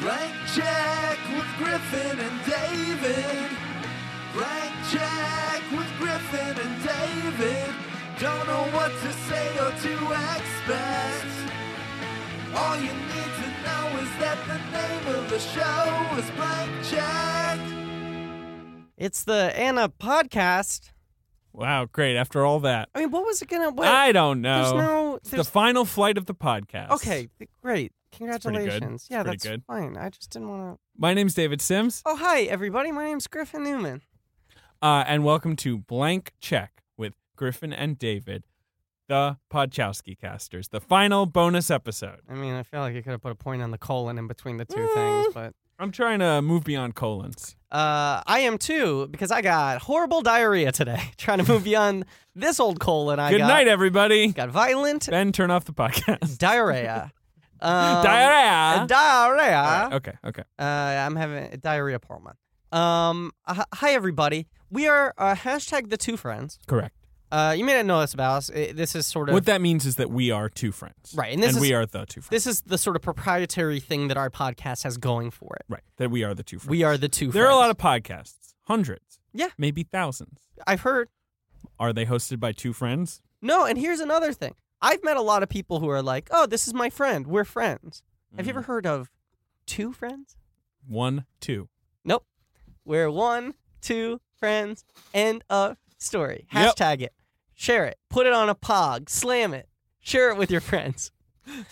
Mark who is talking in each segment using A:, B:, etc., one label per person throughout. A: Blank check with Griffin and David. Blank check with Griffin and David. Don't know what to say or to expect. All you need to know is that the name of the show is Blank Check.
B: It's the Anna podcast.
C: Wow, great. After all that,
B: I mean, what was it gonna? What?
C: I don't know.
B: There's no.
C: It's the
B: There's,
C: final flight of the podcast.
B: okay, great.
C: pretty good.
B: Congratulations.
C: It's
B: Yeah,
C: pretty
B: that's
C: good.
B: fine. I just didn't want to.
C: My name's David Sims,
B: Oh, hi everybody. My name's Griffin Newman.
C: uh, and welcome to Blank Check with Griffin and David, the Podchowski casters, the final bonus episode.
B: I mean, I feel like you could have put a point on the colon in between the two
C: Mm.
B: things, but
C: I'm trying to move beyond colons.
B: uh, I am too because I got horrible diarrhea today. Trying to move beyond this old colon. I
C: Good
B: got,
C: night, everybody.
B: Got violent
C: Ben, turn off the podcast.
B: diarrhea. Um,
C: Diarrhea.
B: Diarrhea.
C: All right, okay, okay.
B: Uh, I'm having a diarrhea problem. Um, uh, hi everybody. We are uh, hashtag the two friends.
C: Correct.
B: Uh, you may not know this about us. Uh, This is sort of
C: What that means is that we are two friends.
B: Right, and this is-
C: we are the two friends.
B: this is the sort of proprietary thing that our podcast has going for it.
C: right, that we are the two friends.
B: We are the two.
C: There are a lot of podcasts, hundreds.
B: Yeah.
C: Maybe thousands.
B: I've heard
C: Are they hosted by two friends?
B: no, and here's another thing. I've met a lot of people who are like, "Oh, this is my friend. We're friends." Have you
C: Mm.
B: ever heard of two friends?
C: One, two.
B: Nope. We're one, two friends. End of story.
C: Yep.
B: Hashtag it. Share it. Put it on a pog. Slam it. Share it with your friends.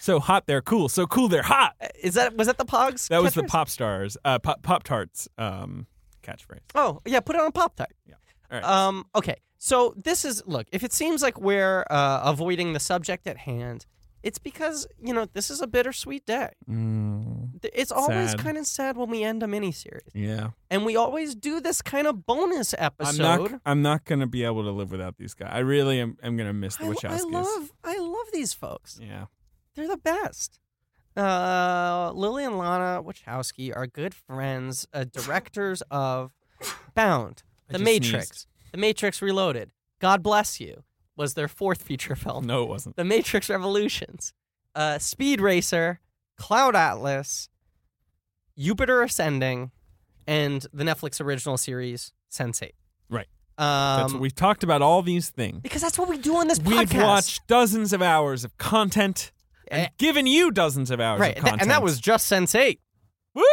C: So hot, they're cool. So cool, they're hot.
B: Is that was that the pogs?
C: That was the
B: catchphrase?
C: pop stars, uh, pop pop tarts um, catchphrase.
B: Oh yeah, put it on a pop tart.
C: All right.
B: Um, okay, so this is look. If it seems like we're uh, avoiding the subject at hand, it's because you know this is a bittersweet day.
C: Mm,
B: Th- It's always
C: Sad.
B: kind of sad when we end a miniseries,
C: yeah.
B: and we always do this kind of bonus
C: I'm
B: episode.
C: not. I'm not gonna be able to live without these guys. I really am. am gonna miss the
B: I, I
C: Wachowskis.
B: love, I love these folks.
C: Yeah.
B: They're the best. Uh, Lily and Lana Wachowski are good friends, uh, directors of Bound,
C: I
B: The
C: just
B: Matrix,
C: sneezed.
B: The Matrix Reloaded, God Bless You was their fourth feature film,
C: No, it wasn't.
B: The Matrix Revolutions, uh, Speed Racer, Cloud Atlas, Jupiter Ascending, and the Netflix original series Sense8.
C: Right.
B: Um,
C: That's what we've talked about all these things.
B: because that's what we do on this
C: We've
B: podcast.
C: watched dozens of hours of content and
B: Eh.
C: given you dozens of hours
B: right, th-
C: of content.
B: and that was just Sense8.
C: woo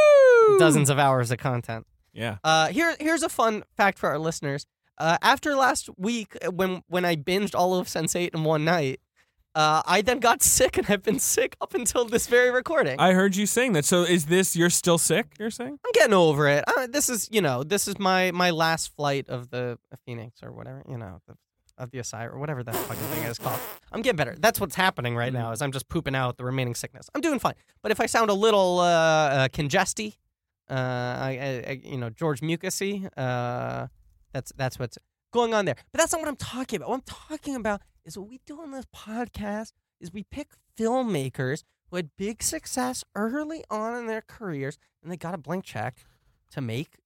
B: Dozens of hours of content.
C: Yeah.
B: Uh, here, here's a fun fact for our listeners. Uh, after last week, uh, when when I binged all of Sense Eight in one night, uh, I then got sick, and I've been sick up until this very recording. I,
C: I heard you saying that. So is this you're still sick? You're saying?
B: am getting over it. Uh, this is, you know, this is my my last flight of the uh, Phoenix or whatever, you know, the, of the Asai or whatever that fucking thing is called. I'm getting better. That's what's happening right now. Is I'm just pooping out the remaining sickness. I'm doing fine, but if I sound a little uh, uh, congesty, uh, I, I, I, you know, George mucusy. Uh, that's that's what's going on there. But that's not what I'm talking about. What I'm talking about is what we do on this podcast is we pick filmmakers who had big success early on in their careers, and they got a blank check to make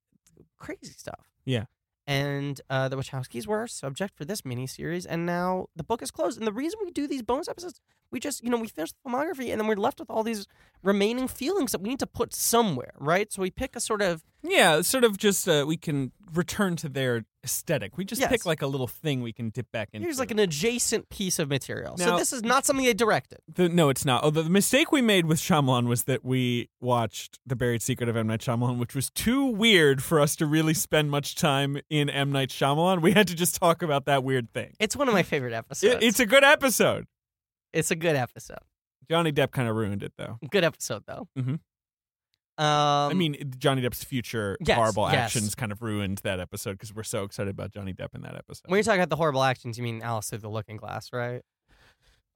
B: crazy stuff.
C: Yeah.
B: And uh, the Wachowskis were our subject for this miniseries, and now the book is closed. And the reason we do these bonus episodes, we just, you know, we finish the filmography, and then we're left with all these remaining feelings that we need to put somewhere, right? So we pick a sort of
C: Yeah, sort of just uh, we can return to their aesthetic. We just
B: Yes.
C: pick like a little thing we can dip back into.
B: Here's like an adjacent piece of material. so
C: Now-
B: this is not something they directed.
C: The- no, it's not. Oh, the, the mistake we made with Shyamalan was that we watched The Buried Secret of M Night Shyamalan, which was too weird for us to really spend much time in M Night Shyamalan. We had to just talk about that weird thing.
B: It's one of my favorite episodes.
C: It, it's a good episode.
B: it's a good episode.
C: Johnny Depp kind of ruined it though.
B: Good episode though.
C: Mhm.
B: Um,
C: I mean, Johnny Depp's future
B: Yes,
C: horrible
B: yes.
C: actions kind of ruined that episode because we're so excited about Johnny Depp in that episode.
B: when you're talking about the horrible actions, you mean Alice through the Looking Glass, right?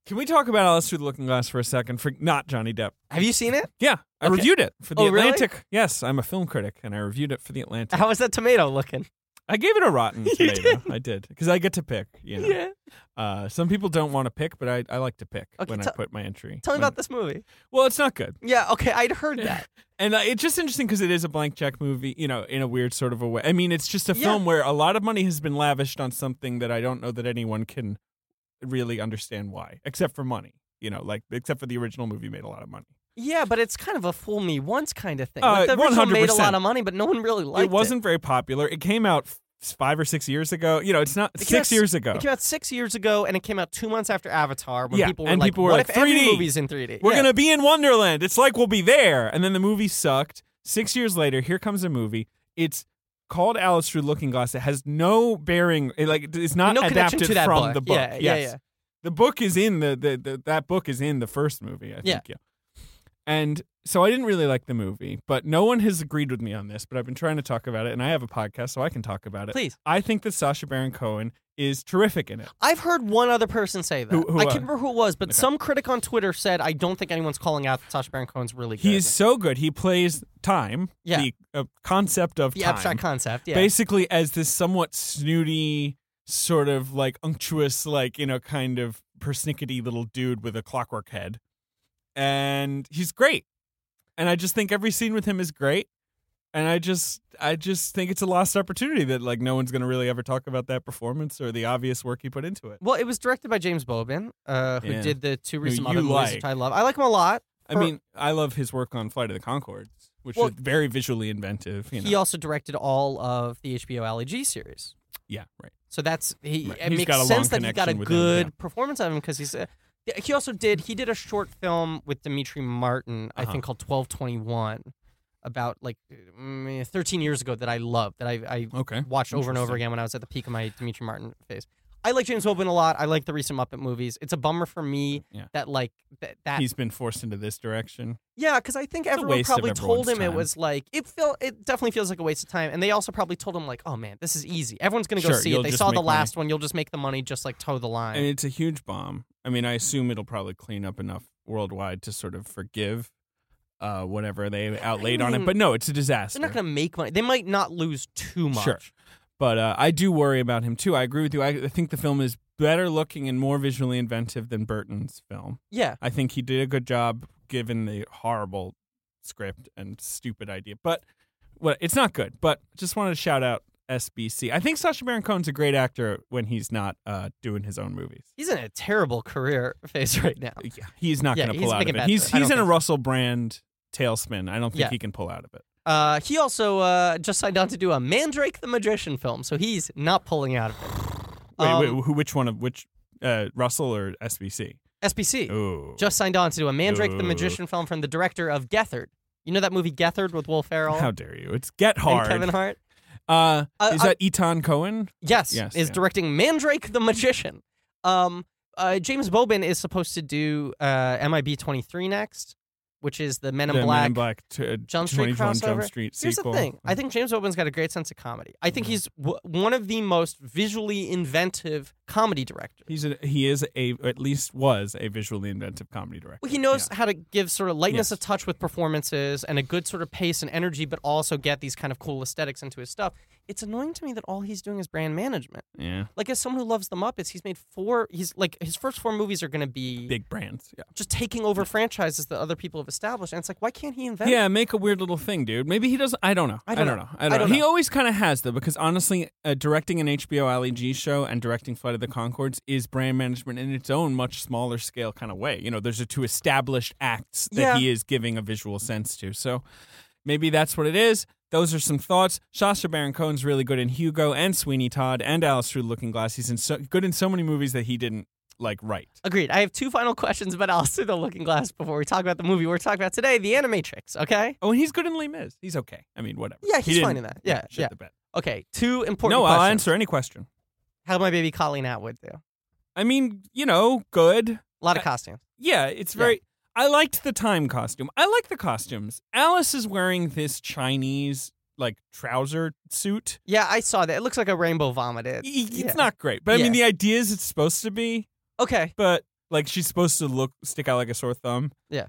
C: Can we talk about Alice Through the Looking Glass for a second? For not Johnny Depp.
B: Have you seen it?
C: Yeah, I
B: Okay.
C: reviewed it for the
B: Oh, really?
C: Atlantic. Yes, I'm a film critic, and I reviewed it for the Atlantic.
B: How is that tomato looking?
C: I gave it a rotten
B: You
C: tomato. I did because I get to pick. You know, uh, some people don't want to pick, but I, I like to pick
B: Okay,
C: when I
B: tell-
C: put my entry.
B: Tell me
C: When-
B: about this movie.
C: Well, it's not good,
B: Yeah, okay, I'd heard that.
C: and uh, it's just interesting because it is a blank check movie. You know, in a weird sort of a way. I mean, it's just a
B: Yeah.
C: film where a lot of money has been lavished on something that I don't know that anyone can really understand why, except for money. You know, like except for the original movie made a lot of money.
B: Yeah, but it's kind of a fool me once kind of thing.
C: Uh,
B: like the original made a
C: 100%.
B: lot of money, but no one really liked it.
C: it wasn't very popular. It came out f- five or six years ago. You know, it's not
B: It came
C: six
B: out s-
C: years ago.
B: It came out six years ago, and it came out two months after Avatar, when
C: Yeah,
B: people were
C: and
B: like,
C: people were
B: "What
C: like,
B: if every
C: 3D?
B: movie's in 3D?
C: We're
B: Yeah.
C: gonna be in Wonderland. It's like we'll be there. And then the movie sucked. Six years later, here comes a movie. It's called Alice Through the Looking Glass. It has no bearing. It, like it's not
B: no connection
C: adapted
B: to that
C: from
B: book.
C: the book.
B: Yeah,
C: yes.
B: yeah, yeah.
C: The book is in the, the, the that book is in the first movie. I think.
B: Yeah.
C: Yeah. And so I didn't really like the movie, but no one has agreed with me on this. But I've been trying to talk about it, and I have a podcast, so I can talk about it.
B: Please.
C: I think that Sasha Baron Cohen is terrific in it.
B: I've heard one other person say that.
C: Who- who,
B: I
C: uh,
B: can't remember who it was, but
C: okay.
B: some critic on Twitter said, I don't think anyone's calling out that Sacha Baron Cohen's really good.
C: He's so good. He plays time,
B: Yeah.
C: the uh, concept of
B: the
C: time,
B: abstract concept. Yeah.
C: basically as this somewhat snooty, sort of like unctuous, like you know, kind of persnickety little dude with a clockwork head, and he's great. And I just think every scene with him is great. And I just, I just think it's a lost opportunity that like no one's going to really ever talk about that performance or the obvious work he put into it.
B: well, it was directed by James Bobin, uh, who
C: Yeah.
B: did the two recent
C: you
B: other movies,
C: like.
B: which I love. I like him a lot.
C: I
B: For-
C: mean, I love his work on Flight of the Concords, which
B: Well,
C: is very visually inventive. You know.
B: He also directed all of the HBO Ali G series.
C: yeah, right.
B: So that's he.
C: Right.
B: It
C: He's
B: makes
C: got a long
B: sense that he got a
C: connection with him,
B: good performance out of him because he's. A, he also did. He did a short film with Dimitri Martin, I
C: Uh-huh.
B: think, called Twelve Twenty One, about like mm, thirteen years ago that I loved that I,
C: Okay.
B: I watched over and over
C: Interesting.
B: again when I was at the peak of my Dimitri Martin phase. I like James Wilburn a lot. I like the recent Muppet movies. It's a bummer for me
C: Yeah.
B: that like that, that
C: He's been forced into this direction.
B: yeah, because I think
C: a
B: everyone
C: waste of
B: probably told
C: everyone's
B: him it
C: time.
B: was like it feel it definitely feels like a waste of time, and they also probably told him like, oh man, this is easy. Everyone's gonna go
C: Sure,
B: see it.
C: you'll
B: They
C: just
B: saw the
C: make money.
B: last one. You'll just make the money, just like toe the line.
C: And it's a huge bomb. I mean, I assume it'll probably clean up enough worldwide to sort of forgive uh, whatever they outlaid on it.
B: mean,
C: But no, it's a disaster.
B: Hmm. They're not gonna make money. They might not lose too much.
C: Sure. But uh, I do worry about him too. I agree with you. I, I think the film is better looking and more visually inventive than Burton's film.
B: Yeah,
C: I think he did a good job given the horrible script and stupid idea. But well, it's not good. But just wanted to shout out SBC. I think Sacha Baron Cohen's a great actor when he's not uh, doing his own movies.
B: he's in a terrible career phase right now.
C: Yeah, he's not
B: Yeah,
C: going to
B: he's
C: pull out
B: big
C: of
B: and
C: it.
B: bad
C: He's
B: for it. I
C: he's
B: don't
C: in a
B: think-
C: Russell Brand tailspin. I don't think
B: Yeah.
C: he can pull out of it.
B: Uh, he also uh, just signed on to do a Mandrake the Magician film, so he's not pulling out of it.
C: Wait,
B: Um,
C: wait, who, which one of which uh, Russell or SBC?
B: SBC
C: Oh,
B: just signed on to do a Mandrake the
C: Ooh.
B: Magician film from the director of Gethard. You know that movie Gethard with Will Ferrell
C: how dare you? It's Get
B: and
C: Hard.
B: Kevin Hart.
C: Uh,
B: Uh,
C: is
B: uh,
C: that Eton Cohen?
B: Yes,
C: Yes,
B: is
C: yeah.
B: directing Mandrake the Magician. Um, uh, James Bobin is supposed to do uh, MIB 23 next, which is the Men in
C: The
B: Black.
C: Men in Black t-
B: Jump Street
C: 21 Jump
B: crossover.
C: Street
B: Here's
C: sequel. Mm. Mm-hmm.
B: the thing. I think James Bobin's got a great sense of comedy. I think he's w- one of the most visually inventive comedy directors.
C: He's a, he is a at least was a visually inventive comedy director.
B: Well, he knows how to give sort of lightness
C: Yes.
B: of touch with performances and a good sort of pace and energy, but also get these kind of cool aesthetics into his stuff. It's annoying to me that all he's doing is brand management.
C: Yeah,
B: Like, as someone who loves the Muppets, he's made four. He's like his first four movies are going to be
C: big brands. Yeah.
B: just taking over franchises that other people have established. And it's like, why can't he invent?
C: Yeah, make a weird little thing, dude. Maybe he doesn't. I don't know. I don't, know. I don't, know. He always kind of has though, because honestly, uh, directing an HBO Ali G show and directing Flight of the Concords is brand management in its own much smaller scale kind of way. You know, there's a two established acts that
B: Yeah.
C: he is giving a visual sense to. So maybe that's what it is. Those are some thoughts. Shasha Baron Cohen's really good in Hugo and Sweeney Todd and Alice Through the Looking Glass. He's in so, good in so many movies that he didn't like write.
B: Agreed. I have two final questions about Alice Through the Looking Glass before we talk about the movie we're talking about today, The Animatrix, okay?
C: Oh, and he's good in Les Mis. He's okay. I mean, whatever.
B: Yeah,
C: He
B: he's fine
C: didn't-
B: in that. Yeah,
C: shit
B: yeah.
C: the bed.
B: Okay, two important
C: No,
B: questions.
C: I'll answer any question.
B: How my baby Colleen Atwood do? A
C: I mean, you know, good.
B: lot of
C: I-
B: costumes.
C: Yeah, it's very. I liked the time costume. I like the costumes. Alice is wearing this Chinese like trouser suit.
B: Yeah, I saw that. It looks like a rainbow
C: I-
B: vomited.
C: It's
B: yeah.
C: not great, but I mean,
B: Yeah.
C: the idea is it's supposed to be,
B: Okay.
C: but like she's supposed to look stick out like a sore thumb.
B: Yeah.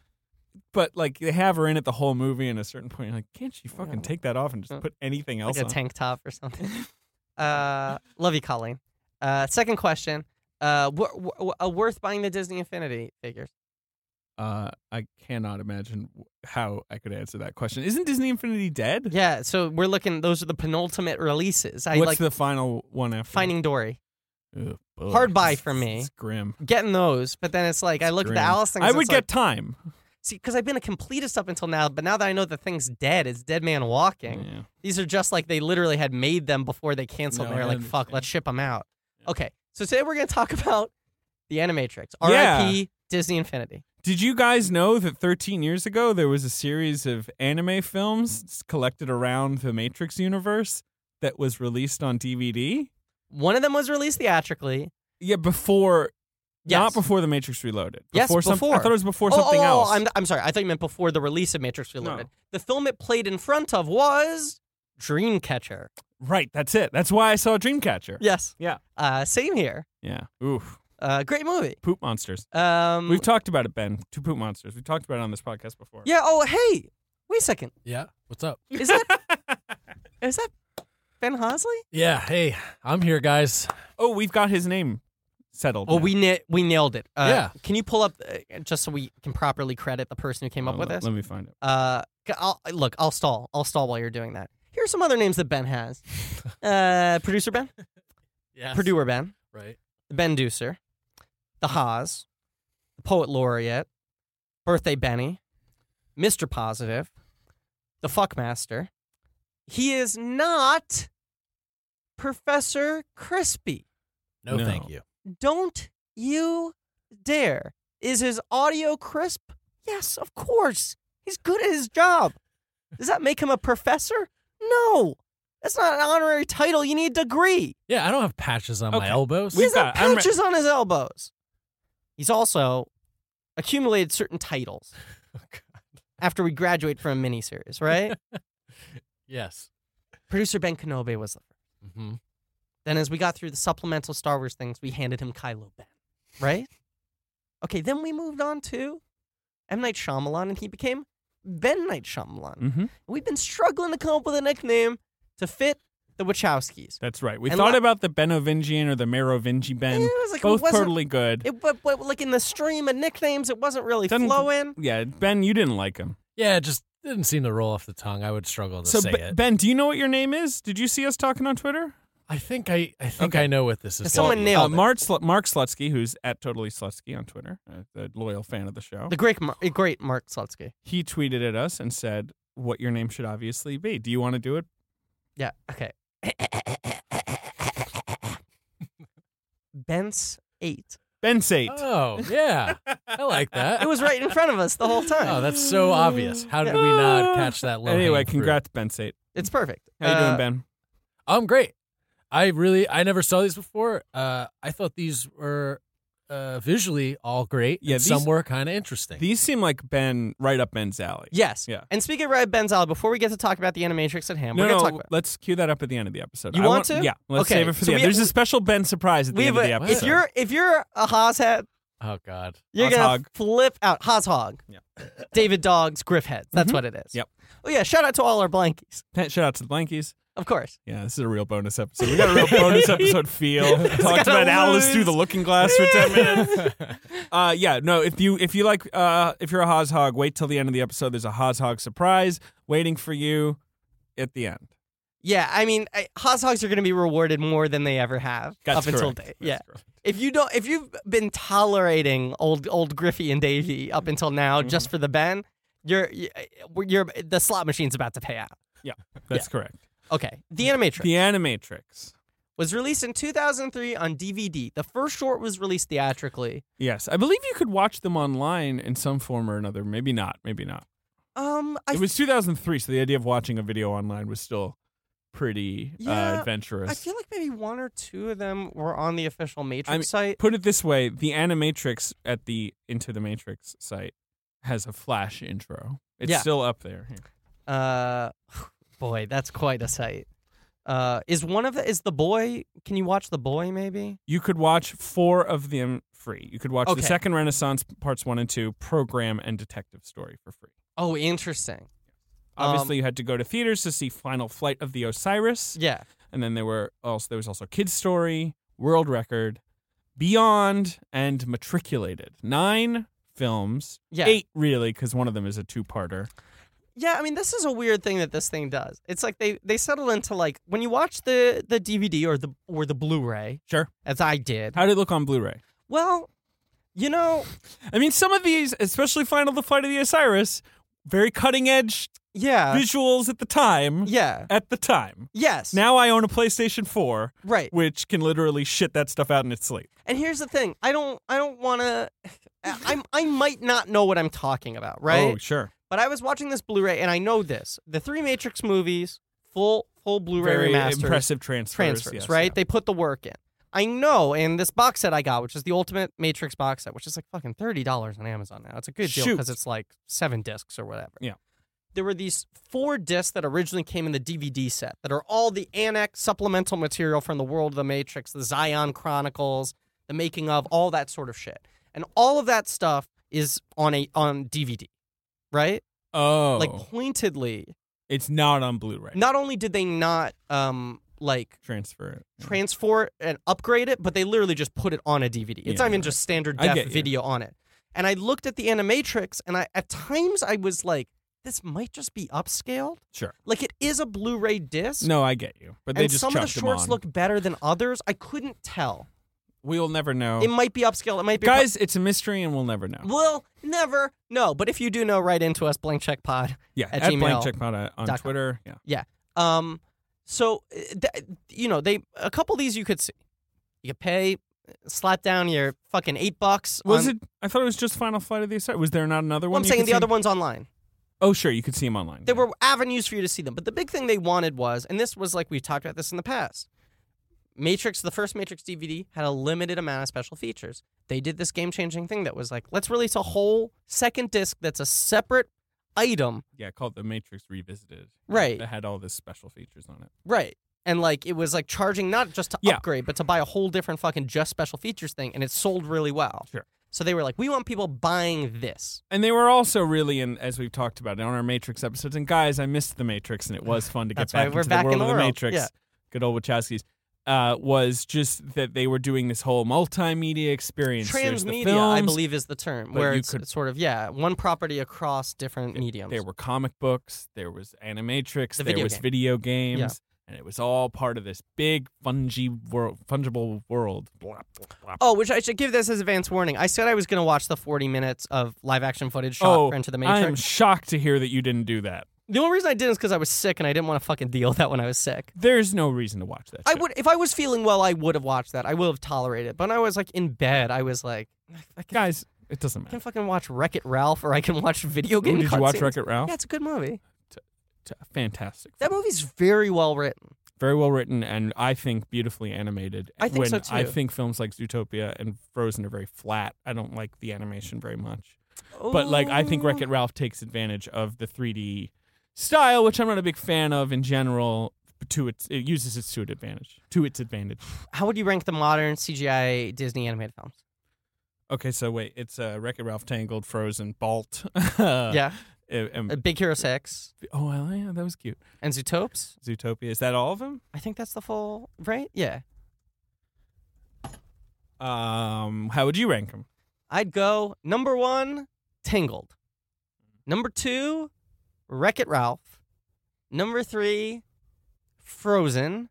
C: But like they have her in it the whole movie, and at a certain point, you're like, can't she fucking take that off and
B: Yeah.
C: just put anything else
B: Like a
C: on?
B: tank top or something. uh, love you, Colleen. Uh, second question. Uh, wor- wor- uh, worth buying the Disney Infinity figures.
C: uh, I cannot imagine w- how I could answer that question. Isn't Disney Infinity dead?
B: Yeah, so we're looking. Those are the penultimate releases. I
C: What's
B: like
C: the final one after?
B: Finding Dory.
C: Ugh, boy.
B: Hard buy for
C: It's-
B: me.
C: It's grim.
B: getting those, but then it's like I look at the
C: Grim.
B: Alice things.
C: I would
B: it's
C: get
B: like-
C: time.
B: See, because I've been a completist up until now, but now that I know the thing's dead, it's Dead Man Walking.
C: Yeah.
B: These are just like they literally had made them before they canceled.
C: No,
B: and they
C: I
B: were like, "Fuck,
C: understand.
B: let's ship them out."
C: Yeah.
B: Okay, so today we're gonna talk about the Animatrix,
C: Yeah.
B: R.I.P. Disney Infinity.
C: Did you guys know that 13 years ago there was a series of anime films collected around the Matrix universe that was released on DVD?
B: One of them was released theatrically.
C: Yeah, before
B: Yes.
C: not before the Matrix Reloaded.
B: Yes,
C: before some-
B: before.
C: I thought it was before
B: Oh,
C: something
B: oh, oh,
C: else.
B: I'm, I'm sorry. I thought you meant before the release of Matrix Reloaded. The film it played in front of was Dreamcatcher.
C: Right, that's it. That's why I saw Dreamcatcher.
B: Yes.
C: Yeah.
B: Uh, same here.
C: Yeah. Oof.
B: Uh, great movie.
C: Poop monsters.
B: Um,
C: We've talked about it, Ben. Two poop monsters. We've talked about it on this podcast before.
B: yeah. Oh, hey. Wait a second.
D: Yeah. What's up?
B: Is that is that Ben Hosley?
D: Yeah. Hey, I'm here, guys.
C: Oh, we've got his name settled.
B: Oh,
C: now.
B: we na- we nailed it. Uh,
D: Yeah.
B: Can you pull up uh, just so we can properly credit the person who came up
C: Oh,
B: with
C: let-
B: this?
C: Let me find it.
B: Uh, c- I'll, look, I'll stall. I'll stall while you're doing that. Here's some other names that Ben has. uh, producer Ben,
D: Yeah.
B: producer Ben,
D: Right.
B: Ben Deucer, the Haas, the poet laureate, birthday Benny, Mister Positive, the Fuckmaster. He is not Professor Crispy.
D: No,
C: No.
D: thank you.
B: Don't you dare. Is his audio crisp? Yes, of course. He's good at his job. Does that make him a professor? No. That's not an honorary title. You need a degree.
D: Yeah, I don't have patches on
C: Okay.
D: my elbows.
B: He's
C: We've
B: got
C: got- I'm re-
B: patches on his elbows. He's also accumulated certain titles after we graduate from a miniseries, right?
D: yes.
B: Producer Ben Kenobi was the first.
C: Mm-hmm.
D: hmm
B: Then, as we got through the supplemental Star Wars things, we handed him Kylo Ben, right? okay, then we moved on to M. Night Shyamalan, and he became Ben Night Shyamalan.
C: Mm-hmm.
B: We've been struggling to come up with a nickname to fit the Wachowskis.
C: That's right. We
B: And
C: thought
B: la-
C: about the Benovingian or the Merovingi Ben.
B: And it was like, it
C: Both
B: wasn't-
C: totally good.
B: It, but, but like in the stream of nicknames, it wasn't really
C: Doesn't-
B: flowing.
C: yeah, Ben, you didn't like him.
D: Yeah, it just didn't seem to roll off the tongue. I would struggle to
C: So,
D: say
C: Be-
D: it.
C: Ben, do you know what your name is? Did you see us talking on Twitter?
D: I think I, I think
C: Okay.
D: I know what this is.
B: Has someone
D: gonna be.
B: nailed
C: Uh,
B: it?
C: Mark, Sl- Mark Slutsky, who's at Totally Slutsky on Twitter, uh, the loyal fan of the show,
B: The great, Mar- uh, great Mark Slutsky.
C: he tweeted at us and said what your name should obviously be. Do you want to do it?
B: Yeah. Okay. Ben's eight.
C: Ben Sate.
B: Uh,
D: Oh, yeah. I like that.
B: It was right in front of us the whole time.
D: Oh, that's so obvious. How did we not catch that low?
C: anyway, congrats, Ben Sate.
B: It's perfect.
C: How you
B: Uh,
C: doing, Ben?
D: I'm Um, great. I really I never saw these before. Uh, I thought these were uh, visually all great.
C: Yeah,
D: and
C: these-
D: some were kind of interesting.
C: These seem like Ben, right up Ben's alley.
B: Yes.
C: Yeah.
B: And speaking of Red Benzala, before we get to talk about the animatrix at hand,
C: No,
B: we're going
C: no,
B: to talk about.
C: let's cue that up at the end of the episode.
B: You
C: I
B: want to?
C: Yeah, let's
B: Okay,
C: save it for
B: so
C: the
B: we
C: end.
B: have-
C: There's a special Ben surprise at the
B: We
C: end
B: have
C: of the
B: a-
C: episode.
B: if you're if you're a Hozhead,
D: oh God.
B: you're gonna
C: Hozhog.
B: flip out. Hozhog.
C: Yeah.
B: David Dog's Griff Heads. That's
C: Mhm.
B: what it is.
C: Yep.
B: Oh yeah, shout out to all our blankies.
C: Shout out to the Blankies.
B: Of course.
C: Yeah, this is a real bonus episode. We got a real bonus episode feel. Talked
B: gotta
C: about Alice
B: lose.
C: through the looking glass for ten minutes. Uh, yeah, no. If you if you like uh, if you're a Hozhog, wait till the end of the episode. There's a Hozhog surprise waiting for you at the end.
B: Yeah, I mean, I- Hozhogs are gonna be rewarded more than they ever have
C: That's
B: up until
C: correct.
B: date.
C: That's
B: Yeah.
C: correct.
B: If you don't, if you've been tolerating old old Griffey and Davy up until now just for the Ben, you're uh, you're the slot machine's about to pay out.
C: That's correct.
B: Okay, the animatrix.
C: The Animatrix.
B: was released in 2003 on DVD. The first short was released theatrically.
C: Yes, I believe you could watch them online in some form or another. Maybe not. Maybe not.
B: Um, I,
C: It was 2003, so the idea of watching a video online was still pretty uh,
B: Yeah,
C: adventurous.
B: I feel like maybe one or two of them were on the official Matrix
C: mean-
B: site.
C: put it this way the animatrix at the into the matrix site has a flash intro it's
B: Yeah.
C: still up there Here.
B: Uh, boy, that's quite a site. Uh, is one of the is the boy? Can you watch the boy? Maybe.
C: you could watch four of them free you could watch
B: Okay.
C: the second renaissance parts one and two program and detective story for free
B: Oh, interesting. Um,
C: obviously you had to go to theaters to see final flight of the osiris
B: Yeah.
C: and then there were also there was also kids story world record beyond and matriculated nine films
B: Yeah.
C: eight really because one of them is a two-parter
B: Yeah, I mean, this is a weird thing that this thing does. It's like they they settle into like when you watch the the DVD or the or the Blu-ray,
C: sure
B: as I did.
C: how did it look on blu-ray
B: Well, You know,
C: I mean, some of these, especially Final the Flight of the Osiris, very cutting edge
B: yeah,
C: visuals at the time.
B: Uh, yeah,
C: At the time.
B: yes.
C: Now I own a PlayStation 4,
B: right.
C: which can literally shit that stuff out in its sleep.
B: And here's the thing: I don't, I don't want to. I, I might not know what I'm talking about, right?
C: Oh, sure.
B: But I was watching this Blu-ray, and I know this: the three Matrix movies, full, full Blu-ray
C: Very
B: remasters,
C: impressive transfers.
B: transfers,
C: yes,
B: right?
C: yeah.
B: They put the work in. I know, and this box set I got, which is the Ultimate Matrix box set, which is like fucking thirty dollars on Amazon now. It's a good deal
C: Shoot.
B: because it's like seven discs or whatever.
C: Yeah.
B: There were these four discs that originally came in the DVD set that are all the annex supplemental material from the world of the Matrix, the Zion Chronicles, the making of, all that sort of shit. And all of that stuff is on a on DVD, right?
C: Oh.
B: Like pointedly,
C: it's not on Blu ray.
B: not only did they not um like
C: Transfer it.
B: transfer it and upgrade it, but they literally just put it on a DVD. It's
C: Yeah,
B: not even
C: right.
B: just standard
C: I
B: def
C: get you.
B: video on it. And I looked at the animatrix and I at times I was like, this might just be upscaled.
C: Sure.
B: Like it is a Blu-ray disc.
C: No, I get you. But they
B: and
C: just
B: some of the
C: chucked 'em
B: shorts
C: on.
B: look better than others. I couldn't tell.
C: We'll never know.
B: It might be upscaled. It might be
C: Oh. Guys, it's a mystery and we'll never know.
B: We'll never know. But if you do know, write into us, blank check pod.
C: yeah,
B: at
C: at blank
B: gmail
C: check pod uh, on
B: dot com.
C: Twitter. Yeah.
B: Um, so uh, th- you know, they a couple of these you could see. You could pay, slap down your fucking eight bucks.
C: Was
B: on-
C: it? I thought it was just Final Flight of the Osiris. Was there not another
B: Well,
C: one?
B: I'm
C: you
B: saying
C: could
B: the
C: see?
B: other one's online.
C: Oh, sure, you could see them online.
B: There were avenues for you to see them, but the big thing they wanted was, and this was like we talked about this in the past. Matrix, the first Matrix DVD, had a limited amount of special features. They did this game-changing thing that was like, let's release a whole second disc that's a separate item,
C: yeah, called the Matrix Revisited.
B: Right.
C: that had all this special features on it.
B: right? And like it was like charging not just to
C: Yeah.
B: upgrade, but to buy a whole different fucking just special features thing, and it sold really well.
C: Sure.
B: So they were like, we want people buying this.
C: And they were also really in, as we've talked about on our Matrix episodes. And guys, I missed the Matrix, and it was fun to get
B: That's
C: back
B: right, we're
C: into
B: back
C: the world
B: in the
C: of the
B: world,
C: Matrix.
B: yeah.
C: Good old Wachowskis. Uh, was just that they were doing this whole multimedia experience. There's the
B: Transmedia, I
C: films,
B: believe, is the term
C: but
B: where
C: you
B: it's,
C: could-
B: it's sort of yeah, one property across different
C: th-
B: mediums.
C: There were comic books, there was animatrix,
B: The
C: there
B: video
C: was
B: game.
C: video games, and it was all part of this big fungi world, fungible world. Blah, blah, blah.
B: Oh, which I should give this as advance warning. I said I was going to watch the 40 minutes of live action footage shot
C: Oh,
B: for Into the
C: I am
B: Matrix.
C: shocked to hear that you didn't do that.
B: the only reason I didn't is because I was sick and I didn't want to fucking deal with that when I was sick.
C: There's no reason to watch that.
B: I
C: shit.
B: would, if I was feeling well, I would have watched that. I would have tolerated it. But when I was like in bed, I was like, I can,
C: guys. It
B: I
C: doesn't matter.
B: can fucking watch Wreck It Ralph or I can watch video
C: Ooh,
B: game
C: did you watch
B: cutscenes.
C: Wreck It Ralph?
B: Yeah, it's a good movie.
C: T- Fantastic.
B: That movie's very well written.
C: Very well written and I think beautifully animated.
B: I think
C: when
B: so,
C: I
B: too.
C: think films like Zootopia and Frozen are very flat. I don't like the animation very much. But like I think
B: Ooh.
C: Wreck It Ralph takes advantage of the 3D style, which I'm not a big fan of in general. To its, it uses its to its advantage. To its advantage.
B: How would you rank the modern CGI Disney animated films?
C: Okay, so wait, it's uh, Wreck It Ralph, Tangled, Frozen, Balt. um,
B: yeah.
C: and- and-
B: Uh, Big Hero 6
C: oh, well, yeah, that was cute.
B: and Zootopes.
C: Zootopia. Is that all of them?
B: I think that's the full, right? Yeah.
C: Um, how would you rank them?
B: I'd go number one, Tangled. Number two, Wreck It Ralph. Number three, Frozen.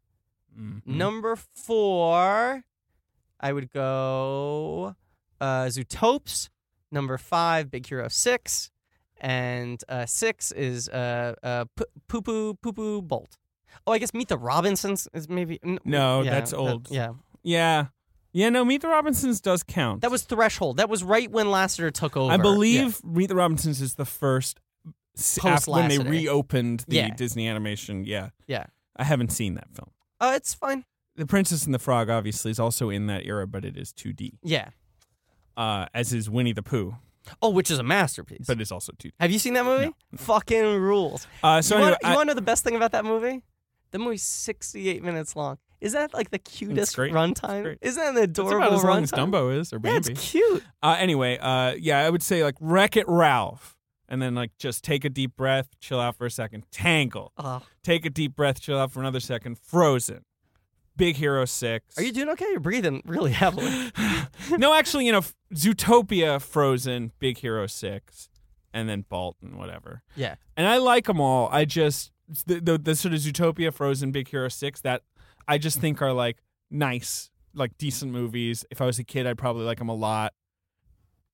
C: Mm-hmm.
B: Number four, I would go uh, Zootopes. Number five, Big Hero Six, and uh, six is uh, uh, P- Poo Poo Poo Poo Bolt. Oh, I guess Meet the Robinsons is maybe. n-
C: No,
B: yeah,
C: that's
B: that-
C: old.
B: yeah,
C: Yeah. Yeah, no, Meet the Robinsons does count.
B: that was Threshold. That was right when Lasseter took over.
C: I
B: Yeah.
C: believe Meet the Robinsons is the first s- after when they
B: Post-Lassiter.
C: reopened the
B: Yeah.
C: Disney animation. Yeah.
B: Yeah.
C: I haven't seen that film.
B: Uh, it's fine.
C: The Princess and the Frog obviously is also in that era, but it is 2D,
B: Yeah.
C: uh, as is Winnie the Pooh,
B: Oh, which is a masterpiece.
C: but it's also 2D.
B: Have you seen that movie? Fucking rules.
C: Uh, so
B: you
C: anyway,
B: want to know the best thing about that movie? The movie's 68 minutes long. Is that like the cutest
C: great.
B: runtime?
C: great.
B: Isn't that an
C: I, that's
B: adorable
C: about as long as
B: runtime?
C: Dumbo is, or
B: yeah,
C: Bambi.
B: it's cute.
C: Uh, anyway, uh, yeah, I would say like Wreck It Ralph, and then like just take a deep breath, chill out for a second. Tangle,
B: Oh,
C: take a deep breath, chill out for another second. Frozen, Big Hero Six.
B: are you doing okay? You're breathing really heavily.
C: no, actually, you know, F- Zootopia, Frozen, Big Hero Six, and then Balt and whatever.
B: yeah.
C: And I like them all. I just the, the the sort of Zootopia, Frozen, Big Hero Six that I just think are like nice, like decent movies. If I was a kid, I'd probably like them a lot.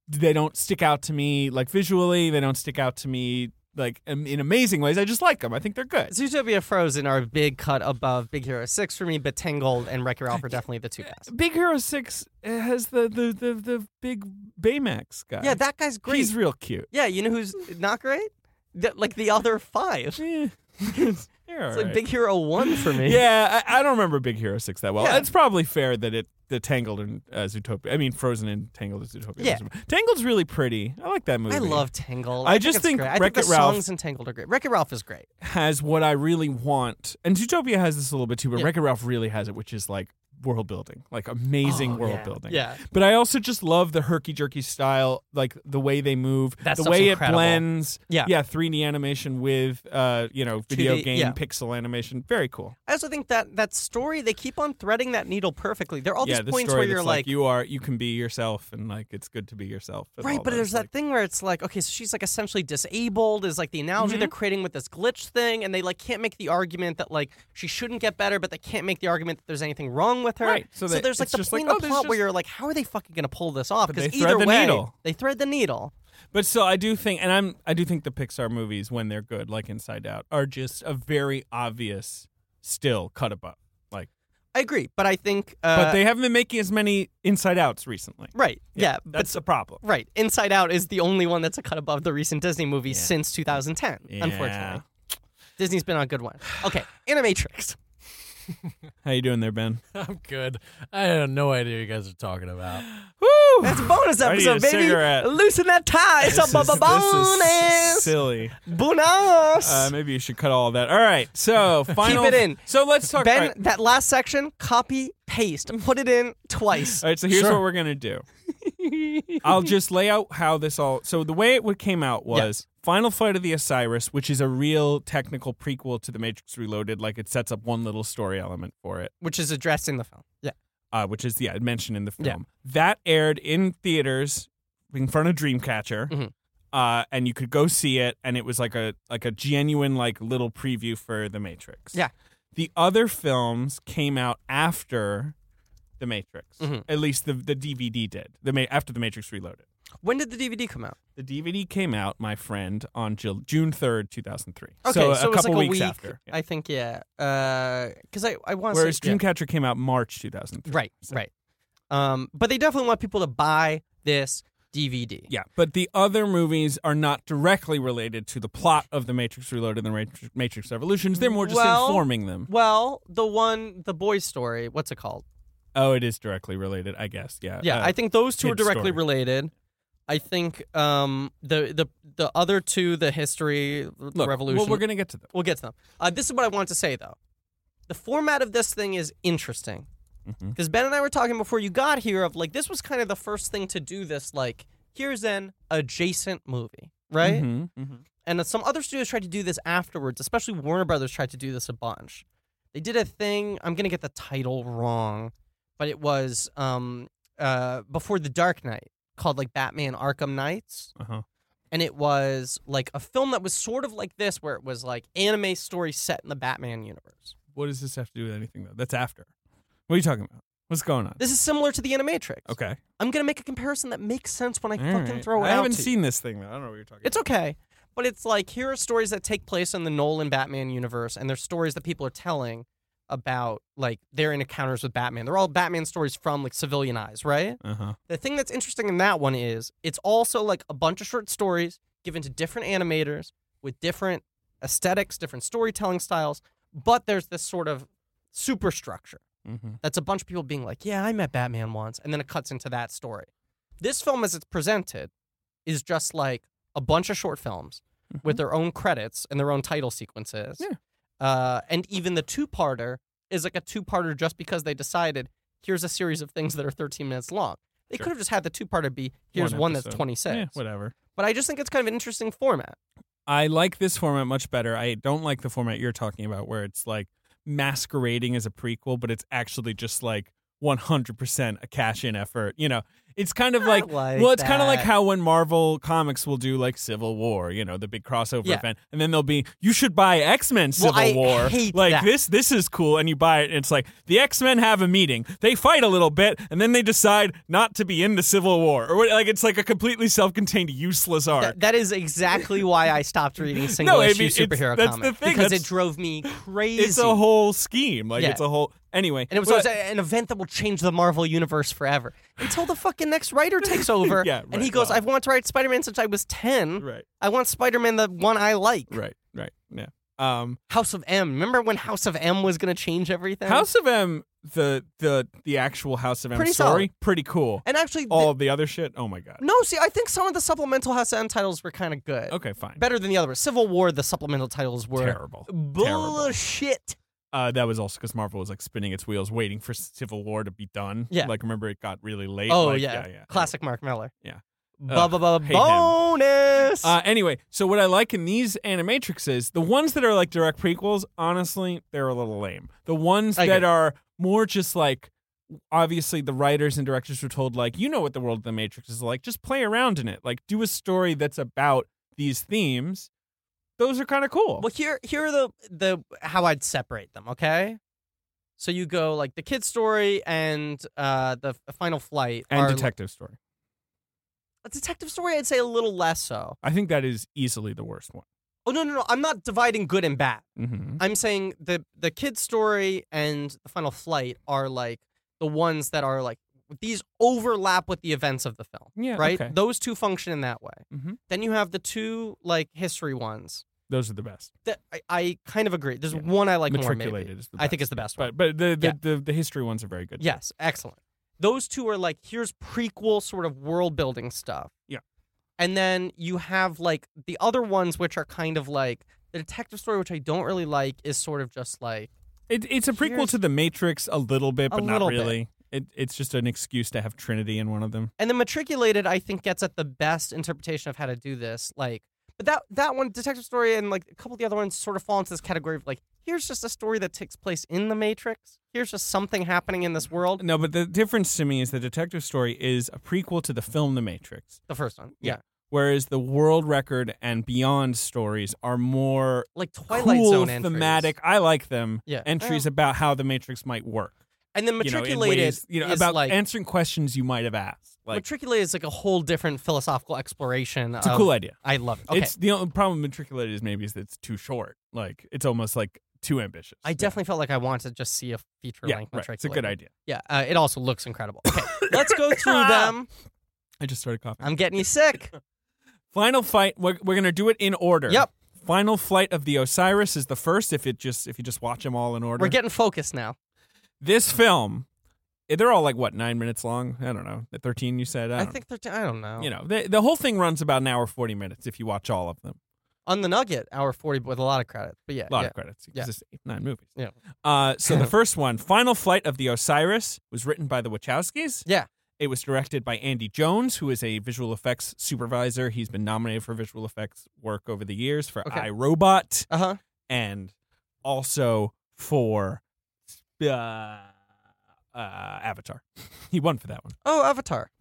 C: they don't stick out to me like visually. They don't stick out to me like am- in amazing ways. I just like them. I think they're good.
B: Zootopia Frozen are a big cut above Big Hero 6 for me, but Tangled and Wreck-It Ralph are definitely the two best.
C: Big Hero Six has the the the, the big Baymax guy.
B: Yeah, that guy's great.
C: he's real cute.
B: yeah, you know who's not great? The- like the other five.
C: Eh, it's you're
B: It's
C: all
B: like
C: right.
B: Big Hero 1 for me.
C: Yeah, I, I don't remember Big Hero Six that well.
B: Yeah.
C: It's probably fair that it the Tangled and uh, Zootopia. I mean, Frozen and Tangled and Zootopia.
B: Yeah.
C: Tangled's really pretty. I like that movie.
B: I love Tangled.
C: I
B: I,
C: just
B: it's
C: think
B: great. I
C: Wreck-It
B: think the
C: Ralph-
B: songs in Tangled are great. Wreck-It Ralph is great.
C: has what I really want, and Zootopia has this a little bit too, but
B: Yeah.
C: Wreck-It Ralph really has it, which is like world building, like amazing
B: Oh,
C: world
B: yeah.
C: building.
B: Yeah.
C: But I also just love the herky jerky style, like the way they move,
B: That
C: the
B: stuff's
C: way
B: incredible.
C: it blends.
B: Yeah.
C: yeah, 3D animation with uh, you know, video
B: 2D,
C: game
B: yeah.
C: pixel animation. Very cool.
B: I also think that that story, they keep on threading that needle perfectly. There are all
C: yeah,
B: these
C: the
B: points
C: story
B: where you're
C: that's
B: like,
C: you are, you can be yourself, and like it's good to be yourself. and
B: Right,
C: all
B: but
C: those,
B: there's
C: like,
B: that thing where it's like, okay, so she's like essentially disabled is like the analogy they're
C: Mm-hmm.
B: creating with this glitch thing, and they like can't make the argument that like she shouldn't get better, but they can't make the argument that there's anything wrong with her.
C: Right, so they-
B: there's like
C: it's
B: the
C: just
B: point
C: like,
B: in
C: oh,
B: the
C: there's
B: plot where
C: just-
B: you're like, how are they fucking gonna pull this off?
C: But they
B: Because
C: thread
B: either
C: the
B: way,
C: needle.
B: they thread the needle.
C: But so I do think, and I'm I do think the Pixar movies when they're good, like Inside Out, are just a very obvious still cut above. Like,
B: I agree, but I think, uh,
C: but they haven't been making as many Inside Outs recently.
B: right, yeah, but
C: That's a problem.
B: right, Inside Out is the only one that's a cut above the recent Disney movie since 2010.
C: Yeah.
B: Unfortunately, Disney's been on a good one. Okay, Animatrix.
C: How you doing there, Ben?
D: I'm good. I have no idea what you guys are talking about.
C: Woo!
B: That's a bonus
C: I need a
B: episode, baby.
C: cigarette.
B: Loosen that tie. It's a
C: This is-
B: bu- bu-
C: this is
B: bonus.
C: silly.
B: Bonus.
C: Uh, maybe you should cut all of that. All right. So final.
B: it in.
C: So let's talk.
B: ben,
C: all right.
B: that last section, copy, paste, put it in twice.
C: All right, so here's
D: Sure.
C: what we're gonna do. I'll just lay out how this all. So the way it would- came out was Final Flight of the Osiris, which is a real technical prequel to The Matrix Reloaded. Like it sets up one little story element for it,
B: Which is addressed in the film. Yeah.
C: uh, which is yeah mentioned in the film.
B: Yeah.
C: That aired in theaters in front of Dreamcatcher.
B: Mhm.
C: Uh, and you could go see it, and it was like a like a genuine like little preview for The Matrix.
B: Yeah.
C: the other films came out after The Matrix.
B: Mhm.
C: At least the the DVD did. The ma- after The Matrix Reloaded.
B: When did the DVD come out?
C: The DVD came out, my friend, on Jul- June third, two thousand three.
B: Okay,
C: so,
B: so,
C: a
B: it was
C: couple
B: like
C: weeks
B: a week.
C: after. Yeah.
B: I think, yeah. Because I, I want to
C: Whereas
B: say. yeah.
C: Dreamcatcher came out March two thousand three.
B: Right,
C: So-
B: right. Um, but they definitely want people to buy this DVD.
C: Yeah, but the other movies are not directly related to the plot of The Matrix Reloaded and The Matri- Matrix Revolutions. They're more just
B: Well-
C: informing them.
B: Well, the one, the boy's story, what's it called?
C: Oh, it is directly related, I guess. Yeah.
B: Yeah,
C: Uh,
B: I think those two are
C: kid
B: directly
C: story.
B: related. I think um, the the the other two, the history, the
C: look,
B: revolution.
C: Well, we're gonna get to them.
B: we'll get to them. Uh, this is what I want to say though. The format of this thing is interesting
C: Mhm.
B: because Ben and I were talking before you got here of like this was kind of the first thing to do this like here's an adjacent movie right
C: Mhm, mhm.
B: and then some other studios tried to do this afterwards, especially Warner Brothers tried to do this a bunch. They did a thing, I'm going to get the title wrong, but it was um, uh, before The Dark Knight called like Batman Arkham Knights.
C: Uh-huh.
B: And it was like a film that was sort of like this, where it was like anime story set in the Batman universe.
C: What does this have to do with anything though? That's after. What are you talking about? What's going on?
B: This is similar to The Animatrix.
C: Okay.
B: I'm going to make a comparison that makes sense when I
C: All
B: fucking
C: right.
B: throw it
C: I
B: out.
C: haven't
B: to you.
C: seen this thing though. I don't know what you're talking
B: It's
C: about.
B: okay. But it's like here are stories that take place in the Nolan Batman universe, and there's stories that people are telling about like their encounters with Batman. They're all Batman stories from like civilian eyes, right?
C: Uh-huh.
B: The thing that's interesting in that one is it's also like a bunch of short stories given to different animators with different aesthetics, different storytelling styles, but there's this sort of superstructure
C: Mm-hmm.
B: that's a bunch of people being like, yeah, I met Batman once. And then it cuts into that story. This film, as it's presented, is just like a bunch of short films with their own credits and their own title sequences.
C: Mm-hmm. Yeah.
B: Uh, and even the two parter is like a two parter just because they decided here's a series of things that are 13 minutes long. They
C: Sure.
B: could have just had the two parter be here's one, that's
C: episode.
B: 26.
C: Yeah, whatever.
B: but I just think it's kind of an interesting format.
C: I like this format much better. I don't like the format you're talking about, where it's like masquerading as a prequel, but it's actually just like 100% a cash in effort. You know, It's kind of
B: I
C: like,
B: like
C: well, it's kind of
B: that.
C: like how when Marvel Comics will do like Civil War, you know, the big crossover
B: Yeah.
C: event, and then they'll be you should buy X Men Civil
B: I
C: War.
B: hate
C: like
B: that.
C: this, this is cool, and you buy it, and it's like the X Men have a meeting, they fight a little bit, and then they decide not to be in the Civil War, or what- like it's like a completely self-contained, useless arc.
B: That- that is exactly why I stopped reading single
C: I
B: issue
C: mean, it's-
B: superhero
C: that's the
B: comics
C: thing,
B: because
C: that's-
B: it drove me crazy.
C: it's a whole scheme, like
B: Yeah.
C: it's a whole. Anyway,
B: and it was always
C: but-
B: a- an event that will change the Marvel universe forever until the fucking next writer takes over
C: Yeah,
B: and
C: right,
B: he goes,
C: well.
B: "I've wanted to write Spider-Man since I was ten.
C: right,
B: I want Spider-Man the one I like."
C: right, right, yeah. Um,
B: House of M. Remember when House of M was going to change everything?
C: House of M, the the the actual House of M
B: Pretty
C: story,
B: solid.
C: pretty cool.
B: and actually,
C: All of the other shit, oh my god.
B: no. See, I think some of the supplemental House of M titles were kind of good,
C: Okay, fine.
B: better than the other ones. Civil War, the supplemental titles were
C: Terrible.
B: bullshit.
C: Uh, that was also because Marvel was like spinning its wheels, waiting for Civil War to be done.
B: Yeah.
C: Like remember, it got really late.
B: Oh
C: like,
B: yeah.
C: yeah, yeah.
B: classic Mark Miller.
C: Yeah.
B: Ba ba ba
C: hate him.
B: bonus.
C: Uh, anyway, so what I like in these animatrixes, the ones that are like direct prequels, honestly, they're a little lame. The ones
B: I
C: that
B: agree.
C: are more just like, obviously, the writers and directors were told, like, you know what the world of the Matrix is like, just play around in it. Like, do a story that's about these themes. Those are kind of cool.
B: well, here here are the the how I'd separate them. Okay. So you go like the kid story and uh, the f- final flight
C: and
B: are-
C: detective story.
B: A detective story, I'd say a little less so.
C: I think that is easily the worst one.
B: Oh no no no! I'm not dividing good and bad.
C: Mm-hmm.
B: I'm saying the the kid story and the final flight are like the ones that are like these overlap with the events of the film,
C: Yeah.
B: right?
C: okay.
B: Those two function in that way.
C: Mhm.
B: Then you have the two like history ones
C: Those are the best.
B: that I, I kind of agree. There's
C: Yeah.
B: one I like more.
C: Matriculated
B: Maybe.
C: is the best.
B: I think it's the best one.
C: But but the the,
B: Yeah.
C: the, the history ones are very good.
B: Yes, excellent. Those two are like here's prequel sort of world building stuff.
C: Yeah.
B: And then you have like the other ones which are kind of like the detective story, which I don't really like, is sort of just like
C: It, it's a prequel
B: Here's-
C: to The Matrix a little bit,
B: A
C: but not
B: little bit.
C: really. It, it's just an excuse to have Trinity in one of them.
B: and the matriculated I think gets at the best interpretation of how to do this. Like but that that one detective story and like a couple of the other ones sort of fall into this category of like here's just a story that takes place in the Matrix. Here's just something happening in this world.
C: No, but the difference to me is the detective story is a prequel to the film The Matrix,
B: The first one.
C: Yeah.
B: Yeah.
C: whereas the world record and beyond stories are more
B: Like Twilight
C: cool,
B: Zone entries.
C: thematic. I like them.
B: Yeah.
C: Entries about how the Matrix might work.
B: And then
C: you know, in
B: matriculated,
C: ways- you know,
B: is
C: about
B: like
C: answering questions you might have asked. Like,
B: matriculated is like a whole different philosophical exploration.
C: it's a
B: of-
C: cool idea.
B: I love it. Oh. Okay,
C: It's the only problem with matriculated is maybe is that it's too short. Like, it's almost like too ambitious.
B: I definitely felt like I wanted to just see a feature
C: yeah,
B: length
C: right. It's a
B: matriculated.
C: good idea.
B: Yeah, uh, it also looks incredible. Okay, let's go through them.
C: I just started coughing.
B: I'm getting you sick.
C: Final fight. We're, we're gonna do it in order.
B: Yep.
C: Final flight of the Osiris is the first. If it just if you just watch them all in order.
B: We're getting focused now.
C: this film. eh, They're all like what nine minutes long? I don't know. Thirteen, you said. I,
B: I,
C: don't
B: think they're. T- I don't know.
C: know. you know the the whole thing runs about an hour forty minutes if you watch all of them.
B: on the Nugget, hour forty with a lot of credit. But yeah,
C: A lot
B: yeah.
C: of credits
B: Yeah.
C: because it's eight, nine movies.
B: Yeah.
C: Uh, so the first one, Final Flight of the Osiris, was written by the Wachowskis.
B: Yeah.
C: It was directed by Andy Jones, who is a visual effects supervisor. He's been nominated for visual effects work over the years for
B: Okay.
C: I iRobot.
B: Uh huh.
C: and also for uh, uh, Avatar. He won for that one.
B: Oh, Avatar.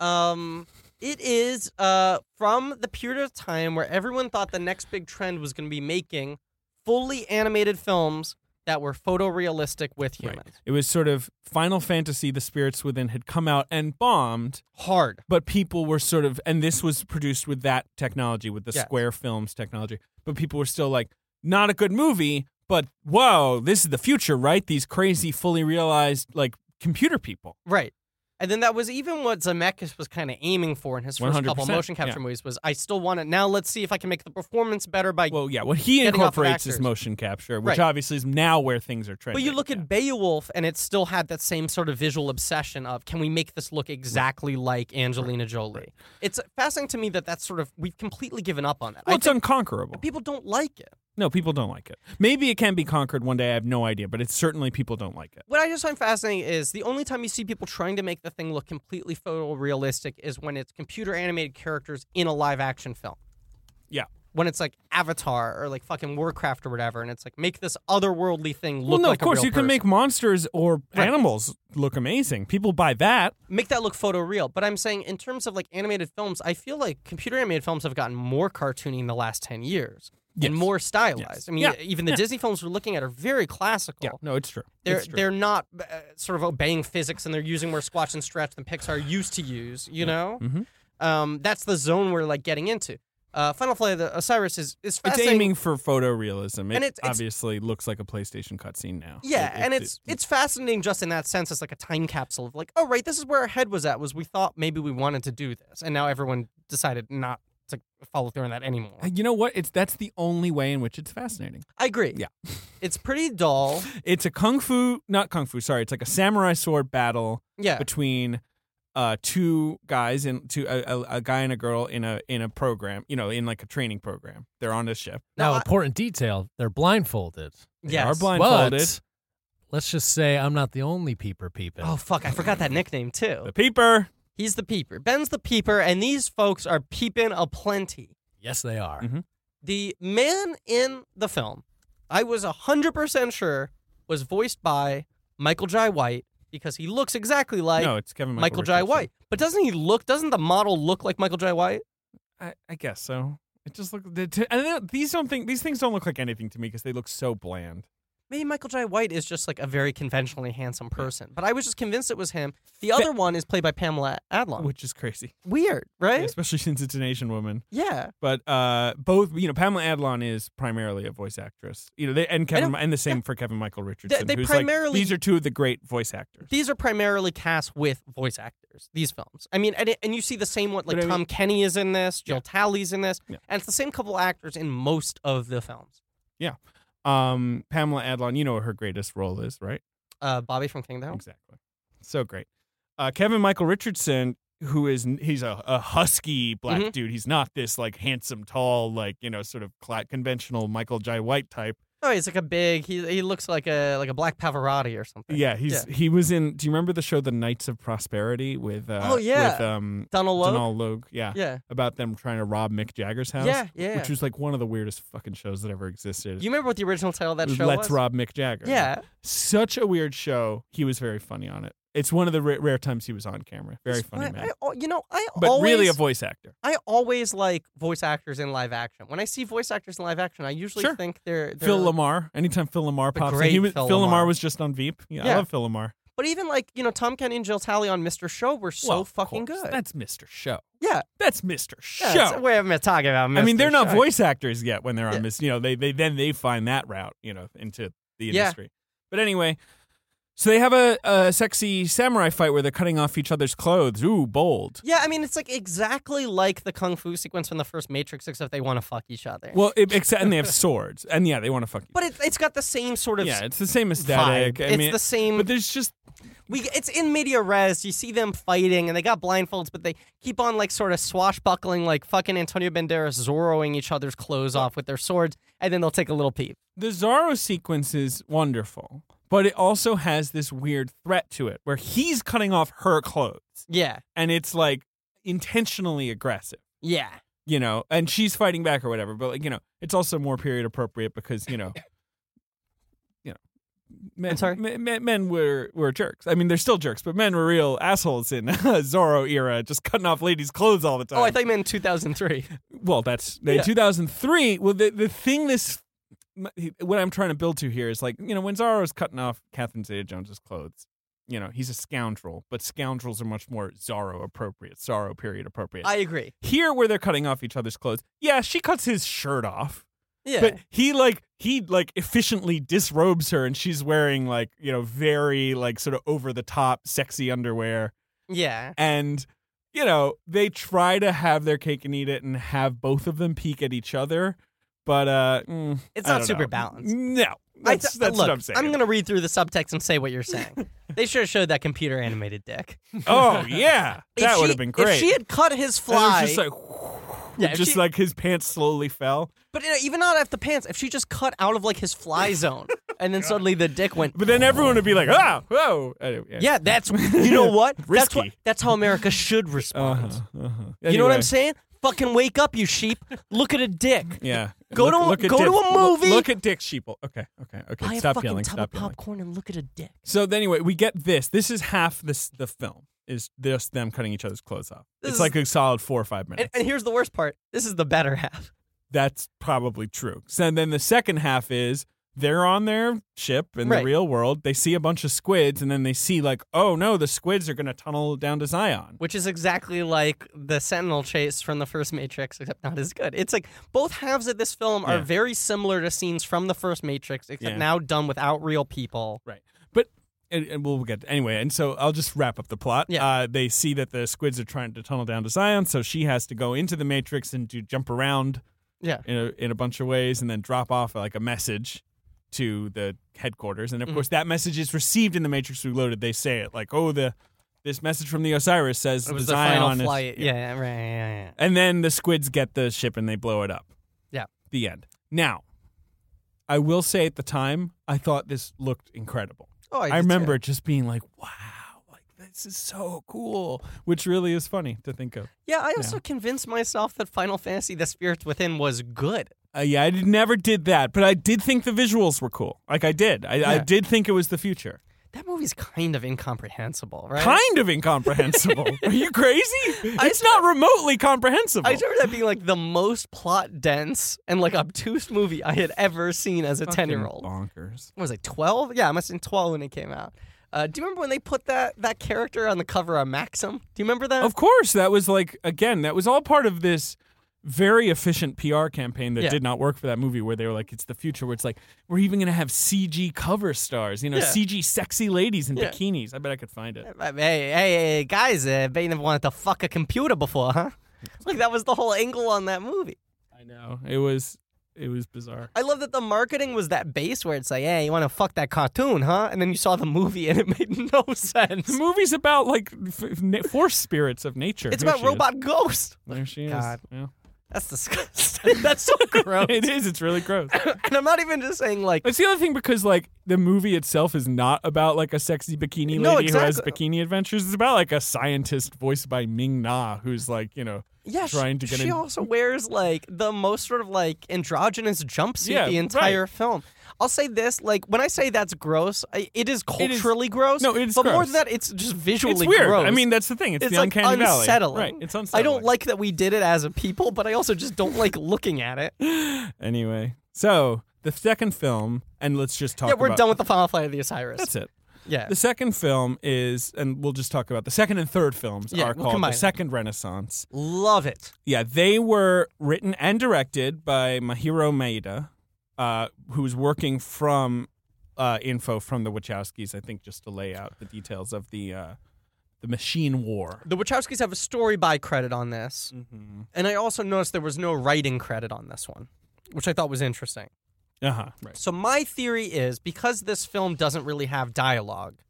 B: Um, it is uh from the period of time where everyone thought the next big trend was going to be making fully animated films that were photorealistic with
C: Right.
B: humans.
C: It was sort of Final Fantasy: The Spirits Within had come out and bombed,
B: Hard.
C: but people were sort of, and this was produced with that technology, with the
B: Yes.
C: Square Films technology. But people were still like, not a good movie, but whoa, this is the future, right? These crazy, fully realized like computer people.
B: Right. And then that was even what Zemeckis was kind of aiming for in his first couple
C: 100%,
B: motion capture
C: yeah.
B: movies was I still want it now let's see if I can make the performance better by
C: Well, yeah, what he
B: Getting off of
C: incorporates is
B: actors.
C: motion capture,
B: Right.
C: which obviously is now where things are trending.
B: But you look
C: yeah.
B: at Beowulf, and it still had that same sort of visual obsession of can we make this look exactly like Angelina Jolie? It's fascinating to me that that's sort of we've completely given up on that.
C: Well,
B: I
C: it's
B: think
C: unconquerable.
B: people don't like it.
C: No, people don't like it. Maybe it can be conquered one day. I have no idea, but it's certainly people don't like it.
B: What I just find fascinating is the only time you see people trying to make the thing look completely photorealistic is when it's computer animated characters in a live action film.
C: Yeah.
B: when it's like Avatar or like fucking Warcraft or whatever, and it's like make this otherworldly thing look
C: well, no,
B: like
C: of course
B: a real
C: you can
B: person.
C: make monsters or
B: Right.
C: animals look amazing. People buy that.
B: make that look photoreal. But I'm saying in terms of like animated films, I feel like computer animated films have gotten more cartoony in the last ten years
C: Yes.
B: and more stylized.
C: Yes.
B: I mean,
C: Yeah.
B: even the Disney films we're looking at are very classical.
C: no, it's true.
B: They're
C: It's true.
B: they're not uh, sort of obeying physics and they're using more squash and stretch than Pixar used to use. You know,
C: Mhm.
B: um, that's the zone we're like getting into. Uh, Final Flight of the Osiris is is
C: it's
B: fascinating.
C: aiming for photorealism. It
B: And it's- it's-
C: obviously looks like a PlayStation cutscene now.
B: Yeah,
C: It- it-
B: and it's
C: it-
B: it's fascinating just in that sense. It's like a time capsule of like, oh right, this is where our head was at. Was we thought maybe we wanted to do this, and now everyone decided not to follow through on that anymore.
C: you know what? It's that's the only way in which it's fascinating.
B: I agree.
C: Yeah.
B: it's pretty dull.
C: It's a kung fu, not kung fu. Sorry, it's like a samurai sword battle
B: Yeah,
C: between uh, two guys and two a, a, a guy and a girl in a in a program. You know, in like a training program. They're on a ship.
B: Now,
D: Now,
B: I-
D: important detail: they're blindfolded.
C: They
B: Yes.
C: are blindfolded.
D: But let's just say I'm not the only peeper peeping.
B: Oh fuck, I forgot that nickname too.
C: The peeper.
B: He's the peeper. Ben's the peeper, and these folks are peeping a plenty.
D: yes, they are.
C: Mhm.
B: The man in the film, I was hundred percent sure was voiced by Michael Jai White because he looks exactly like
C: no, it's Kevin
B: Michael,
C: Michael,
B: Jai
C: Richardson.
B: White. But doesn't he look? Doesn't the model look like Michael Jai White?
C: I, I guess so. It just look. the- to- I don't, these don't think these things don't look like anything to me because they look so bland.
B: Maybe Michael Jai White is just like a very conventionally handsome person. But I was just convinced it was him. The other one is played by Pamela Adlon.
C: which is crazy,
B: Weird, right?
C: especially since it's an Asian woman.
B: Yeah.
C: But uh, both, you know, Pamela Adlon is primarily a voice actress. You know, they, and Kevin, and the same for Kevin Michael Richardson.
B: they
C: who's like-
B: primarily-
C: these are two of the great voice actors.
B: These are primarily cast with voice actors. These films. I mean, and, it, and you see the same one. Like
C: But I mean-
B: Tom Kenny is in this. Jill Talley's in this.
C: Yeah.
B: And it's the same couple actors in most of the films.
C: Um, Pamela Adlon, you know what her greatest role is, right?
B: Uh, Bobby from King of the Hill.
C: Exactly. So great. Uh, Kevin Michael Richardson, who is he's a, a husky black
B: Mhm.
C: dude. He's not this like handsome, tall, like you know, sort of cla- conventional Michael Jai White type.
B: Oh, he's like a big. He he looks like a like a black Pavarotti or something.
C: Yeah, he's he was in. Do you remember the show The Knights of Prosperity with uh,
B: Oh, yeah.
C: with um
B: Donald Logue.
C: Donald Logue? Yeah.
B: Yeah.
C: about them trying to rob Mick Jagger's house.
B: Yeah. Yeah.
C: which was like one of the weirdest fucking shows that ever existed.
B: You remember what the original title of that show
C: Let's
B: was?
C: rob Mick Jagger.
B: Yeah,
C: such a weird show. He was very funny on it. It's one of the ra- rare times he was on camera. Very funny
B: I,
C: man.
B: I al- you know, I
C: but
B: always,
C: really a voice actor.
B: I always like voice actors in live action. When I see voice actors in live action, I usually
C: Sure.
B: think they're, they're
C: Phil Lamar. Anytime Phil Lamar
B: The
C: pops in,
B: great
C: he was,
B: Phil
C: Phil Lamar.
B: Lamar.
C: was just on Veep. Yeah, I
B: Yeah.
C: love Phil Lamar.
B: But even like you know, Tom Kenny and Jill Talley on Mr. Show were so
C: Well, of
B: fucking
C: course.
B: good.
C: That's Mr. Show.
B: yeah,
C: That's Mr. Show.
B: yeah that's the way I'm talking about. Mr.
C: I mean, they're not
B: Show.
C: voice actors yet when they're on
B: Yeah.
C: this. You know, they they then they find that route. You know, into the
B: Yeah.
C: industry. But anyway, so they have a, a sexy samurai fight where they're cutting off each other's clothes. Ooh, bold.
B: Yeah, I mean, it's like exactly like the kung fu sequence from the first Matrix, except they want to fuck each other.
C: Well, it, except and they have swords, and yeah, they want to fuck.
B: but it, it's got the same sort of
C: yeah,
B: s-
C: it's the same aesthetic.
B: vibe.
C: I
B: it's
C: mean,
B: the same.
C: but there's just
B: We it's in media res. You see them fighting, and they got blindfolds, but they keep on like sort of swashbuckling, like fucking Antonio Banderas zorroing each other's clothes off with their swords, and then they'll take a little peep.
C: the Zorro sequence is wonderful, but it also has this weird threat to it where he's cutting off her clothes,
B: Yeah,
C: and it's like intentionally aggressive.
B: yeah,
C: you know, and she's fighting back or whatever. But like, you know, it's also more period appropriate because you know, you know, men,
B: I'm sorry?
C: men, men- men were were jerks. I mean, they're still jerks, but men were real assholes in Zorro era, just cutting off ladies' clothes all the time.
B: Oh, I thought you meant in 2003.
C: well, that's in
B: Yeah.
C: 2003. Well, the the thing this. What I'm trying to build to here is like, you know, when Zorro's cutting off Catherine Zeta Jones's clothes, you know, he's a scoundrel, but scoundrels are much more Zorro appropriate, Zorro period appropriate.
B: I agree.
C: Here, where they're cutting off each other's clothes, yeah, she cuts his shirt off,
B: Yeah,
C: but he like he like efficiently disrobes her, and she's wearing like you know very like sort of over the top sexy underwear,
B: yeah.
C: and you know they try to have their cake and eat it and have both of them peek at each other, but uh, mm,
B: It's
C: I
B: not
C: don't
B: super
C: know.
B: balanced.
C: No,
B: I
C: that's,
B: th-
C: that's
B: look,
C: what I'm saying.
B: gonna read through the subtext and say what you're saying. they should have showed that computer animated dick.
C: oh yeah,
B: If
C: that
B: she-
C: would have been great.
B: If she had cut his
C: And it was
B: fly,
C: just like.
B: Yeah, if
C: just
B: she-
C: like his pants slowly fell.
B: but you know, even not at the pants, if she just cut out of like his fly zone, and then suddenly the dick went.
C: But then everyone would be like, ah, whoa. Anyway,
B: Yeah, that's you know what? That's what
C: Risky.
B: that's how America should respond.
C: Uh-huh, uh-huh.
B: You know what I'm
C: Anyway,
B: saying? Fucking wake up, you sheep. Look at a dick.
C: Yeah.
B: Go
C: Look-
B: to a-
C: look at
B: go to
C: dick-
B: a
C: look-
B: movie.
C: Look at Dick Sheeple. Okay, okay, okay.
B: Buy a
C: Stop
B: fucking
C: yelling.
B: tub
C: Stop
B: of
C: yelling.
B: popcorn and look at a dick.
C: So then anyway, we get this. This is half this the film is just them cutting each other's clothes off.
B: This
C: it's
B: is-
C: like a solid four or five
B: And,
C: minutes.
B: and here's the worst part. This is the better half.
C: That's probably true. So then the second half is they're on their ship in the
B: Right.
C: real world. They see a bunch of squids, and then they see like, oh no, the squids are gonna tunnel down to Zion.
B: which is exactly like the Sentinel chase from the first Matrix, except not as good. It's like both halves of this film are
C: Yeah.
B: very similar to scenes from the first Matrix, except
C: Yeah.
B: now done without real people.
C: Right. But and, and we'll get anyway. And so I'll just wrap up the plot.
B: Yeah.
C: Uh, they see that the squids are trying to tunnel down to Zion, so she has to go into the Matrix and do jump around
B: Yeah.
C: in a, in a bunch of ways, and then drop off like a message to the headquarters. And of
B: Mhm.
C: course, that message is received in the Matrix Reloaded. They say it like, "Oh, the this message from the Osiris says
B: It was
C: the
B: the
C: Zion
B: final
C: is-
B: flight. yeah. yeah, right. Yeah, yeah.
C: And then the squids get the ship and they blow it up.
B: Yeah.
C: The end. Now, I will say at the time, I thought this looked incredible.
B: Oh,
C: I remember just being like, wow, like this is so cool, which really is funny to think of.
B: Yeah, I also convinced myself that Final Fantasy: The Spirits Within was good.
C: Uh, yeah, I did, never did that, but I did think the visuals were cool. Like I did. I, I
B: Yeah.
C: did think it was the future.
B: That movie's kind of incomprehensible, right?
C: Kind of incomprehensible. Are you crazy? It's not remotely comprehensible.
B: I remember that being like the most plot dense and like obtuse movie I had ever seen as a
C: Fucking
B: ten year old.
C: Bonkers.
B: what was it 12 yeah i must have been 12 when it came out uh, do you remember when they put that that character on the cover of maxim do you remember that
C: Of course, that was like again, that was all part of this very efficient PR campaign that
B: Yeah.
C: did not work for that movie where they were like it's the future where it's like we're even going to have CG cover stars, you know,
B: Yeah.
C: CG sexy ladies in
B: Yeah.
C: bikinis. I bet I could find it.
B: hey Uh, hey, hey guys uh, they never wanted to fuck a computer before huh like that was the whole angle on that movie
C: I know. It was it was bizarre.
B: i love that the marketing was that base where it's like hey you want to fuck that cartoon huh and then you saw the movie and it made no
C: The
B: sense
C: movie's about like f- na- force spirits of nature.
B: it's
C: There
B: about
C: she is.
B: robot ghosts
C: There she is.
B: God.
C: Yeah.
B: that's disgusting that's so gross
C: it is. It's really gross.
B: and i'm not even just saying like
C: It's the other thing because like the movie itself is not about like a sexy bikini lady
B: No,
C: who has
B: exactly.
C: bikini adventures. It's about like a scientist voiced by Ming Na who's like you know
B: yeah, sh-
C: trying to get
B: she
C: in-
B: also wears like the most sort of like androgynous jumpsuit
C: Yeah,
B: the entire film. I'll say this, like when I say that's gross, I, it is
C: It is-
B: culturally gross.
C: No, it is
B: But more
C: gross.
B: than that, it's just visually
C: it's weird.
B: gross.
C: I mean that's the thing. It's,
B: it's
C: the
B: like
C: uncanny
B: unsettling.
C: valley. Right. It's
B: I
C: unsettling.
B: don't like that we did it as a people, but I also just don't like looking at it.
C: Anyway, so the second film, and let's just talk.
B: yeah, we're
C: about-
B: done with the Final Flight of the Osiris.
C: That's it.
B: yeah.
C: The second film is, and we'll just talk about the second and third films
B: Yeah,
C: are
B: we'll
C: called
B: combine
C: the
B: them.
C: Second Renaissance.
B: Love it.
C: Yeah, they were written and directed by Mahiro Maeda, uh, who's working from uh, info from the Wachowskis, I think, just to lay out the details of the uh, the machine war.
B: The Wachowskis have a story by credit on this,
C: Mm-hmm.
B: and I also noticed there was no writing credit on this one, which I thought was interesting.
C: Uh huh. Right.
B: So my theory is because this film doesn't really have dialogue,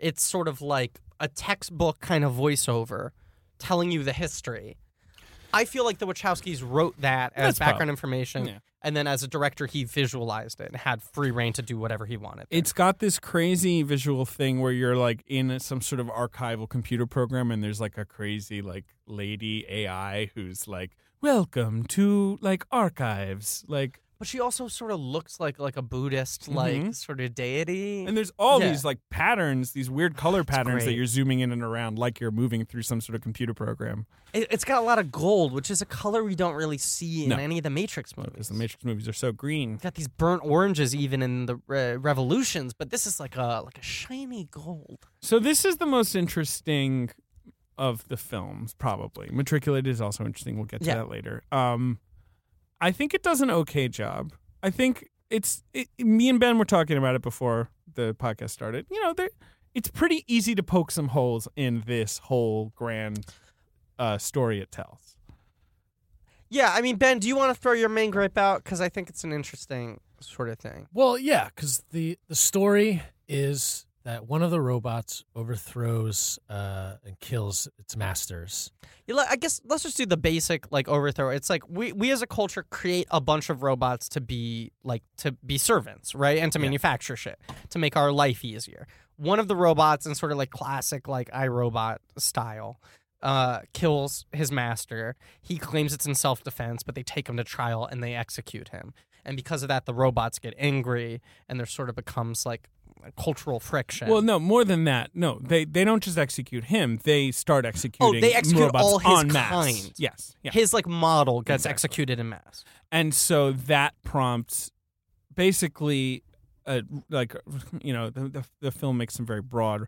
B: it's sort of like a textbook kind of voiceover telling you the history. I feel like the Wachowskis wrote that as
C: That's
B: background
C: probably-
B: information,
C: yeah.
B: and then as a director, he visualized it and had free reign to do whatever he wanted.
C: It's got this crazy visual thing where you're like in some sort of archival computer program, and there's like a crazy like lady AI who's like, "Welcome to like archives," like,
B: but she also sort of looks like like a Buddhist, like
C: Mhm.
B: sort of deity.
C: and there's all
B: Yeah.
C: these like patterns, these weird color patterns that
B: great.
C: you're zooming in and around, like you're moving through some sort of computer program.
B: It, it's got a lot of gold, which is a color we don't really see in
C: No.
B: any of the Matrix
C: Because
B: movies.
C: the Matrix movies are so green.
B: got these burnt oranges even in the uh, revolutions but this is like a like a shiny gold
C: So this is the most interesting of the films, probably. Matriculated is also interesting. We'll get to
B: Yeah.
C: that later. Um, I think it does an okay job. I think it's it, me and Ben were talking about it before the podcast started. You know, there it's pretty easy to poke some holes in this whole grand uh, story it tells.
B: yeah i mean ben do you want to throw your main gripe out because i think it's an interesting sort of thing
D: Well, yeah, because the the story is that one of the robots overthrows uh, and kills its masters.
B: You li- i guess let's just do the basic like overthrow it's like we, we as a culture create a bunch of robots to be like to be servants right and to manufacture shit to make our life easier one of the robots in sort of like classic like irobot style uh, kills his master. He claims it's in self defense, but they take him to trial and they execute him. And because of that, the robots get angry, and there sort of becomes like a cultural friction.
C: Well, no, more than that. No, they they don't just execute him; they start executing.
B: Oh, they execute
C: robots
B: all his
C: en masse.
B: kind.
C: Yes, yeah.
B: his like model gets
C: Exactly.
B: executed in mass.
C: and so that prompts basically, uh, like you know, the, the the film makes some very broad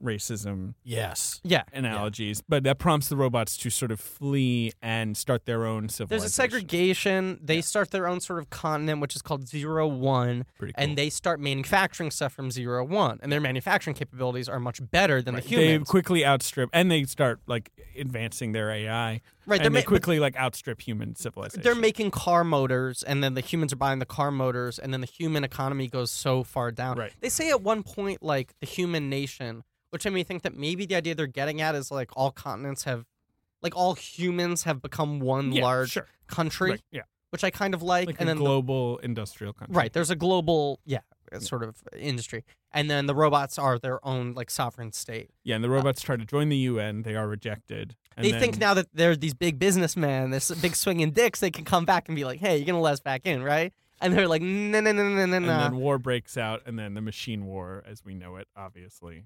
C: racism
D: Yes.
B: Yeah.
C: analogies, but that prompts the robots to sort of flee and start their own
B: There's
C: civilization.
B: a segregation. They start their own sort of continent, which is called Zero One,
C: Pretty cool.
B: and they start manufacturing stuff from Zero One, and their manufacturing capabilities are much better than the
C: they
B: humans.
C: quickly outstrip, and they start like advancing their AI.
B: Right, they're
C: and they
B: ma-
C: quickly like outstrip human civilization.
B: They're making car motors, and then the humans are buying the car motors, and then the human economy goes so far down.
C: Right.
B: They say at one point, like the human nation, which made me think that maybe the idea they're getting at is like all continents have, like all humans have become one
C: yeah,
B: large
C: sure.
B: country,
C: Right, yeah,
B: which I kind of like.
C: like
B: and
C: a
B: then the-
C: global industrial country.
B: Right. There's a global, yeah, sort of industry. And then the robots are their own like sovereign state.
C: Yeah, and the robots try to join the UN. They are rejected. And
B: they
C: then-
B: think now that they're these big businessmen, this big swinging dicks, they can come back and be like, "Hey, you're gonna let us back in, right?" And they're like, "No, no, no, no, no,
C: And
B: no."
C: then war breaks out, and then the machine war, as we know it, obviously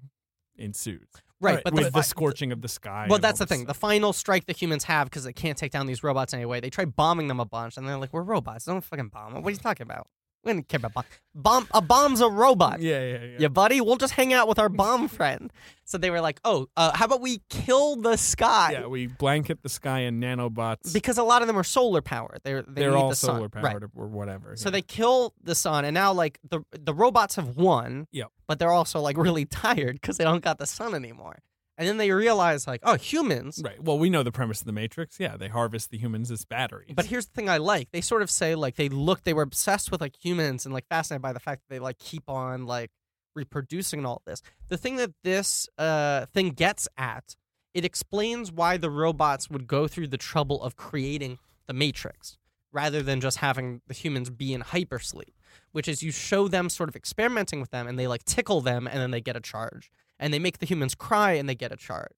C: ensues.
B: Right. But
C: with
B: the,
C: the scorching of the sky.
B: well,
C: and all
B: that's the
C: this
B: thing. The
C: stuff.
B: final strike the humans have because they can't take down these robots anyway. They try bombing them a bunch, and they're like, "We're robots. Don't fucking bomb them. What are you talking about? We don't care about bomb. Bomb a bomb's a robot.
C: yeah, yeah, yeah.
B: Yeah, buddy, we'll just hang out with our bomb friend. So they were like, "Oh, uh, how about we kill the sky?"
C: Yeah, we blanket the sky in nanobots.
B: because a lot of them are solar powered. They're they
C: They're
B: need
C: all
B: the sun.
C: solar
B: Right.
C: powered or whatever.
B: So
C: yeah.
B: they kill the sun, and now like the the robots have won.
C: Yep.
B: But they're also like really tired because they don't got the sun anymore. And then they realize like, oh, humans.
C: Right. Well, we know the premise of the Matrix. Yeah, they harvest the humans as batteries.
B: But here's the thing I like. They sort of say like they look, they were obsessed with like humans and like fascinated by the fact that they like keep on like reproducing and all this. The thing that this uh, thing gets at, it explains why the robots would go through the trouble of creating the Matrix rather than just having the humans be in hypersleep, which is you show them sort of experimenting with them and they like tickle them and then they get a charge. And they make the humans cry and they get a charge.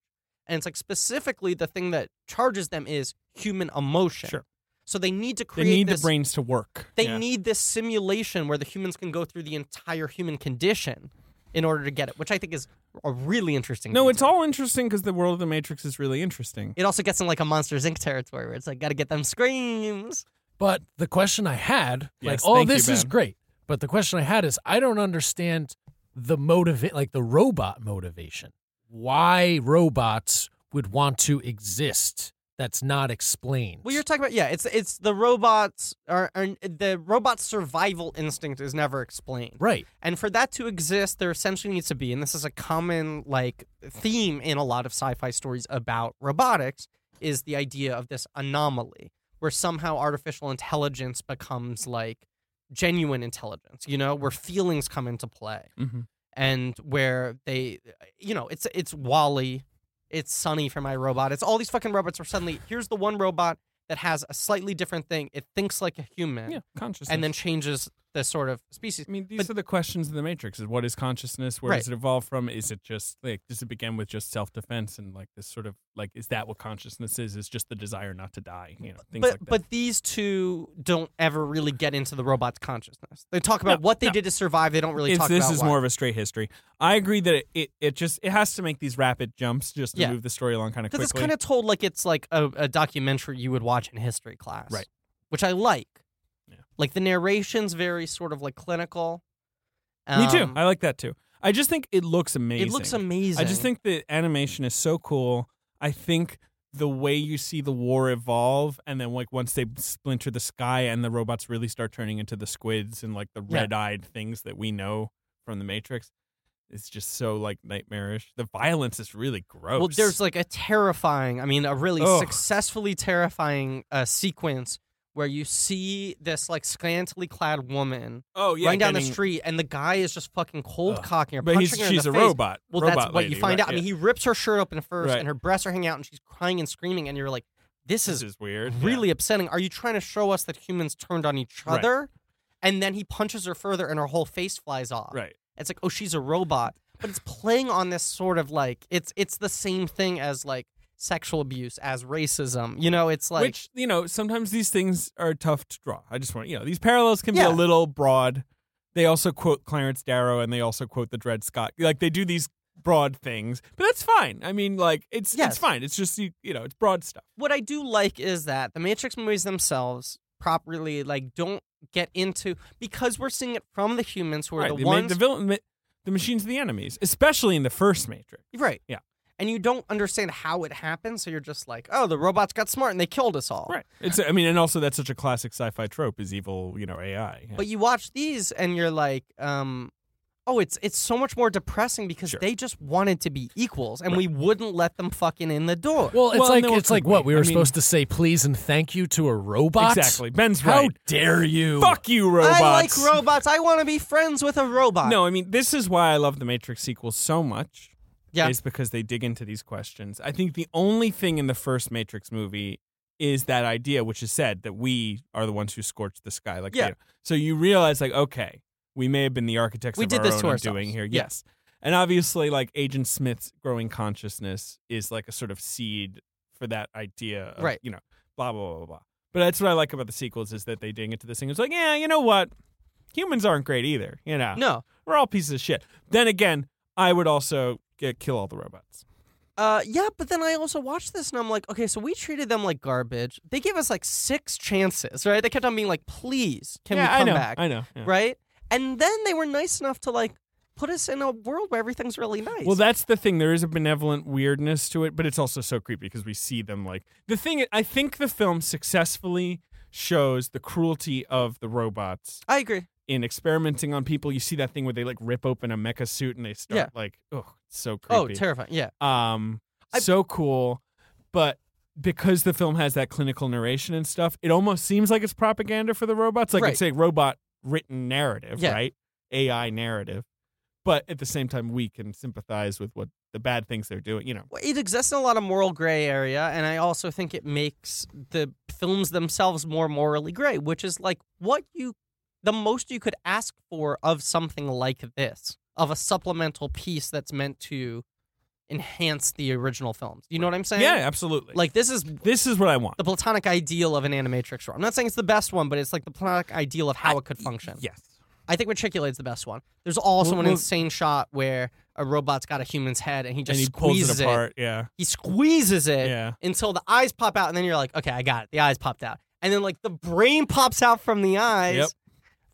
B: And it's like specifically the thing that charges them is human emotion.
C: Sure.
B: So they need to
C: they
B: create
C: need
B: this
C: the brains to work.
B: they
C: Yeah.
B: need this simulation where the humans can go through the entire human condition in order to get it, which I think is a really interesting.
C: No, it's
B: detail.
C: all interesting because the world of the Matrix is really interesting.
B: It also gets in like a Monsters Inc. territory where it's like, gotta get them screams.
D: But the question I had,
C: Yes,
D: like, all
C: thank you,
D: this is
C: Ben.
D: great. But the question I had is, I don't understand the motivate, like the robot motivation. Why robots would want to exist? That's not explained.
B: Well, you're talking about yeah, it's it's the robots or, or the robot's survival instinct is never explained.
D: right.
B: And for that to exist, there essentially needs to be, and this is a common like theme in a lot of sci-fi stories about robotics, is the idea of this anomaly where somehow artificial intelligence becomes like genuine intelligence, you know, where feelings come into play
C: Mm-hmm.
B: and where they you know, it's it's Wally, it's Sunny for my robot. It's all these fucking robots are suddenly here's the one robot that has a slightly different thing. It thinks like a human
C: Yeah, consciousness.
B: and then changes the sort of species.
C: I mean, these are the questions of the Matrix: is what is consciousness? Where does it evolve from? Is it just like does it begin with just self-defense and like this sort of like is that what consciousness is? Is just the desire not to die? You know, things
B: but
C: like that.
B: but these two don't ever really get into the robot's consciousness. They talk about
C: No,
B: what they
C: no.
B: did to survive. They don't really
C: It's-
B: talk
C: this
B: about
C: is
B: why.
C: more of a straight history. I agree that it, it, it just it has to make these rapid jumps just to
B: Yeah.
C: move the story along kind of
B: because
C: quickly.
B: it's kind of told like it's like a, a documentary you would watch in history class,
C: Right.
B: Which I like.
C: Yeah.
B: Like the narration's very sort of like clinical.
C: Me too.
B: Um,
C: I like that too. I just think it looks amazing.
B: it looks amazing.
C: I just think the animation is so cool. I think the way you see the war evolve, and then like once they splinter the sky, and the robots really start turning into the squids and like the
B: Yeah.
C: red-eyed things that we know from the Matrix, it's just so like nightmarish. The violence is really gross.
B: Well, there's like a terrifying, I mean, a really
C: Ugh.
B: successfully terrifying uh, sequence where you see this like scantily clad woman
C: oh yeah,
B: running down the
C: getting-
B: street, and the guy is just fucking cold
D: Ugh.
B: cocking her,
C: but
B: punching
C: he's,
B: her in
C: she's
B: the
C: a
B: face.
C: robot.
B: Well,
C: robot
B: that's what
C: lady,
B: you find
C: right,
B: out. I mean, he
C: yeah.
B: rips her shirt open first,
C: Right.
B: and her breasts are hanging out, and she's crying and screaming, and you're like, "This
C: this
B: is,
C: is weird. yeah.
B: really upsetting." Are you trying to show us that humans turned on each
C: Right.
B: other? And then he punches her further, and her whole face flies off.
C: right.
B: It's like, oh, she's a robot, but it's playing on this sort of like it's it's the same thing as like sexual abuse as racism. You know, it's like
C: Which you know, sometimes these things are tough to draw. I just want you know these parallels can
B: Yeah.
C: be a little broad. They also quote Clarence Darrow and they also quote the Dred Scott. Like they do these broad things, but that's fine. I mean, like it's
B: Yes.
C: it's fine. It's just you, you know, it's broad stuff.
B: what I do like is that the Matrix movies themselves properly like don't get into because we're seeing it from the humans who are
C: right.
B: the
C: they made
B: ones
C: the villain, ma- the machines, are the enemies, especially in the first Matrix.
B: right
C: Yeah.
B: and you don't understand how it happened so you're just like oh the robots got smart and they killed us all.
C: Right. It's I mean, and also that's such a classic sci-fi trope is evil, you know, AI. Yeah.
B: but you watch these and you're like um oh it's it's so much more depressing because
C: Sure.
B: they just wanted to be equals and we wouldn't let them fucking in the door
D: Well, it's
C: Well,
D: like
C: no,
D: it's like
C: we-
D: what we were
C: I mean-
D: supposed to say please and thank you to a robot.
C: exactly. Ben's
D: How
C: right.
D: dare you?
C: Fuck you, robots.
B: I like robots. I want to be friends with a robot.
C: No, I mean, this is why I love the Matrix sequels so much.
B: Yeah.
C: Is because they dig into these questions. I think the only thing in the first Matrix movie is that idea, which is said that we are the ones who scorched the sky. Like,
B: Yeah.
C: you know, so you realize, like, okay, we may have been the architects
B: We
C: of
B: did
C: our
B: this
C: own
B: to ourselves.
C: doing here.
B: Yeah.
C: Yes. And obviously, like, Agent Smith's growing consciousness is like a sort of seed for that idea of,
B: Right.
C: you know, blah, blah, blah, blah, blah. But that's what I like about the sequels is that they dig into this thing. It's like, yeah, you know what? Humans aren't great either, you know?
B: no.
C: We're all pieces of shit. Then again, I would also get, kill all the robots.
B: Uh, yeah, but then I also watched this and I'm like, okay, so we treated them like garbage. They gave us like six chances, right? They kept on being like, please, can
C: yeah,
B: we come
C: I know.
B: back?
C: I know. yeah.
B: Right? And then they were nice enough to like put us in a world where everything's really nice.
C: Well, that's the thing. There is a benevolent weirdness to it, but it's also so creepy because we see them like the thing. I think the film successfully shows the cruelty of the robots
B: I agree.
C: in experimenting on people. You see that thing where they like rip open a mecha suit and they start
B: Yeah.
C: like, oh, it's so creepy.
B: Oh, terrifying. Yeah.
C: um
B: I-
C: so cool but because the film has that clinical narration and stuff it almost seems like it's propaganda for the robots like it's a robot written narrative
B: Yeah.
C: right ai narrative but at the same time we can sympathize with what the bad things they're doing you know
B: Well, it exists in a lot of moral gray area, and I also think it makes the films themselves more morally gray, which is like what you, the most you could ask for of something like this, of a supplemental piece that's meant to enhance the original films. You know what I'm saying?
C: yeah absolutely
B: Like this is
C: this is what i want
B: the platonic ideal of an animatrix role. I'm not saying it's the best one, but it's like the platonic ideal of how it could function.
C: yes
B: I think Matriculate's the best one. There's also
C: Well,
B: an
C: well-
B: insane shot where a robot's got a human's head and he just
C: and he
B: squeezes
C: pulls it apart yeah
B: He squeezes it
C: yeah
B: until the eyes pop out, and then you're like, okay, I got it. The eyes popped out, and then like the brain pops out from the eyes.
C: Yep.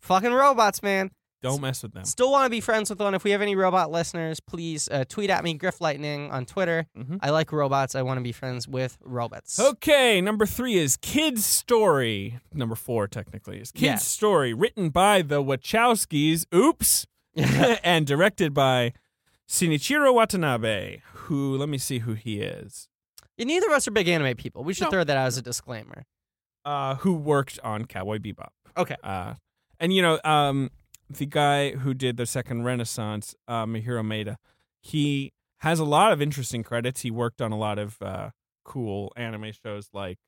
B: Fucking robots, man.
C: don't mess with them
B: Still want to be friends with one. If we have any robot listeners, please uh, tweet at me, Griff Lightning on Twitter.
C: Mhm.
B: I like robots. I want to be friends with robots.
C: Okay, number three is Kid's Story. Number four, technically, is Kid's
B: Yeah.
C: Story, written by the Wachowskis. Oops. and directed by Shinichiro Watanabe, who, let me see who he is,
B: Yeah, Neither of us are big anime people. We should
C: No.
B: throw that out as a disclaimer.
C: uh, who worked on Cowboy Bebop.
B: Okay.
C: Uh, and, you know, um, the guy who did the second Renaissance, uh, Mihiro Maeda, he has a lot of interesting credits. He worked on a lot of uh, cool anime shows like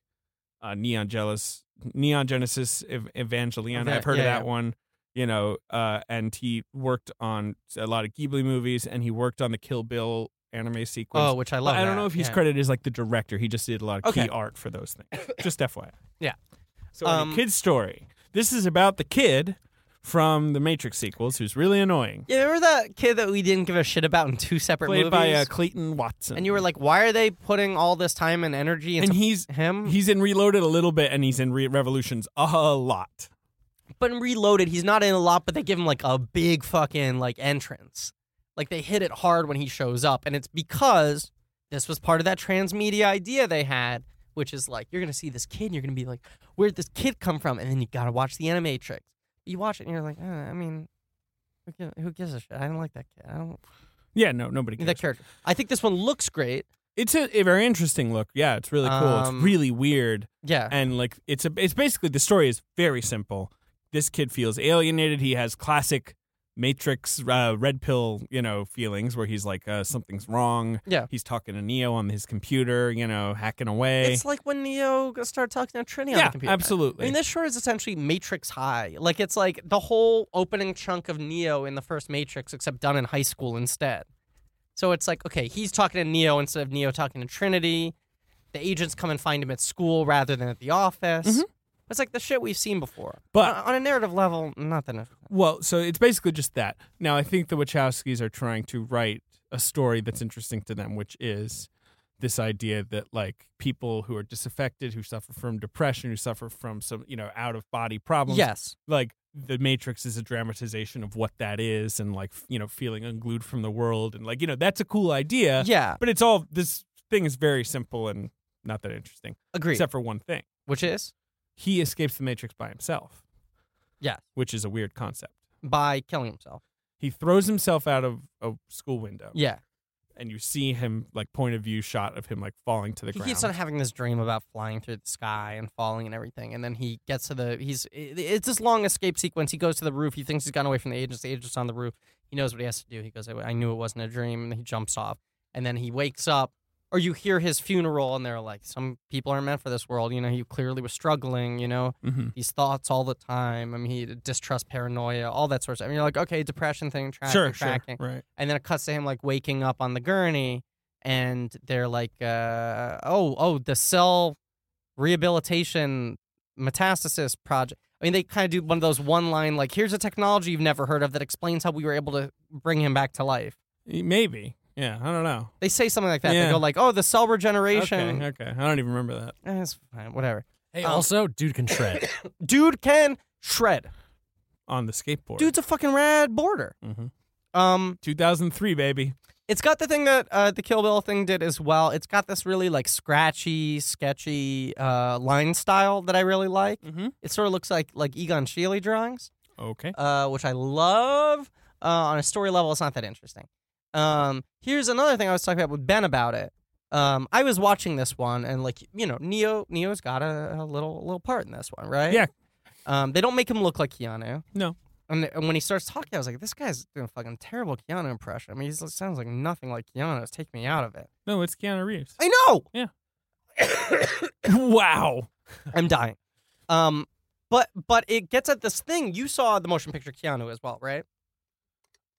C: uh, Neon Jealous, Neon Genesis Ev- Evangelion.
B: Eva-
C: I've heard
B: yeah,
C: of that
B: yeah.
C: one. You know, uh, and he worked on a lot of Ghibli movies, and he worked on the Kill Bill anime sequence.
B: Oh, which I
C: But
B: love.
C: I don't
B: that.
C: know if he's
B: Yeah.
C: credited as like the director. He just did a lot of
B: Okay.
C: key art for those things. just FYI.
B: Yeah.
C: So, anyway,
B: Um,
C: kid story. This is about the kid from the Matrix sequels who's really annoying,
B: Yeah, remember that kid that we didn't give a shit about in two separate
C: played
B: movies?
C: by uh, Clayton Watson.
B: and you were like, why are they putting all this time and energy
C: and
B: into
C: he's
B: him?
C: he's in Reloaded a little bit, and he's in Re- Revolutions a lot.
B: But in Reloaded, he's not in a lot, but they give him like a big fucking like entrance. Like they hit it hard when he shows up, and it's because this was part of that transmedia idea they had, which is like you're gonna see this kid, and you're gonna be like, where'd this kid come from? And then you gotta watch the animatrix. You watch it, and you're like, uh, I mean, who gives, who gives a shit? I don't like that kid. I don't
C: Yeah, no, nobody. Cares.
B: that character. I think this one looks great.
C: It's a, a very interesting look. Yeah, it's really cool.
B: Um,
C: it's really weird,
B: Yeah,
C: and like it's a it's basically the story is very simple. This kid feels alienated. He has classic Matrix uh, red pill, you know, feelings where he's like uh, something's wrong.
B: Yeah.
C: he's talking to Neo on his computer, you know, hacking away.
B: it's like when Neo started talking to Trinity on
C: yeah,
B: the computer.
C: absolutely.
B: I mean, this sure is essentially Matrix High. Like, it's like the whole opening chunk of Neo in the first Matrix, except done in high school instead. So it's like, okay, he's talking to Neo instead of Neo talking to Trinity. the agents come and find him at school rather than at the office.
C: Mhm.
B: It's like the shit we've seen before. Uh,
C: But-
B: on, on a narrative level, nothing.
C: Well, so it's basically just that. Now, I think the Wachowskis are trying to write a story that's interesting to them, which is this idea that like people who are disaffected, who suffer from depression, who suffer from some you know out of body problems,
B: Yes.
C: like the Matrix is a dramatization of what that is, and like f- you know feeling unglued from the world, and like you know that's a cool idea,
B: Yeah.
C: but it's all this thing is very simple and not that interesting,
B: Agreed.
C: except for one thing:
B: Which is
C: he escapes the Matrix by himself.
B: Yeah.
C: which is a weird concept.
B: by killing himself.
C: He throws himself out of a school window.
B: Yeah.
C: And you see him like point of view shot of him like falling to the
B: He
C: ground.
B: keeps on having this dream about flying through the sky and falling and everything, and then he gets to the he's it- it's this long escape sequence. He goes to the roof. He thinks he's gotten away from the agents. The agents on the roof. He knows what he has to do. He goes, "I I knew it wasn't a dream," and he jumps off. And then he wakes up, or you hear his funeral, and they're like, "Some people aren't meant for this world." You know, he clearly was struggling. You know,
C: Mhm.
B: these thoughts all the time. I mean, he distrust, paranoia, all that sort of stuff. I mean, you're like, okay, depression thing, tracking,
C: Sure, sure.
B: tracking.
C: Right.
B: and then it cuts to him like waking up on the gurney and they're like uh, oh oh the cell rehabilitation metastasis project i mean they kind of do one of those one line like here's a technology you've never heard of that explains how we were able to bring him back to life
C: Maybe. Yeah. I don't know.
B: they say something like that
C: Yeah.
B: they go like oh the cell regeneration
C: Okay. Okay. I don't even remember that.
B: Eh, it's fine, whatever
D: Hey,
B: Um,
D: also, dude can shred.
B: dude can shred
C: On the skateboard.
B: dude's a fucking rad border
C: Mhm.
B: um
C: 2003, baby.
B: It's got the thing that uh, the Kill Bill thing did as well. It's got this really like scratchy, sketchy uh, line style that I really like.
C: Mm-hmm.
B: It sort of looks like like Egon Schiele drawings,
C: Okay.
B: uh, which I love. Uh, on a story level, it's not that interesting. Um, here's another thing I was talking about with Ben about it. Um, I was watching this one and like you know Neo Neo's got a, a little little part in this one, right?
C: Yeah.
B: Um, they don't make him look like Keanu.
C: No.
B: And, and when he starts talking, I was like, this guy's doing a fucking terrible Keanu impression. I mean, he sounds like nothing like Keanu. It's taking me out of it.
C: No, it's Keanu Reeves.
B: I know.
C: wow.
B: I'm dying. Um, but but it gets at this thing. You saw the motion picture Keanu as well, right?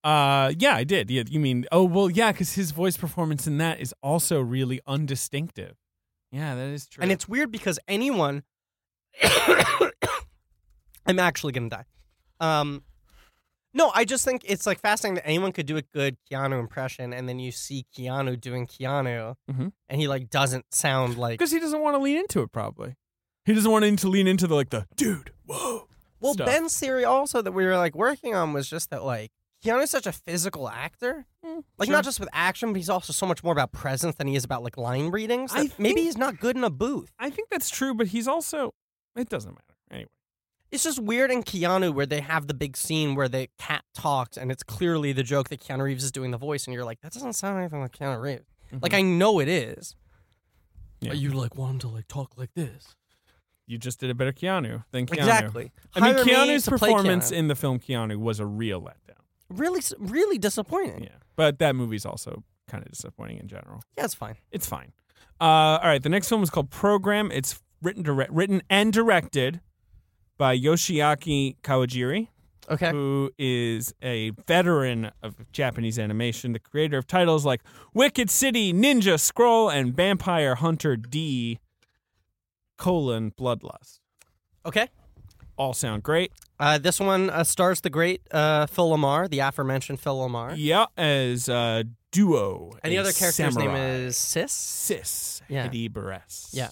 C: Uh, yeah, I did. Yeah, you mean? Oh, well, yeah, because his voice performance in that is also really undistinctive. Yeah, that is true.
B: And it's weird because anyone, I'm actually gonna die. Um, no, I just think it's like fascinating that anyone could do a good Keanu impression, and then you see Keanu doing Keanu,
C: Mhm.
B: and he like doesn't sound like
C: because he doesn't want to lean into it. Probably, he doesn't want to lean into the like the dude. Whoa.
B: Well,
C: stuff.
B: Ben's theory also that we were like working on was just that like Keanu's such a physical actor, like
C: Hmm, sure.
B: not just with action, but he's also so much more about presence than he is about like line readings.
C: I
B: that maybe
C: think-
B: he's not good in a booth.
C: I think that's true, but he's also it doesn't matter anyway.
B: It's just weird in Keanu where they have the big scene where the cat talks and it's clearly the joke that Keanu Reeves is doing the voice, and you're like, that doesn't sound anything like Keanu Reeves.
C: Mm-hmm.
B: Like I know it is.
C: Yeah.
D: But you like want him to like talk like this?
C: You just did a better Keanu than Keanu.
B: Exactly.
C: I mean,
B: Hire me
C: Keanu's
B: to play
C: performance
B: Keanu.
C: in the film Keanu was a real letdown.
B: really, s- really disappointing.
C: Yeah, but that movie's also kind of disappointing in general.
B: yeah, it's fine.
C: It's fine. Uh, all right, the next film is called Program. It's written, direct, written and directed by Yoshiaki Kawajiri.
B: Okay.
C: who is a veteran of Japanese animation, the creator of titles like Wicked City, Ninja Scroll, and Vampire Hunter D colon Bloodlust.
B: Okay.
C: All sound great.
B: Uh, this one uh, stars the great uh, Phil Lamar, the aforementioned Phil Lamar.
C: Yeah, as a duo.
B: And the
C: a
B: other character's
C: samurai.
B: name is Sis.
C: Sis
B: Yeah.
C: Hidi Barres.
B: Yeah.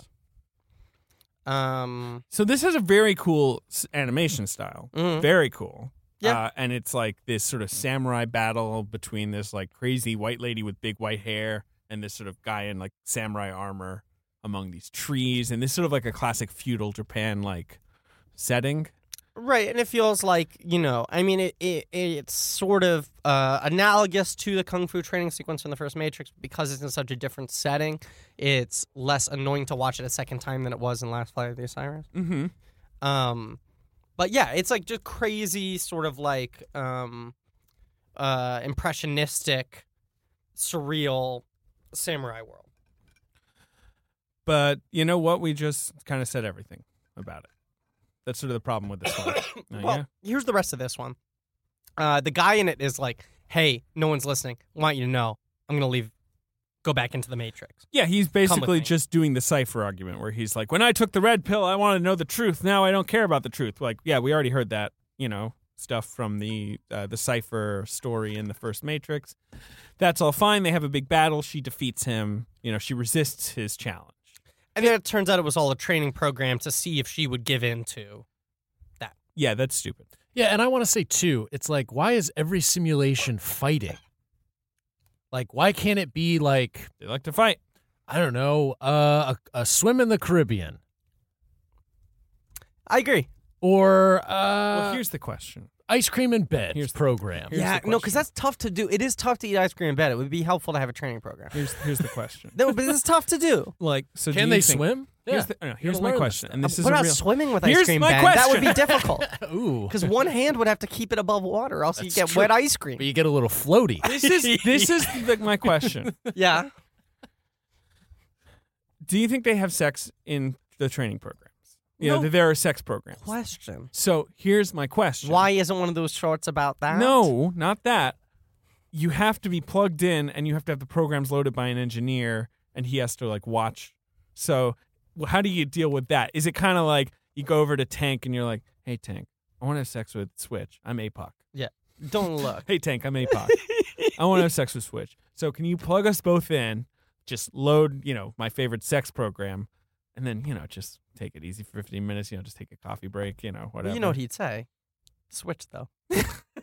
B: Um,
C: So this has a very cool s- animation style.
B: mhm.
C: Very cool.
B: Yeah.
C: Uh, and it's like this sort of samurai battle between this like crazy white lady with big white hair and this sort of guy in like samurai armor among these trees. And this sort of like a classic feudal Japan like setting.
B: Right, and it feels like you know. I mean, it, it it's sort of uh, analogous to the kung fu training sequence in the first Matrix because it's in such a different setting. It's less annoying to watch it a second time than it was in Last Flight of the Osiris.
C: Mm-hmm.
B: Um, but yeah, it's like just crazy, sort of like um, uh, impressionistic, surreal samurai world.
C: But you know what? We just kind of said everything about it. That's sort of the problem with this one. Uh,
B: well,
C: yeah.
B: here's the rest of this one. Uh, the guy in it is like, "Hey, no one's listening. I want you to know, I'm gonna leave go back into the Matrix.
C: Yeah, he's basically
B: me.
C: just doing the cipher argument where he's like, "When I took the red pill, I wanted to know the truth. Now I don't care about the truth." Like, yeah, we already heard that, you know, stuff from the uh, the cipher story in the first Matrix. That's all fine. They have a big battle. She defeats him. You know, she resists his challenge.
B: And then it turns out it was all a training program to see if she would give in to.
C: Yeah, that's stupid.
D: Yeah, and I want to say too, it's like why is every simulation fighting? Like why can't it be like
C: They like to fight.
D: I don't know, uh, a, a swim in the Caribbean
B: I agree.
D: or uh,
C: well, here's the question.
D: ice cream in bed
C: here's the-
D: program?
C: Here's
B: yeah,
C: the
B: no, because
C: question.
B: that's tough to do. It is tough to eat ice cream in bed. It would be helpful to have a training program.
C: Here's here's the question.
B: no, but it's tough to do.
C: like, so do
D: Can
C: you
D: they
C: think-
D: swim?
C: Here's, the, no, here's
D: You'll
C: my
D: learn
C: question, and this is
B: what
C: a
B: about
C: real.
B: swimming with ice
C: Here's
B: cream,
C: my
B: Ben? That would be
C: question.
B: difficult
D: Ooh,
B: because one hand would have to keep it above water, else you
D: That's
B: get
D: true.
B: wet ice cream.
D: but you get a little floaty.
C: This is this is the, my question.
B: Yeah,
C: do you think they have sex in the training programs? You know,
B: No.
C: that there are sex programs.
B: question.
C: So here's my question.
B: Why isn't one of those shorts about that?
C: No, not that. You have to be plugged in and you have to have the programs loaded by an engineer and he has to like watch. So wh- how do you deal with that? Is it kind of like you go over to Tank and you're like, hey, Tank, I want to have sex with Switch. I'm APOC.
B: don't look.
C: Hey, Tank, I'm APOC. I want to have sex with Switch. So can you plug us both in? Just load, you know, my favorite sex program, and then you know, just take it easy for 15 minutes. You know, just take a coffee break. You know, whatever.
B: You know what he'd say? Switch though.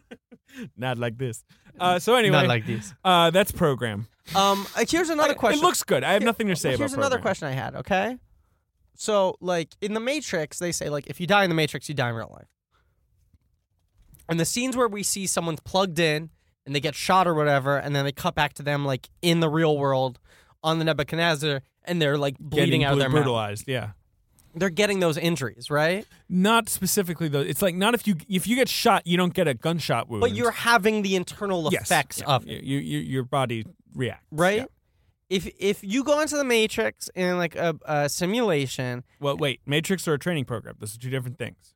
C: not like this. Uh, so anyway,
B: Not like these.
C: uh, that's program.
B: Um, uh, here's another
C: I-
B: question.
C: It looks good. I have nothing to say
B: Here's
C: about.
B: another
C: program.
B: question I had. Okay, so like in the Matrix, they say like if you die in the Matrix, you die in real life. And the scenes where we see someone's plugged in and they get shot or whatever, and then they cut back to them like in the real world on the Nebuchadnezzar, and they're like bleeding
C: Getting
B: out of their
C: bru-
B: mouth.
C: brutalized. Yeah.
B: They're getting those injuries, right?
C: Not specifically though. It's like not if you if you get shot, you don't get a gunshot wound.
B: But you're having the internal
C: Yes.
B: effects
C: Yeah.
B: of it.
C: you, you, you- your body reacts.
B: right?
C: Yeah.
B: If if you go into the matrix in like a, a simulation,
C: Well, wait. Matrix or a training program? Those are two different things.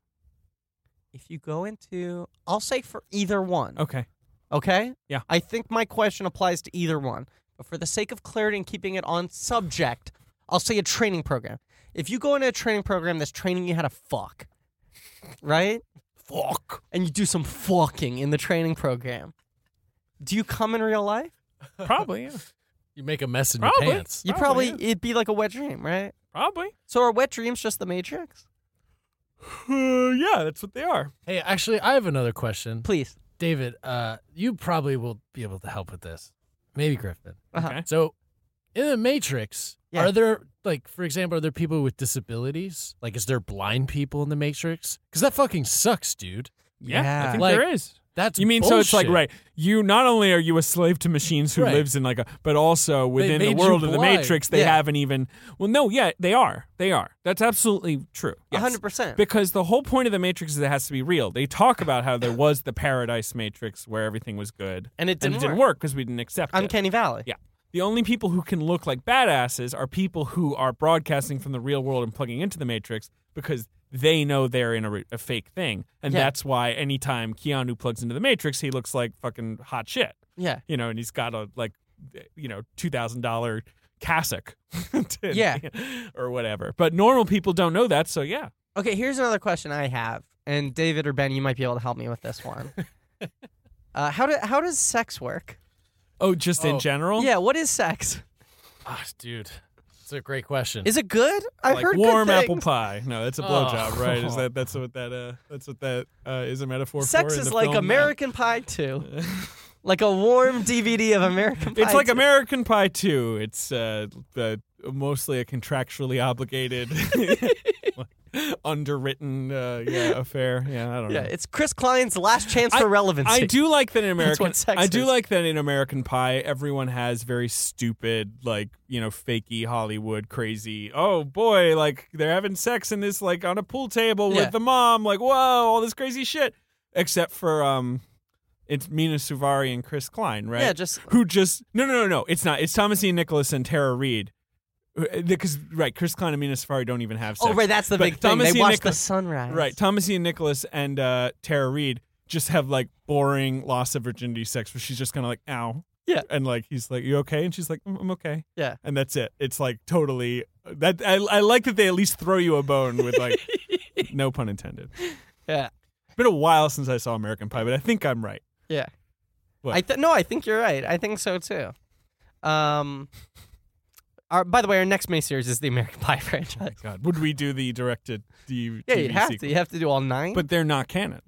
B: if you go into, I'll say for either one,
C: Okay.
B: okay?
C: Yeah.
B: I think my question applies to either one, but for the sake of clarity and keeping it on subject, I'll say a training program. If you go into a training program that's training you how to fuck, right?
C: Fuck.
B: And you do some fucking in the training program, do you come in real life?
C: Probably. Yeah.
D: You make a mess in
C: Probably.
D: your pants.
B: You
C: Probably,
B: probably, it'd be like a wet dream, right?
C: Probably.
B: So are wet dreams just the matrix?
C: Uh, yeah, that's what they are.
D: Hey, actually, I have another question,
B: Please.
D: David. Uh, you probably will be able to help with this. Maybe Griffin.
B: Uh-huh.
C: Okay.
D: So, in the Matrix,
B: Yeah.
D: are there like, for example, are there people with disabilities? Like, is there blind people in the Matrix? Because that fucking sucks, dude.
C: Yeah, I
B: Yeah.
C: think
D: Like,
C: there is.
D: That's
C: You mean so it's like
D: bullshit.
C: right? You not only are you a slave to machines who
D: Right.
C: lives in like a, but also within the
D: made you
C: world of the
D: blind.
C: Matrix, they
D: Yeah.
C: haven't even. Well, no, yeah, they are. They are. That's absolutely true.
B: A
C: Yes.
B: hundred percent.
C: Because the whole point of the Matrix is it has to be real. They talk about how there was the Paradise Matrix where everything was good,
B: And it
C: and
B: didn't
C: it didn't
B: work.
C: work because we didn't accept it.
B: Uncanny Valley.
C: Yeah. The only people who can look like badasses are people who are broadcasting from the real world and plugging into the Matrix because they know they're in a, re- a fake thing. And
B: Yeah.
C: that's why anytime Keanu plugs into the Matrix, he looks like fucking hot shit.
B: Yeah.
C: You know, and he's got a, like, eh, you know, $2,000 cassock. to-
B: Yeah.
C: Or whatever. But normal people don't know that. So, yeah.
B: Okay, here's another question I have, and David or Ben, you might be able to help me with this one. uh, how do how does sex work?
C: Oh, just in
D: Oh.
C: general?
B: Yeah, what is sex?
D: Ah, dude, it's a great question.
B: Is it good? I
C: like
B: heard
C: warm
B: good
C: apple
B: things.
C: pie. No, that's a
D: Oh.
C: blowjob, right? Is that that's what that uh, that's what that uh, is a metaphor for?
B: Sex
C: in
B: is
C: the
B: like
C: film?
B: American Pie too, like a warm DVD of American Pie.
C: It's like
B: 2.
C: American Pie 2. It's uh, the, mostly a contractually obligated, underwritten uh, yeah, affair. Yeah, I don't
B: Yeah,
C: know.
B: it's Chris Klein's last chance for relevancy.
C: I do like that in American.
B: what sex
C: I do
B: is.
C: like that in American Pie. Everyone has very stupid, like you know, fakey Hollywood crazy. Oh boy, like they're having sex in this like on a pool table
B: Yeah.
C: with the mom. Like whoa, all this crazy shit. Except for um, it's Mina Suvari and Chris Klein, right?
B: Yeah, just
C: who just no no no no it's not it's thomas ian nicholas and tara reed because right chris klein and mina safari don't even have sex
B: oh right, that's the
C: But
B: big
C: Thomas
B: thing. They
C: Ian
B: watch the
C: Nicholas-
B: sunrise.
C: right thomas ian nicholas and uh, tara reed just have like boring loss of virginity sex where she's just kind of like ow
B: Yeah.
C: and like he's like, "You okay?" And she's like, "Mm, "I'm okay."
B: Yeah.
C: and that's it. It's like totally that. I, I like that they at least throw you a bone with like, no pun intended.
B: Yeah.
C: Been a while since I saw American Pie, but I think I'm right.
B: Yeah.
C: What?
B: I th- no, I think you're right. I think so too. Um, our, by the way, our next miniseries is the American Pie franchise.
C: God, would we do the directed the
B: Yeah,
C: TV
B: you'd have to.
C: sequel?
B: You have to do all nine.
C: But they're not canon.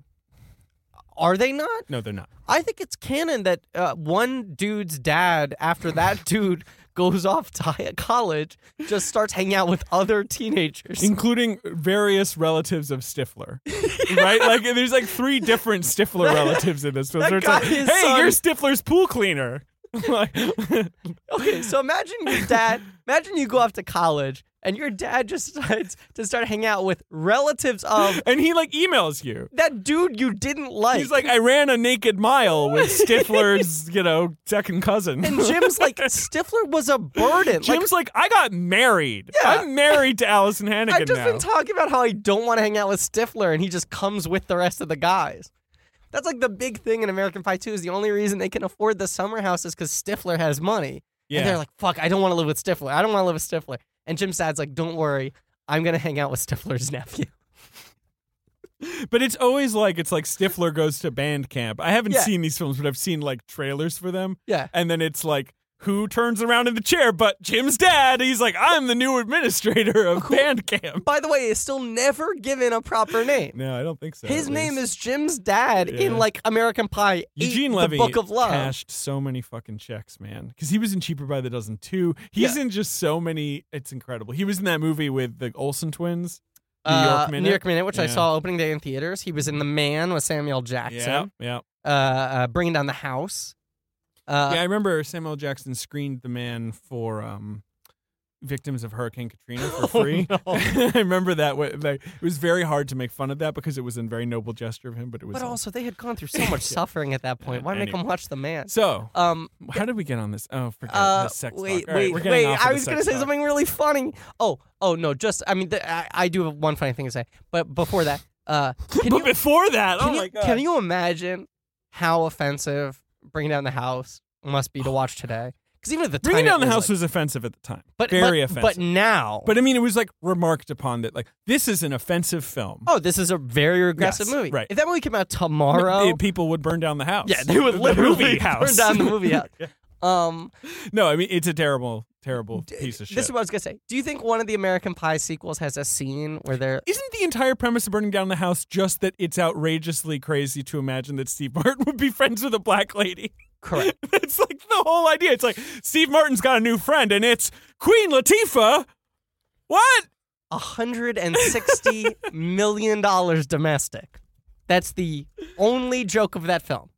B: are they not?
C: No, they're not.
B: I think it's canon that uh, one dude's dad, after that dude goes off to college, just starts hanging out with other teenagers.
C: including various relatives of Stifler, right? Like, there's like three different Stifler relatives in this film.
B: That
C: So it's like,
B: guy
C: hey,
B: is son-
C: you're Stifler's pool cleaner. Like,
B: Okay, so imagine your dad. Imagine you go off to college, and your dad just decides to start hanging out with relatives of
C: and he like emails you.
B: that dude you didn't like.
C: He's like, I ran a naked mile with Stifler's, you know, second cousin.
B: and Jim's like, Stifler was a burden.
C: Jim's like, I got married.
B: Yeah.
C: I'm married to Allison Hannigan
B: like, I've just
C: now.
B: been talking about how I don't want to hang out with Stifler, and he just comes with the rest of the guys. That's like the big thing in American Pie 2 is the only reason they can afford the summer house is because Stifler has money.
C: yeah.
B: And they're like, fuck, I don't want to live with Stifler. I don't want to live with Stifler. And Jim's dad's like, don't worry, I'm going to hang out with Stifler's nephew.
C: But it's always like it's like Stifler goes to band camp. I haven't
B: Yeah.
C: seen these films, but I've seen like trailers for them.
B: Yeah.
C: And then it's like who turns around in the chair but Jim's dad. He's like, I'm the new administrator of band camp.
B: By the way, is still never given a proper name.
C: No, I don't think so.
B: His
C: at
B: name
C: least.
B: is Jim's dad
C: Yeah.
B: in like American Pie 8,
C: Eugene
B: the
C: Levy
B: Book of Love.
C: cashed so many fucking checks, man. Because he was in Cheaper by the Dozen too. He's in just so many. It's incredible. He was in that movie with the Olsen twins, New York
B: Uh,
C: Minute.
B: New York Minute, which I
C: Yeah.
B: saw opening day in theaters. He was in The Man with Samuel Jackson,
C: Yeah, yeah.
B: uh, uh, Bringing Down the House. Uh,
C: yeah, I remember Samuel L. Jackson screened the man for um, victims of Hurricane Katrina for
B: Oh,
C: free. I remember that. wa- Like, it was very hard to make fun of that because it was a very noble gesture of him, but it was.
B: But
C: like-
B: also, they had gone through so much suffering at that point. Why make
C: Anyway.
B: them watch The Man?
C: so
B: Um,
C: how did we get on this? Oh, forget
B: uh,
C: the sex talk.
B: wait,
C: All right,
B: wait,
C: we're
B: wait.
C: getting off of
B: I
C: the
B: was going to
C: sex
B: say
C: talk.
B: something really funny. Oh, oh, no, just, I mean, the, I, I do have one funny thing to say. But before that, uh, can
C: But
B: you,
C: before that,
B: can
C: oh
B: you,
C: my god,
B: Can you imagine how offensive Bringing Down the House must be to watch today? Because even at the
C: Bringing
B: time, it
C: down the
B: was
C: house
B: like-
C: was offensive at the time,
B: but,
C: very
B: but,
C: offensive.
B: But now,
C: But I mean, it was like remarked upon that, like this is an offensive film.
B: oh, this is a very regressive
C: Yes,
B: movie.
C: right.
B: If that movie came out
C: I mean,
B: tomorrow,
C: it- people would burn down the house.
B: yeah, they would
C: The
B: literally
C: movie house.
B: turn down the movie house. Um,
C: No, I mean it's a terrible, terrible piece of shit.
B: this is what I was gonna say. Do you think one of the American Pie sequels has a scene where they're
C: Isn't the entire premise of burning down the house just that it's outrageously crazy to imagine that Steve Martin would be friends with a black lady?
B: correct?
C: It's like the whole idea. It's like Steve Martin's got a new friend, and it's Queen Latifah. What?
B: hundred and sixty million dollars domestic. That's the only joke of that film.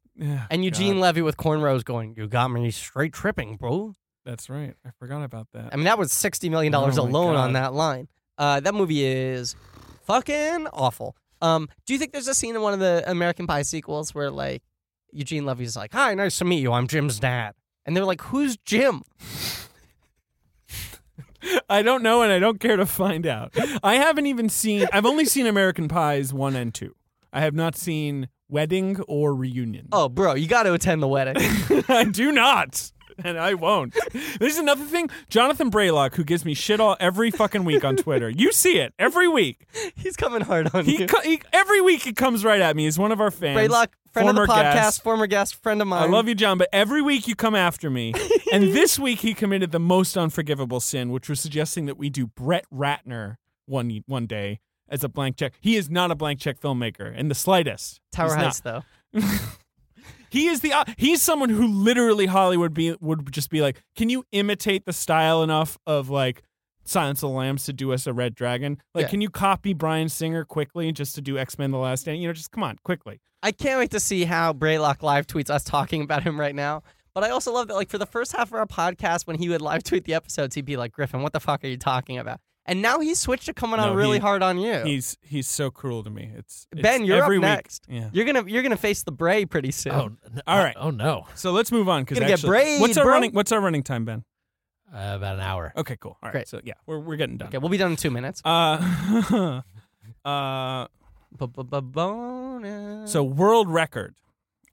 B: And Eugene Levy with cornrows going, "You got me straight tripping, bro."
C: That's right. I forgot about that.
B: I mean, that was sixty million dollars
C: Oh my
B: alone on
C: God.
B: that line. Uh, that movie is fucking awful. Um, do you think there's a scene in one of the American Pie sequels where like Eugene Levy's like, "Hi, nice to meet you. I'm Jim's dad," and they're like, "Who's Jim?"
C: I don't know, and I don't care to find out. I haven't even seen. I've only seen American Pies one and two. I have not seen Wedding or Reunion.
B: Oh, bro, you got to attend the wedding.
C: I do not. And I won't. This is another thing. Jonathan Braylock, who gives me shit all every fucking week on Twitter. You see it every week.
B: He's coming hard on
C: He,
B: you.
C: co- he every week he comes right at me. He's one of our fans.
B: Braylock, friend of the
C: former
B: podcast,
C: guest.
B: former guest, friend of
C: I
B: mine.
C: love you, John, but every week you come after me. and this week he committed the most unforgivable sin, which was suggesting that we do Brett Ratner one one day as a blank check. He is not a blank check filmmaker in the slightest.
B: Tower
C: He's not.
B: Heights, though.
C: He is the uh, he's someone who literally Hollywood be would just be like, can you imitate the style enough of like Silence of the Lambs to do us a Red Dragon? Like,
B: Yeah.
C: can you copy Brian Singer quickly just to do X Men: The Last Stand? You know, just come on quickly.
B: I can't wait to see how Braylock live tweets us talking about him right now. But I also love that, like, for the first half of our podcast, when he would live tweet the episodes, he'd be like, Griffin, what the fuck are you talking about? And now he's switched to coming
C: No,
B: on really
C: he-
B: hard on you.
C: He's he's so cruel to me. It's, it's
B: ben, you're
C: every
B: up
C: week.
B: next.
C: Yeah.
B: You're gonna you're gonna face the Bray pretty soon.
D: Oh, n-
C: All right.
D: Oh no,
C: So let's move on because
B: Gonna get braid,
C: what's our
B: bro.
C: running what's our running time, Ben?
D: uh, about an hour.
C: Okay, cool. All right.
B: Great.
C: So yeah, we're we're getting done.
B: Okay, we'll be done in two minutes.
C: Uh, uh,
B: Bu- bu- bu- bonus.
C: so world record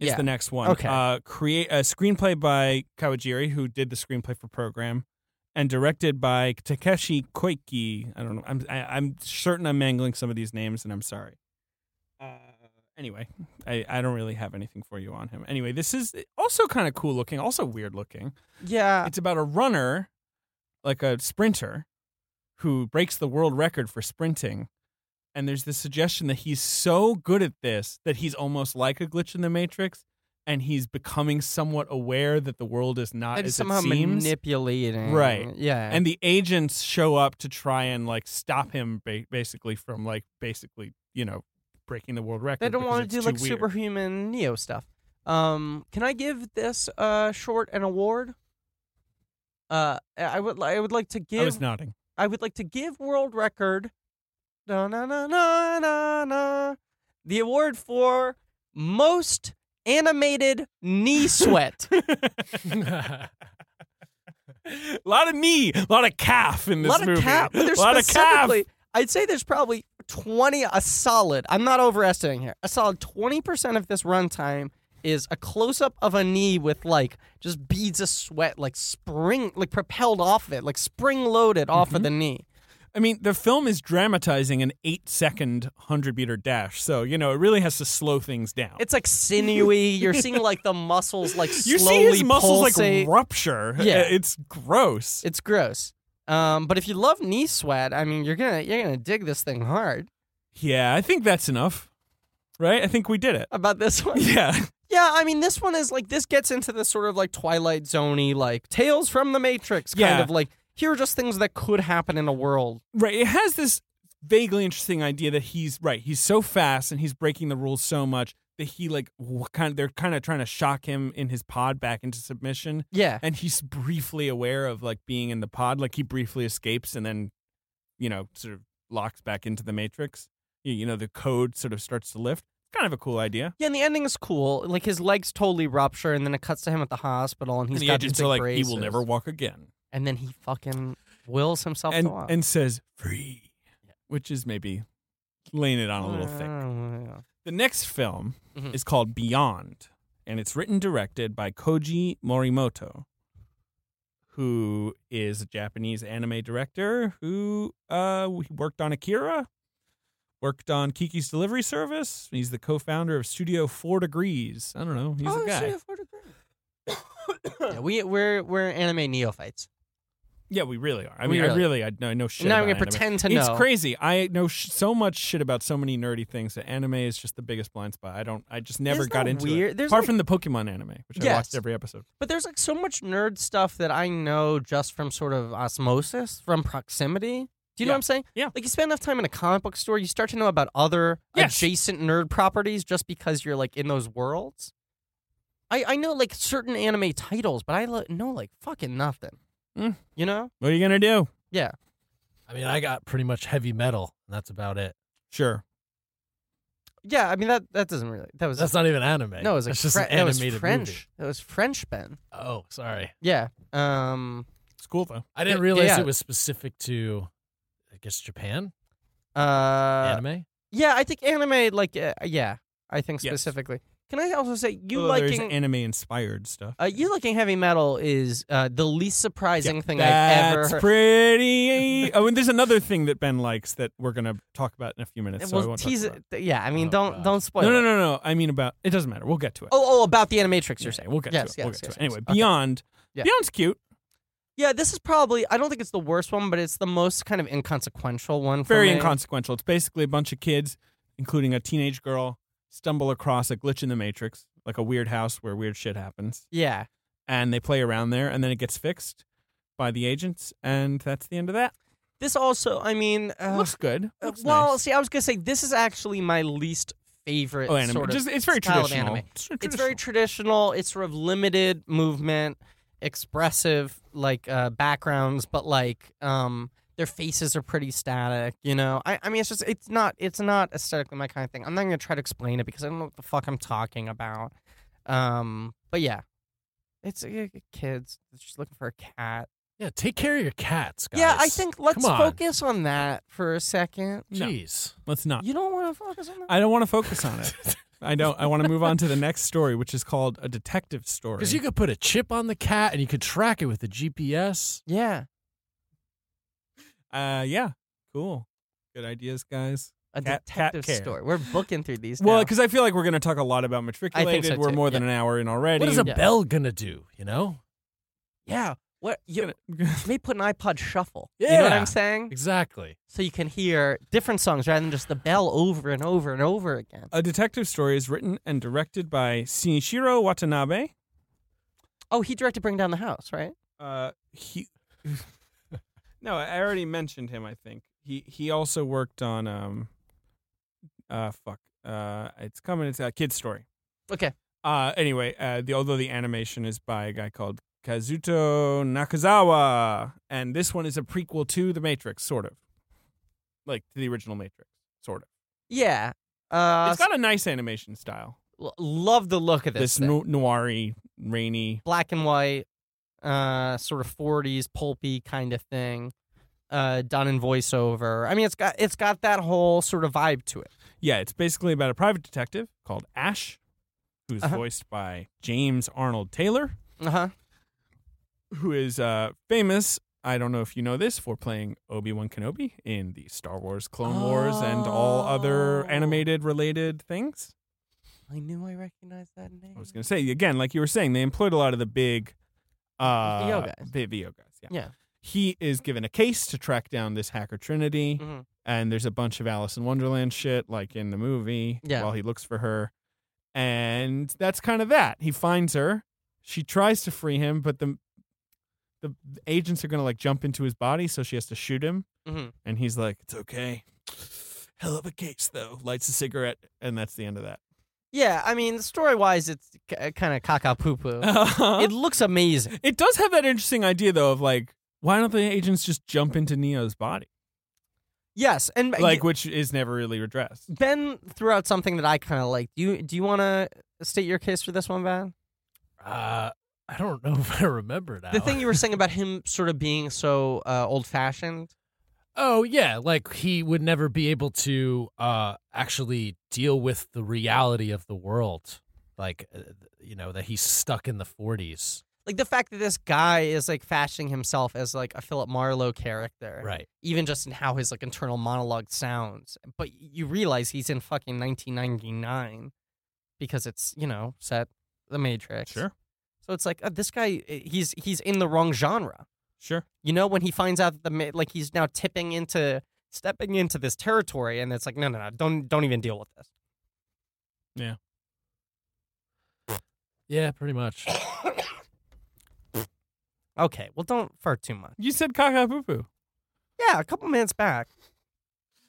C: is
B: Yeah.
C: the next one.
B: Okay.
C: Uh, create a screenplay by Kawajiri, who did the screenplay for Program, and directed by Takeshi Koike. I don't know. I'm I, I'm certain I'm mangling some of these names, and I'm sorry. Uh, anyway, I, I don't really have anything for you on him. Anyway, this is also kind of cool looking, also weird looking.
B: Yeah.
C: It's about a runner, like a sprinter, who breaks the world record for sprinting. And there's this suggestion that he's so good at this that he's almost like a glitch in the matrix, and he's becoming somewhat aware that the world is not
B: And
C: as
B: somehow
C: it seems.
B: manipulating.
C: Right.
B: Yeah.
C: and the agents show up to try and like stop him, ba- basically from like basically you know breaking the world record.
B: they don't
C: want to
B: do like superhuman Neo stuff. Um, can I give this uh short an award? Uh, I would li- I would like to give
C: I was nodding.
B: I would like to give world record na na na na na na the award for most animated knee sweat.
C: a lot of knee, a lot of calf in
B: A
C: this
B: lot
C: movie.
B: of calf. but
C: a
B: There's
C: lot of calf.
B: specifically, I'd say there's probably 20, a solid, I'm not overestimating here, a solid 20% of this runtime is a close up of a knee with like just beads of sweat, like spring, like propelled off it, like spring loaded off
C: Mm-hmm.
B: of the knee.
C: I mean, the film is dramatizing an eight second 100 meter dash. So, you know, it really has to slow things down.
B: It's like sinewy. You're seeing like the muscles like
C: you
B: slowly
C: see his muscles
B: pulsate.
C: like rupture.
B: Yeah.
C: I- It's gross.
B: It's gross. Um, but if you love knee sweat, I mean, you're gonna you're gonna dig this thing hard.
C: yeah, I think that's enough. Right? I think we did it.
B: About this one,
C: Yeah.
B: yeah. I mean, this one is like this gets into the sort of like Twilight Zoney, like Tales from the Matrix kind
C: Yeah.
B: of like here are just things that could happen in a world.
C: Right. It has this vaguely interesting idea that he's right. He's so fast and he's breaking the rules so much that he like w- kind of they're kind of trying to shock him in his pod back into submission.
B: Yeah,
C: and he's briefly aware of like being in the pod like he briefly escapes and then you know sort of locks back into the matrix you, you know the code sort of starts to lift kind of a cool idea
B: yeah. And the ending is cool. Like his legs totally rupture, and then it cuts to him at the hospital, and he's
C: and the
B: got these
C: agents
B: big
C: are like
B: braces.
C: he will never walk again
B: And then he fucking wills himself
C: and
B: to walk.
C: and says free which is maybe laying it on a little thick
B: thick.
C: the next film
B: Mhm.
C: is called beyond and it's written and directed by koji morimoto who is a Japanese anime director who uh, worked on Akira, worked on Kiki's Delivery Service. He's the co-founder of Studio Four Degrees. I don't know. He's a guy.
B: yeah, we we're we're anime neophytes.
C: Yeah, we really are. I
B: We
C: mean, I
B: really-
C: really I know, I know shit.
B: And now I'm
C: about
B: gonna
C: anime.
B: pretend to
C: It's
B: know.
C: crazy. I know sh- so much shit about so many nerdy things that anime is just the biggest blind spot. I don't. I just never
B: Isn't
C: got
B: that
C: into
B: weird?
C: it.
B: There's
C: Apart
B: like-
C: from the Pokemon anime, which I
B: Yes.
C: watched every episode.
B: But there's like so much nerd stuff that I know just from sort of osmosis, from proximity. Do you know
C: Yeah.
B: what I'm saying?
C: Yeah.
B: Like you spend enough time in a comic book store, you start to know about other
C: Yes.
B: adjacent nerd properties just because you're like in those worlds. I, I know like certain anime titles, but I lo- know like fucking nothing.
C: Mm.
B: You know?
C: What are you gonna do?
B: Yeah.
D: I mean, I got pretty much heavy metal, and that's about it.
C: Sure.
B: Yeah. I mean that that doesn't really that was
D: That's not even anime.
B: no it was like
D: That's just
B: Fre-
D: an
B: that was
D: animated
B: French.
D: movie.
B: That was French Ben.
D: Oh, sorry.
B: Yeah. Um.
C: It's cool though.
D: I didn't
B: Yeah,
D: realize
B: yeah.
D: it was specific to, I guess, Japan
B: Uh.
D: anime.
B: Yeah, I think anime. Like, uh, yeah, I think
C: Yes.
B: specifically. Can I also say you
C: Although there's
B: liking
C: anime inspired stuff.
B: uh, you liking heavy metal is uh, the least surprising thing I've
C: That's
B: ever heard.
C: pretty. Oh, and there's another thing that Ben likes that we're gonna talk about in a few minutes. so I
B: well,
C: won't
B: tease
C: talk about
B: it. Yeah, I mean,
D: Oh,
B: don't
D: God.
B: don't spoil.
C: No,
B: it.
C: no, no, no. I mean about it doesn't matter. We'll get to it.
B: Oh, oh, about the animatrix you're saying.
C: we'll get
B: yes,
C: to it. we'll
B: yes,
C: get to
B: yes,
C: it. Anyway,
B: yes. Okay.
C: Beyond.
B: Yeah.
C: Beyond's cute.
B: Yeah, this is probably. I don't think it's the worst one, but it's the most kind of inconsequential one. For
C: Very
B: me.
C: inconsequential. It's basically a bunch of kids, including a teenage girl, stumble across a glitch in the matrix, like a weird house where weird shit happens,
B: Yeah,
C: and they play around there, and then it gets fixed by the agents, and that's the end of that.
B: this also. I mean, uh,
C: Looks good.
B: uh,
C: Looks
B: well,
C: nice.
B: see, I was gonna say this is actually my least favorite
C: oh, anime.
B: sort of
C: Just, it's very
B: style of
C: traditional.
B: anime.
C: It's,
B: it's very traditional. It's sort of limited movement, expressive like uh, backgrounds, but like um, their faces are pretty static. You know, I, I mean, it's just it's not it's not aesthetically my kind of thing. I'm not gonna try to explain it because I don't know what the fuck I'm talking about. Um, but yeah, it's uh, kids. They're just looking for a cat.
D: Yeah, take care of your cats, guys.
B: Yeah, I think let's
D: Come on.
B: focus on that for a second.
C: No.
D: Jeez.
C: Let's not.
B: You don't want to focus on that.
C: I don't want to focus on it. I don't. I want to move on to the next story, which is called a detective story.
D: Because you could put a chip on the cat and you could track it with the GPS.
B: Yeah,
C: uh, yeah, cool, good ideas, guys.
B: a
C: Cat- cat
B: detective
C: care.
B: story. We're booking through these.
C: Well,
B: now.
C: because I feel like we're going to talk a lot about matriculated.
B: so,
C: we're
B: too.
C: more than an hour in already.
D: What is a
B: Yeah.
D: bell gonna do? You know
B: yeah, what you me put an iPod shuffle. you know what
D: Yeah.
B: I'm saying.
D: exactly.
B: So you can hear different songs rather than just the bell over and over and over again.
C: a detective story is written and directed by Shinichiro Watanabe.
B: Oh, he directed Bring Down the House, right?
C: Uh, he. no, I already mentioned him. I think he he also worked on um, uh, fuck, uh, it's coming. It's a kid's story.
B: Okay.
C: Uh, anyway, uh, the although the animation is by a guy called Kazuto Nakazawa, and this one is a prequel to The Matrix, sort of, like to the original Matrix, sort of.
B: Yeah. Uh,
C: it's got a nice animation style.
B: l- love the look of this.
C: This
B: thing.
C: no- noiry, rainy.
B: black and white, uh, sort of forties pulpy kind of thing, uh, done in voiceover. I mean, it's got it's got that whole sort of vibe to it.
C: Yeah, it's basically about a private detective called Ash, who's
B: Uh-huh.
C: voiced by James Arnold Taylor,
B: Uh huh.
C: who is uh, famous. I don't know if you know this for playing Obi Wan Kenobi in the Star Wars, Clone Wars, and all other
B: Oh.
C: animated related things.
B: I knew I recognized that name.
C: I was going to say again, like you were saying, they employed a lot of the big uh,
B: Video guys.
C: the video guys. Yeah.
B: Yeah.
C: he is given a case to track down this hacker Trinity,
B: Mhm.
C: and there's a bunch of Alice in Wonderland shit, like in the movie,
B: Yeah.
C: while he looks for her, and that's kind of that. He finds her, she tries to free him, but the the agents are going to like jump into his body, so she has to shoot him,
B: Mhm.
C: and he's like, "It's okay." Hell of a case, though. Lights a cigarette, and that's the end of that.
B: Yeah, I mean, story wise, it's k- kind of caca poo poo. It looks amazing.
C: It does have that interesting idea though of like why don't the agents just jump into Neo's body?
B: Yes, and
C: Like which is never really addressed.
B: Ben threw out something that I kind of like. Do you do you want to state your case for this one, Ben?
D: Uh, I don't know if I remember now.
B: The thing you were saying about him sort of being so uh, old fashioned.
D: Oh yeah, like he would never be able to uh actually deal with the reality of the world. Like uh, you know that he's stuck in the 40s.
B: like the fact that this guy is like fashioning himself as like a Philip Marlowe character,
D: Right.
B: even just in how his like internal monologue sounds. But you realize he's in fucking 1999 because it's you know set the Matrix. So it's like uh, this guy, uh, he's he's in the wrong genre.
C: Sure.
B: You know when he finds out that the ma- like he's now tipping into stepping into this territory, and it's like no no no don't don't even deal with this.
D: Yeah, pretty much.
B: Okay, well don't fart too much.
C: You said caca poo poo.
B: Yeah, a couple minutes back.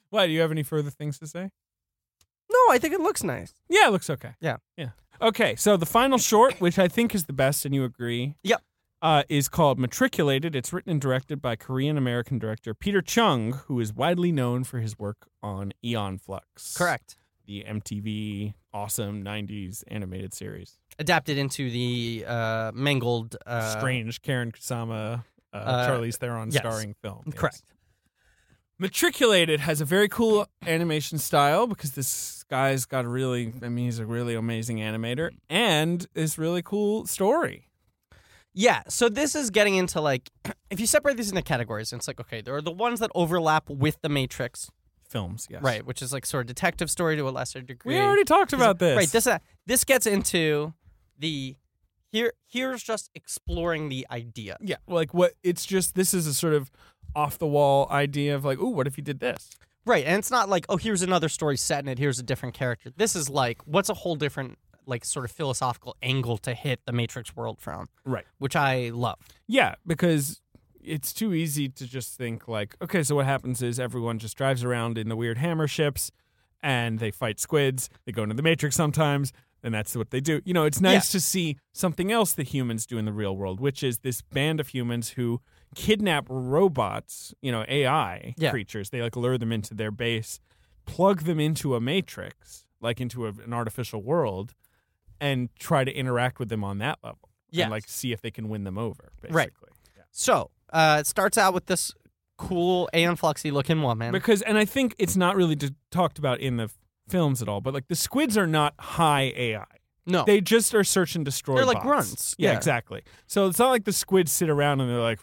C: Why, do you have any further things to say?
B: No, I think it looks nice.
C: Yeah, it looks okay.
B: Yeah.
C: Yeah. Okay, so the final short, which I think is the best, and you agree.
B: Yep.
C: Uh, is called Matriculated. It's written and directed by Korean American director Peter Chung, who is widely known for his work on Eon Flux.
B: Correct.
C: The MTV awesome 90s animated series.
B: adapted into the uh, mangled uh,
C: strange Karen Kusama, uh,
B: uh,
C: Charlize Theron
B: yes.
C: starring film. yes.
B: Correct.
C: Matriculated has a very cool animation style because this guy's got a really, I mean, he's a really amazing animator and this really cool story.
B: Yeah. So this is getting into like, if you separate these into categories, it's like okay, there are the ones that overlap with the Matrix,
C: Films, yes.
B: right? Which is like sort of detective story to a lesser degree.
C: We already talked about this.
B: Right. This uh, this gets into the here here's just exploring the idea.
C: Yeah. Like what, it's just, this is a sort of off the wall idea of like, ooh, what if you did this?
B: Right. And it's not like oh here's another story set in it. Here's a different character. This is like what's a whole different like sort of philosophical angle to hit the Matrix world from,
C: Right.
B: which I love.
C: Yeah, because it's too easy to just think like, okay, so what happens is everyone just drives around in the weird hammer ships and they fight squids, they go into the matrix sometimes, and that's what they do. You know, it's nice to see something else that humans do in the real world, which is this band of humans who kidnap robots, you know, AI
B: Yeah.
C: creatures. They like lure them into their base, plug them into a matrix, like into a, an artificial world, and try to interact with them on that level.
B: Yes.
C: And like see if they can win them over, basically.
B: Right. So uh, it starts out with this cool Aeon Fluxy looking woman.
C: Because, and I think it's not really d- talked about in the f- films at all, but like the squids are not high AI.
B: No.
C: They just are search and destroy.
B: They're like
C: bots.
B: grunts.
C: Yeah,
B: Yeah.
C: exactly. So it's not like the squids sit around and they're like,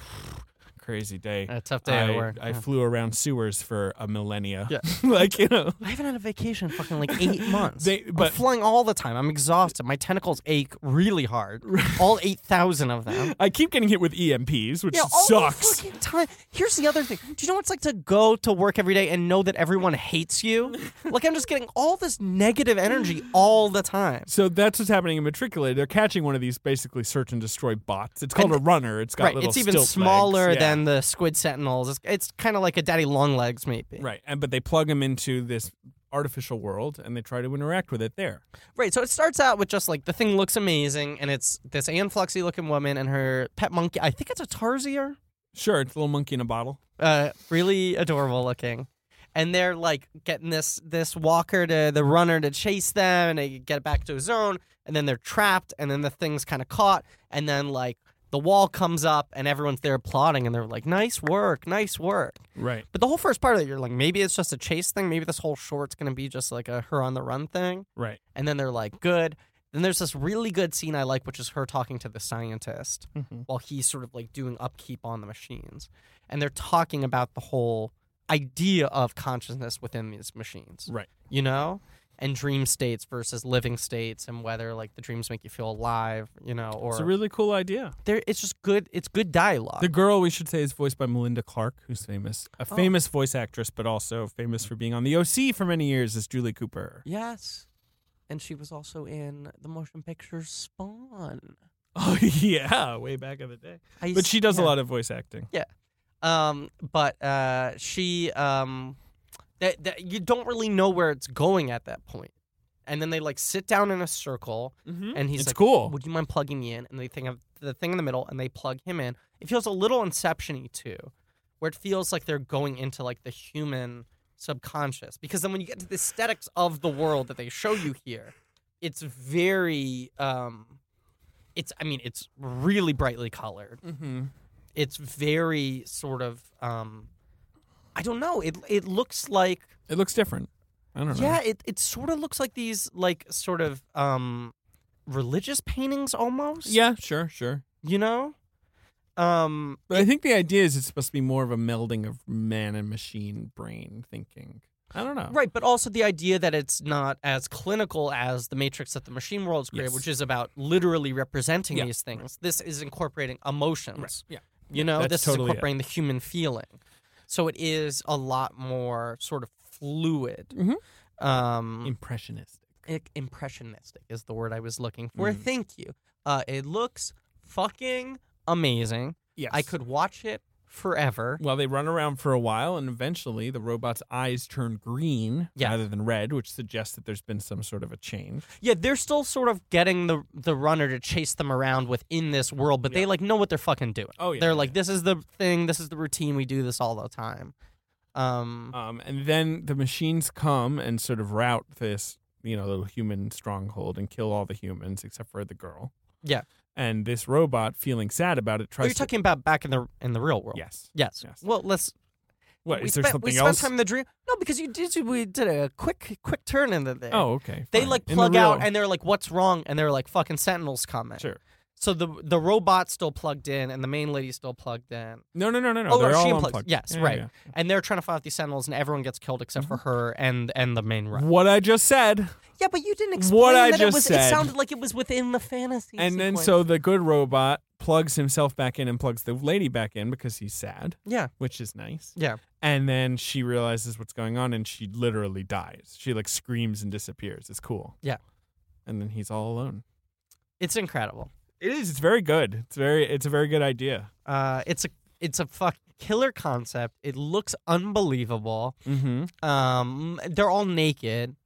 C: crazy day.
B: a tough day at
C: I,
B: work.
C: I
B: yeah.
C: flew around sewers for a millennia.
B: Yeah.
C: like, you know.
B: I haven't had a vacation in fucking like eight months.
C: They-
B: I'm
C: but-
B: flying all the time. I'm exhausted. My tentacles ache really hard. all eight thousand of them.
C: I keep getting hit with EMPs, which
B: Yeah, all
C: sucks.
B: The fucking time. Here's the other thing. Do you know what it's like to go to work every day and know that everyone hates you? like I'm just getting all this negative energy all the time.
C: So that's what's happening in Matriculate. They're catching one of these basically search and destroy bots. It's called a runner. It's got
B: Right,
C: little
B: it's even
C: stilt legs.
B: smaller
C: Yeah.
B: than the squid sentinels. It's, it's kind of like a daddy long legs, maybe.
C: right, and but they plug them into this artificial world and they try to interact with it there.
B: Right. So it starts out with just like the thing looks amazing, and it's this Anne Fluxy looking woman and her pet monkey. I think it's a tarsier.
C: Sure, it's a little monkey in a bottle.
B: Uh, really adorable looking. And they're like getting this this walker to the runner to chase them, and they get back to a zone, and then they're trapped, and then the thing's kind of caught, and then like the wall comes up, and everyone's there applauding, and they're like, "Nice work, nice work."
C: Right.
B: But the whole first part of it, you're like, maybe it's just a chase thing. Maybe this whole short's gonna be just like a her on the run thing
C: Right.
B: and then they're like good then there's this really good scene i like which is her talking to the scientist
C: Mm-hmm.
B: while he's sort of like doing upkeep on the machines and they're talking about the whole idea of consciousness within these machines
C: Right.
B: you know and dream states versus living states and whether like the dreams make you feel alive you know or
C: It's a really cool idea.
B: there it's just good it's good dialogue
C: The girl we should say is voiced by Melinda Clark, who's famous, a famous voice actress, but also famous for being on the OC for many years as Julie Cooper.
B: yes and she was also in the motion picture spawn
C: Oh yeah, way back in the day.
B: I
C: But she does
B: yeah.
C: a lot of voice acting.
B: Um, but uh, she um, that that you don't really know where it's going at that point. And then they like sit down in a circle,
C: Mhm.
B: and he's
C: It's
B: like,
C: cool.
B: Would you mind plugging me in?" And they think of the thing in the middle, and they plug him in. It feels a little Inception-y too, where it feels like they're going into like the human subconscious. Because then when you get to the aesthetics of the world that they show you here, it's very, um, it's I mean, it's really brightly colored
C: Mm-hmm.
B: it's very sort of um I don't know. It it looks like
C: It looks different. I don't know.
B: yeah, it, it sort of looks like these like sort of um religious paintings almost.
C: Yeah, sure, sure.
B: You know? Um
C: But I think the idea is it's supposed to be more of a melding of man and machine brain thinking. I don't know.
B: right, but also the idea that it's not as clinical as the matrix that the machine worlds created,
C: Yes.
B: which is about literally representing
C: Yeah,
B: these things. This is incorporating emotions.
C: Yeah.
B: You know,
C: That's
B: this
C: totally
B: is
C: it.
B: incorporating the human feeling. So it is a lot more sort of fluid.
C: Mm-hmm.
B: Um,
C: Impressionistic.
B: I- impressionistic is the word I was looking for.
C: Mm.
B: Thank you. Uh, it looks fucking amazing.
C: Yes.
B: I could watch it forever.
C: Well, they run around for a while, and eventually the robot's eyes turn green
B: Yeah.
C: rather than red, which suggests that there's been some sort of a change.
B: Yeah, they're still sort of getting the the runner to chase them around within this world, but they like know what they're fucking doing.
C: Oh, yeah,
B: they're
C: yeah,
B: like, this is the thing. This is the routine. We do this all the time. Um,
C: Um, and then the machines come and sort of rout this, you know, little human stronghold and kill all the humans except for the girl.
B: Yeah.
C: And this robot, feeling sad about it,
B: are
C: tries
B: you talking about back in the in the real world?
C: to. Yes.
B: Yes.
C: Yes.
B: Well, let's.
C: What
B: we
C: is there
B: spent,
C: something
B: we spent
C: else?
B: time in the dream. No, because you did. We did a quick quick turn into there.
C: oh, okay.
B: They
C: fine.
B: like
C: In the
B: plug out
C: real-
B: and they're like, "What's wrong?" And they're like, "Fucking Sentinel's coming."
C: Sure.
B: So the the robot's still plugged in and the main lady's still plugged in.
C: No, no, no, no, no.
B: oh,
C: They're
B: no,
C: all
B: she unplugged.
C: unplugged.
B: Yes,
C: Yeah,
B: right.
C: yeah, Mm-hmm.
B: And they're trying to fight off these Sentinels and everyone gets killed except for her and and the main
C: yeah.
B: runner.
C: What I just said.
B: Yeah, but you didn't explain
C: Mm-hmm. What I
B: that
C: just
B: it was. It
C: said.
B: sounded like it was within the fantasy.
C: And then
B: sequence.
C: so the good robot plugs himself back in and plugs the lady back in because he's sad,
B: yeah,
C: which is nice.
B: yeah.
C: And then she realizes what's going on and she literally dies. She like screams and disappears. It's cool.
B: Yeah.
C: And then he's all alone.
B: It's incredible.
C: It is. It's very good. It's very it's a very good idea.
B: Uh, it's a it's a fuck killer concept. It looks unbelievable.
C: Mm-hmm.
B: Um, they're all naked,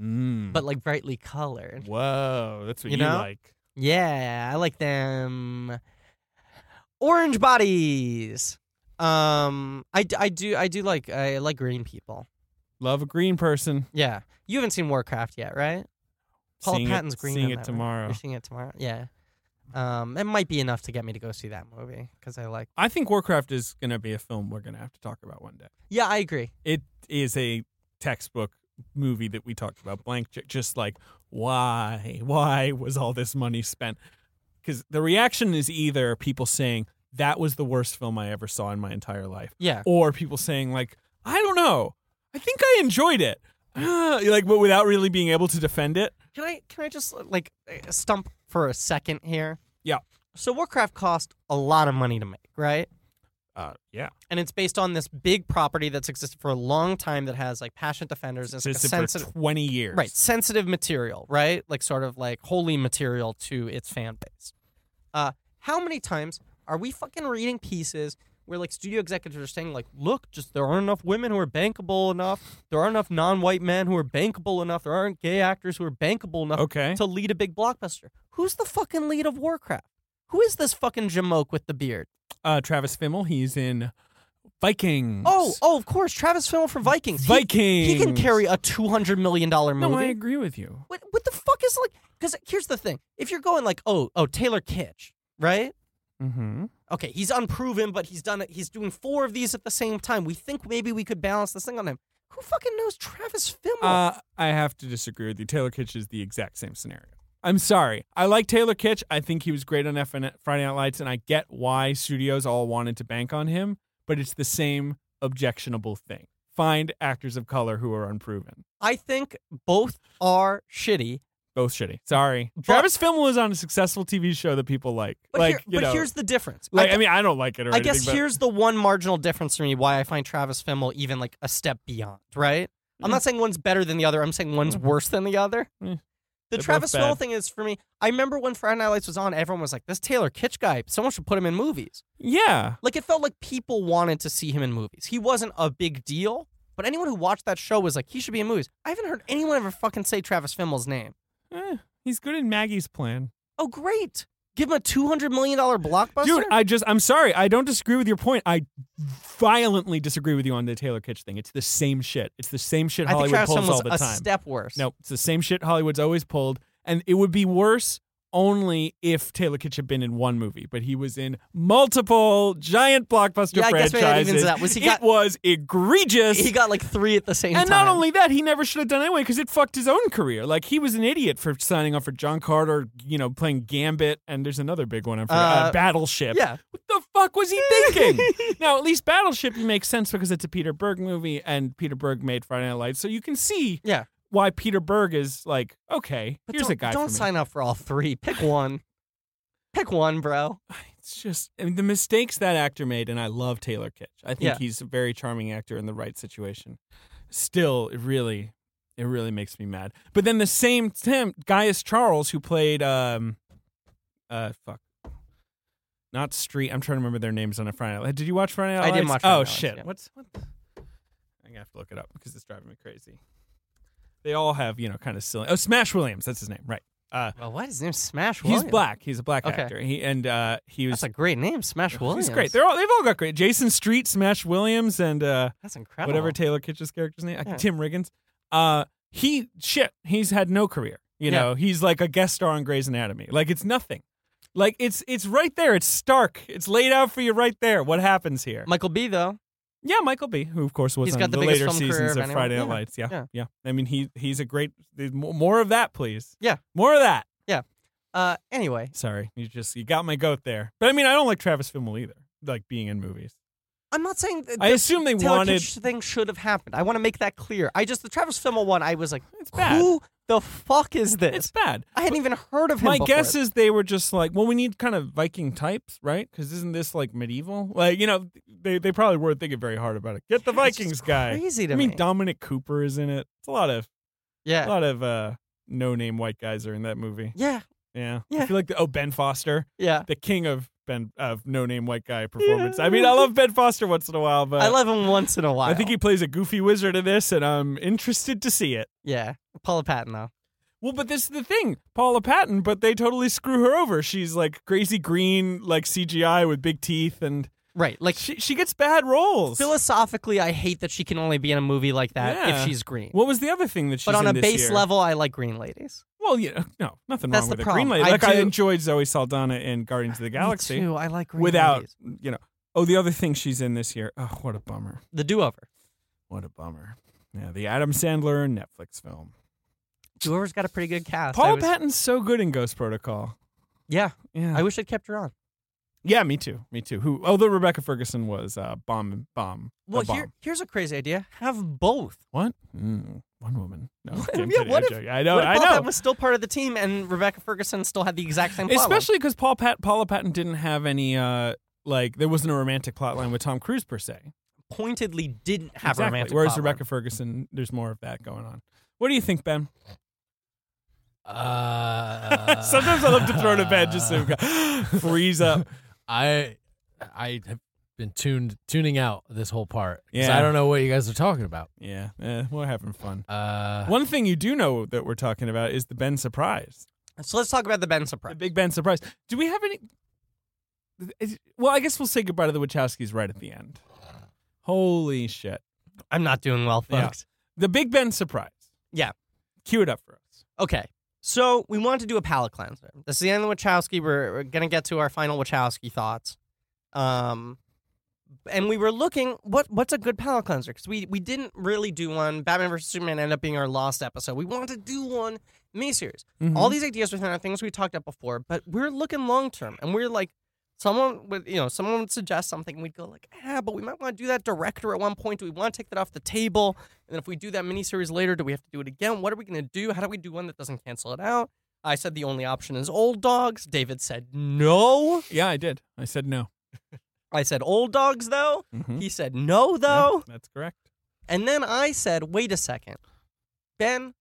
C: Mm.
B: but like brightly colored.
C: Whoa, that's what
B: You
C: you,
B: know?
C: like.
B: Yeah, I like them. Orange bodies. Um, I, d- I do I do like I like green people.
C: Love a green person.
B: Yeah, you haven't seen Warcraft yet, right? Paula
C: Seeing it-
B: Patton's green.
C: Seeing
B: in
C: it
B: that, right?
C: tomorrow.
B: You're seeing it tomorrow. Yeah. Um, it might be enough to get me to go see that movie because I like.
C: I think Warcraft is going to be a film we're going to have to talk about one day.
B: Yeah, I agree.
C: It is a textbook movie that we talked about, Blank Check, just like why, why was all this money spent? Because the reaction is either people saying that was the worst film I ever saw in my entire life,
B: Yeah.
C: or people saying like I don't know, I think I enjoyed it, Ah, like but without really being able to defend it.
B: Can I can I just like uh, stump for a second here?
C: Yeah.
B: So Warcraft cost a lot of money to make, right?
C: Uh, yeah,
B: And it's based on this big property that's existed for a long time that has like passionate defenders and it's like, a
C: existed
B: sensitive
C: for twenty years,
B: Right, sensitive material, right? Like sort of like holy material to its fan base. Uh, how many times are we fucking reading pieces where like studio executives are saying like, look, just there aren't enough women who are bankable enough. There aren't enough non-white men who are bankable enough. There aren't gay actors who are bankable enough
C: Okay.
B: to lead a big blockbuster. Who's the fucking lead of Warcraft? Who is this fucking Jamoke with the beard?
C: Uh, Travis Fimmel, he's in Vikings.
B: Oh, oh, of course, Travis Fimmel for Vikings. He-
C: Vikings.
B: He, can carry a two hundred million dollar movie.
C: No, I agree with you.
B: What what the fuck is like? Because here's the thing: if you're going like, oh, oh, Taylor Kitsch, right?
C: Mm-hmm.
B: Okay, he's unproven, but he's done it. He's doing four of these at the same time. We think maybe we could balance this thing on him. Who fucking knows Travis Fimmel?
C: Uh, I have to disagree with you. Taylor Kitsch is the exact same scenario. I'm sorry. I like Taylor Kitsch. I think he was great on FN- Friday Night Lights, and I get why studios all wanted to bank on him, but it's the same objectionable thing. Find actors of color who are unproven.
B: I think both are shitty.
C: Both shitty. Sorry. Travis Fimmel was on a successful TV show that people like.
B: But,
C: like,
B: here-
C: you
B: but
C: know,
B: here's the difference.
C: like,
B: I,
C: I, mean, I don't like it or
B: I
C: anything,
B: guess
C: but-
B: here's the one marginal difference for me why I find Travis Fimmel even like a step beyond, right? I'm
C: Mm.
B: not saying one's better than the other. I'm saying one's
C: Mhm.
B: worse than the other.
C: Yeah.
B: The
C: Mm. They're
B: Travis
C: both
B: Fimmel
C: bad.
B: thing is for me. I remember when Friday Night Lights was on, everyone was like, "This Taylor Kitsch guy, someone should put him in movies."
C: Yeah.
B: Like it felt like people wanted to see him in movies. He wasn't a big deal, but anyone who watched that show was like, "He should be in movies." I haven't heard anyone ever fucking say Travis Fimmel's name.
C: Eh, he's good in Maggie's plan.
B: Oh, great! Give him a two hundred million dollar blockbuster.
C: Dude, I just I'm sorry. I don't disagree with your point. I violently disagree with you on the Taylor Kitsch thing. It's the same shit. It's the same shit
B: I think
C: Hollywood
B: Travis
C: pulls all
B: Fimmel's
C: the
B: a
C: time.
B: step worse.
C: no, it's the same shit Hollywood's always pulled, and it would be worse only if Taylor Kitsch had been in one movie, but he was in multiple giant blockbuster
B: Yeah, I guess
C: franchises.
B: maybe that evens it out. Was he got-
C: it was egregious.
B: he got like three at the same
C: and
B: time.
C: not only that, he never should have done it anyway because it fucked his own career. Like he was an idiot for signing up for John Carter, you know, playing Gambit, and there's another big one. I forgot,
B: Uh,
C: uh, Battleship.
B: yeah.
C: What the fuck was he thinking? now, at least Battleship makes sense because it's a Peter Berg movie, and Peter Berg made Friday Night Lights, so you can see
B: Yeah.
C: why Peter Berg is like, okay,
B: But
C: here's
B: don't,
C: a guy.
B: Don't
C: for me.
B: sign up for all three. Pick one. Pick one, bro.
C: It's just I mean, the mistakes that actor made, and I love Taylor Kitsch. I think
B: Yeah.
C: he's a very charming actor in the right situation. Still, it really, it really makes me mad. But then the same Tim Gaius Charles, who played, um, uh, fuck, not Street. I'm trying to remember their names on a Friday. Night. Did you watch Friday Night?
B: I didn't watch
C: Lights?
B: Friday
C: oh
B: Night Lights,
C: shit!
B: yeah.
C: What's what? the- I'm gonna have to look it up because it's driving me crazy. They all have you know kind of silly. Oh, Smash Williams, that's his name, right? Uh,
B: Well, what is his name? Smash
C: he's
B: Williams.
C: black. He's a black
B: Okay.
C: actor. He and uh, he was
B: That's a great name, Smash Williams.
C: He's great. They're all they've all got great. Jason Street, Smash Williams, and uh,
B: That's incredible.
C: whatever Taylor Kitsch's character's name, uh,
B: Yeah.
C: Tim Riggins. Uh, he shit. He's had no career. You
B: Yeah.
C: know, he's like a guest star on Grey's Anatomy. Like it's nothing. Like it's it's right there. It's stark. It's laid out for you right there. What happens here?
B: Michael B. Though
C: yeah, Michael B. Who of course was
B: He's
C: on
B: got the biggest
C: later
B: film career
C: seasons
B: of
C: of
B: anyone.
C: Friday Night
B: Yeah.
C: Lights. Yeah.
B: Yeah.
C: yeah, I mean he he's a great. More of that, please.
B: Yeah.
C: more of that.
B: uh, anyway,
C: Sorry, you just you got my goat there. But I mean, I don't like Travis Fimmel either. Like being in movies.
B: I'm not saying that
C: I
B: the
C: assume they
B: Taylor
C: wanted
B: Kitsch thing should have happened. I want to make that clear. I just the Travis Fimmel one. I was like,
C: It's bad.
B: who the fuck is this?
C: It's bad.
B: I hadn't even heard of him.
C: My
B: before.
C: guess is they were just like, well, we need kind of Viking types, right? Because isn't this like medieval? Like, you know, they, they probably weren't thinking very hard about it. Get the
B: Yeah, it's just
C: Vikings guy.
B: crazy to
C: I mean,
B: me.
C: Dominic Cooper is in it. It's a lot of a
B: yeah,
C: lot of uh, no name white guys are in that movie.
B: yeah,
C: Yeah,
B: Yeah.
C: I feel like the, oh Ben Foster,
B: yeah.
C: the king of Ben of no name white guy performance. I mean, I love Ben Foster once in a while, but
B: I love him once in a while.
C: I think he plays a goofy wizard in this, and I'm interested to see it.
B: Yeah, Paula Patton though.
C: Well, but this is the thing, Paula Patton, but they totally screw her over. She's like crazy green, like CGI with big teeth, and
B: Right, like
C: she she gets bad roles.
B: philosophically, I hate that she can only be in a movie like that
C: Yeah.
B: if she's green.
C: what was the other thing that she's
B: but on
C: in
B: a
C: this
B: base
C: year?
B: level, I like green ladies.
C: Well, yeah, no, nothing
B: That's
C: wrong
B: the
C: with it.
B: problem.
C: Green Lady,
B: I
C: like I
B: do-
C: enjoyed Zoe Saldana in Guardians of the Galaxy.
B: Me too. I like green
C: without
B: ladies.
C: you know, oh, the other thing she's in this year. Oh, what a bummer!
B: the do-over.
C: What a bummer! Yeah, the Adam Sandler Netflix film.
B: Whoever's got a pretty good cast. I
C: Paul
B: was-
C: Patton's so good in Ghost Protocol.
B: Yeah,
C: Yeah,
B: I wish I'd kept her on.
C: yeah, me too, me too. Who? Although Rebecca Ferguson was uh, bomb, bomb. a
B: Well,
C: bomb.
B: here, here's a crazy idea: have both.
C: what? Mm, one woman. No,
B: What-
C: I'm
B: yeah,
C: kidding,
B: what
C: I'm
B: if-
C: joking. I know,
B: what if
C: I
B: Paul
C: know.
B: Patton was still part of the team, and Rebecca Ferguson still had the exact same. plot line?
C: Especially because Paul Pat Paula Patton didn't have any uh like there wasn't a romantic plot line with Tom Cruise per se.
B: pointedly didn't have
C: exactly.
B: a romantic.
C: Whereas
B: plotline.
C: Rebecca Ferguson, there's more of that going on. What do you think, Ben?
D: Uh,
C: Sometimes I love to throw to bed just so we go, freeze up.
D: I I have been tuned tuning out this whole part 'cause
C: Yeah.
D: I don't know what you guys are talking about.
C: Yeah, eh, we're having fun.
D: Uh,
C: One thing you do know that we're talking about is the Ben surprise,
B: So let's talk about the Ben
C: the
B: surprise.
C: Big Ben surprise. Do we have any? is- well, I guess we'll say goodbye to the Wachowskis right at the end. Holy shit!
B: I'm not doing well,
C: Yeah.
B: folks.
C: The Big Ben surprise.
B: Yeah.
C: cue it up for us.
B: Okay. So we want to do a palate cleanser. This is the end of the Wachowski. We're, we're gonna get to our final Wachowski thoughts. Um, and we were looking what what's a good palate cleanser because we we didn't really do one. Batman vs Superman ended up being our lost episode. We want to do one miniseries. All these ideas within our things we talked about before, but we're looking long term, and we're like. Someone would, you know, someone would suggest something. We'd go like, ah, but we might want to do that director at one point. Do we want to take that off the table? And then if we do that miniseries later, do we have to do it again? What are we going to do? How do we do one that doesn't cancel it out? I said the only option is old dogs. David said no.
C: Yeah, I did. I said no.
B: I said old dogs though.
C: Mm-hmm.
B: He said no though.
C: that's correct.
B: And then I said, wait a second. Ben,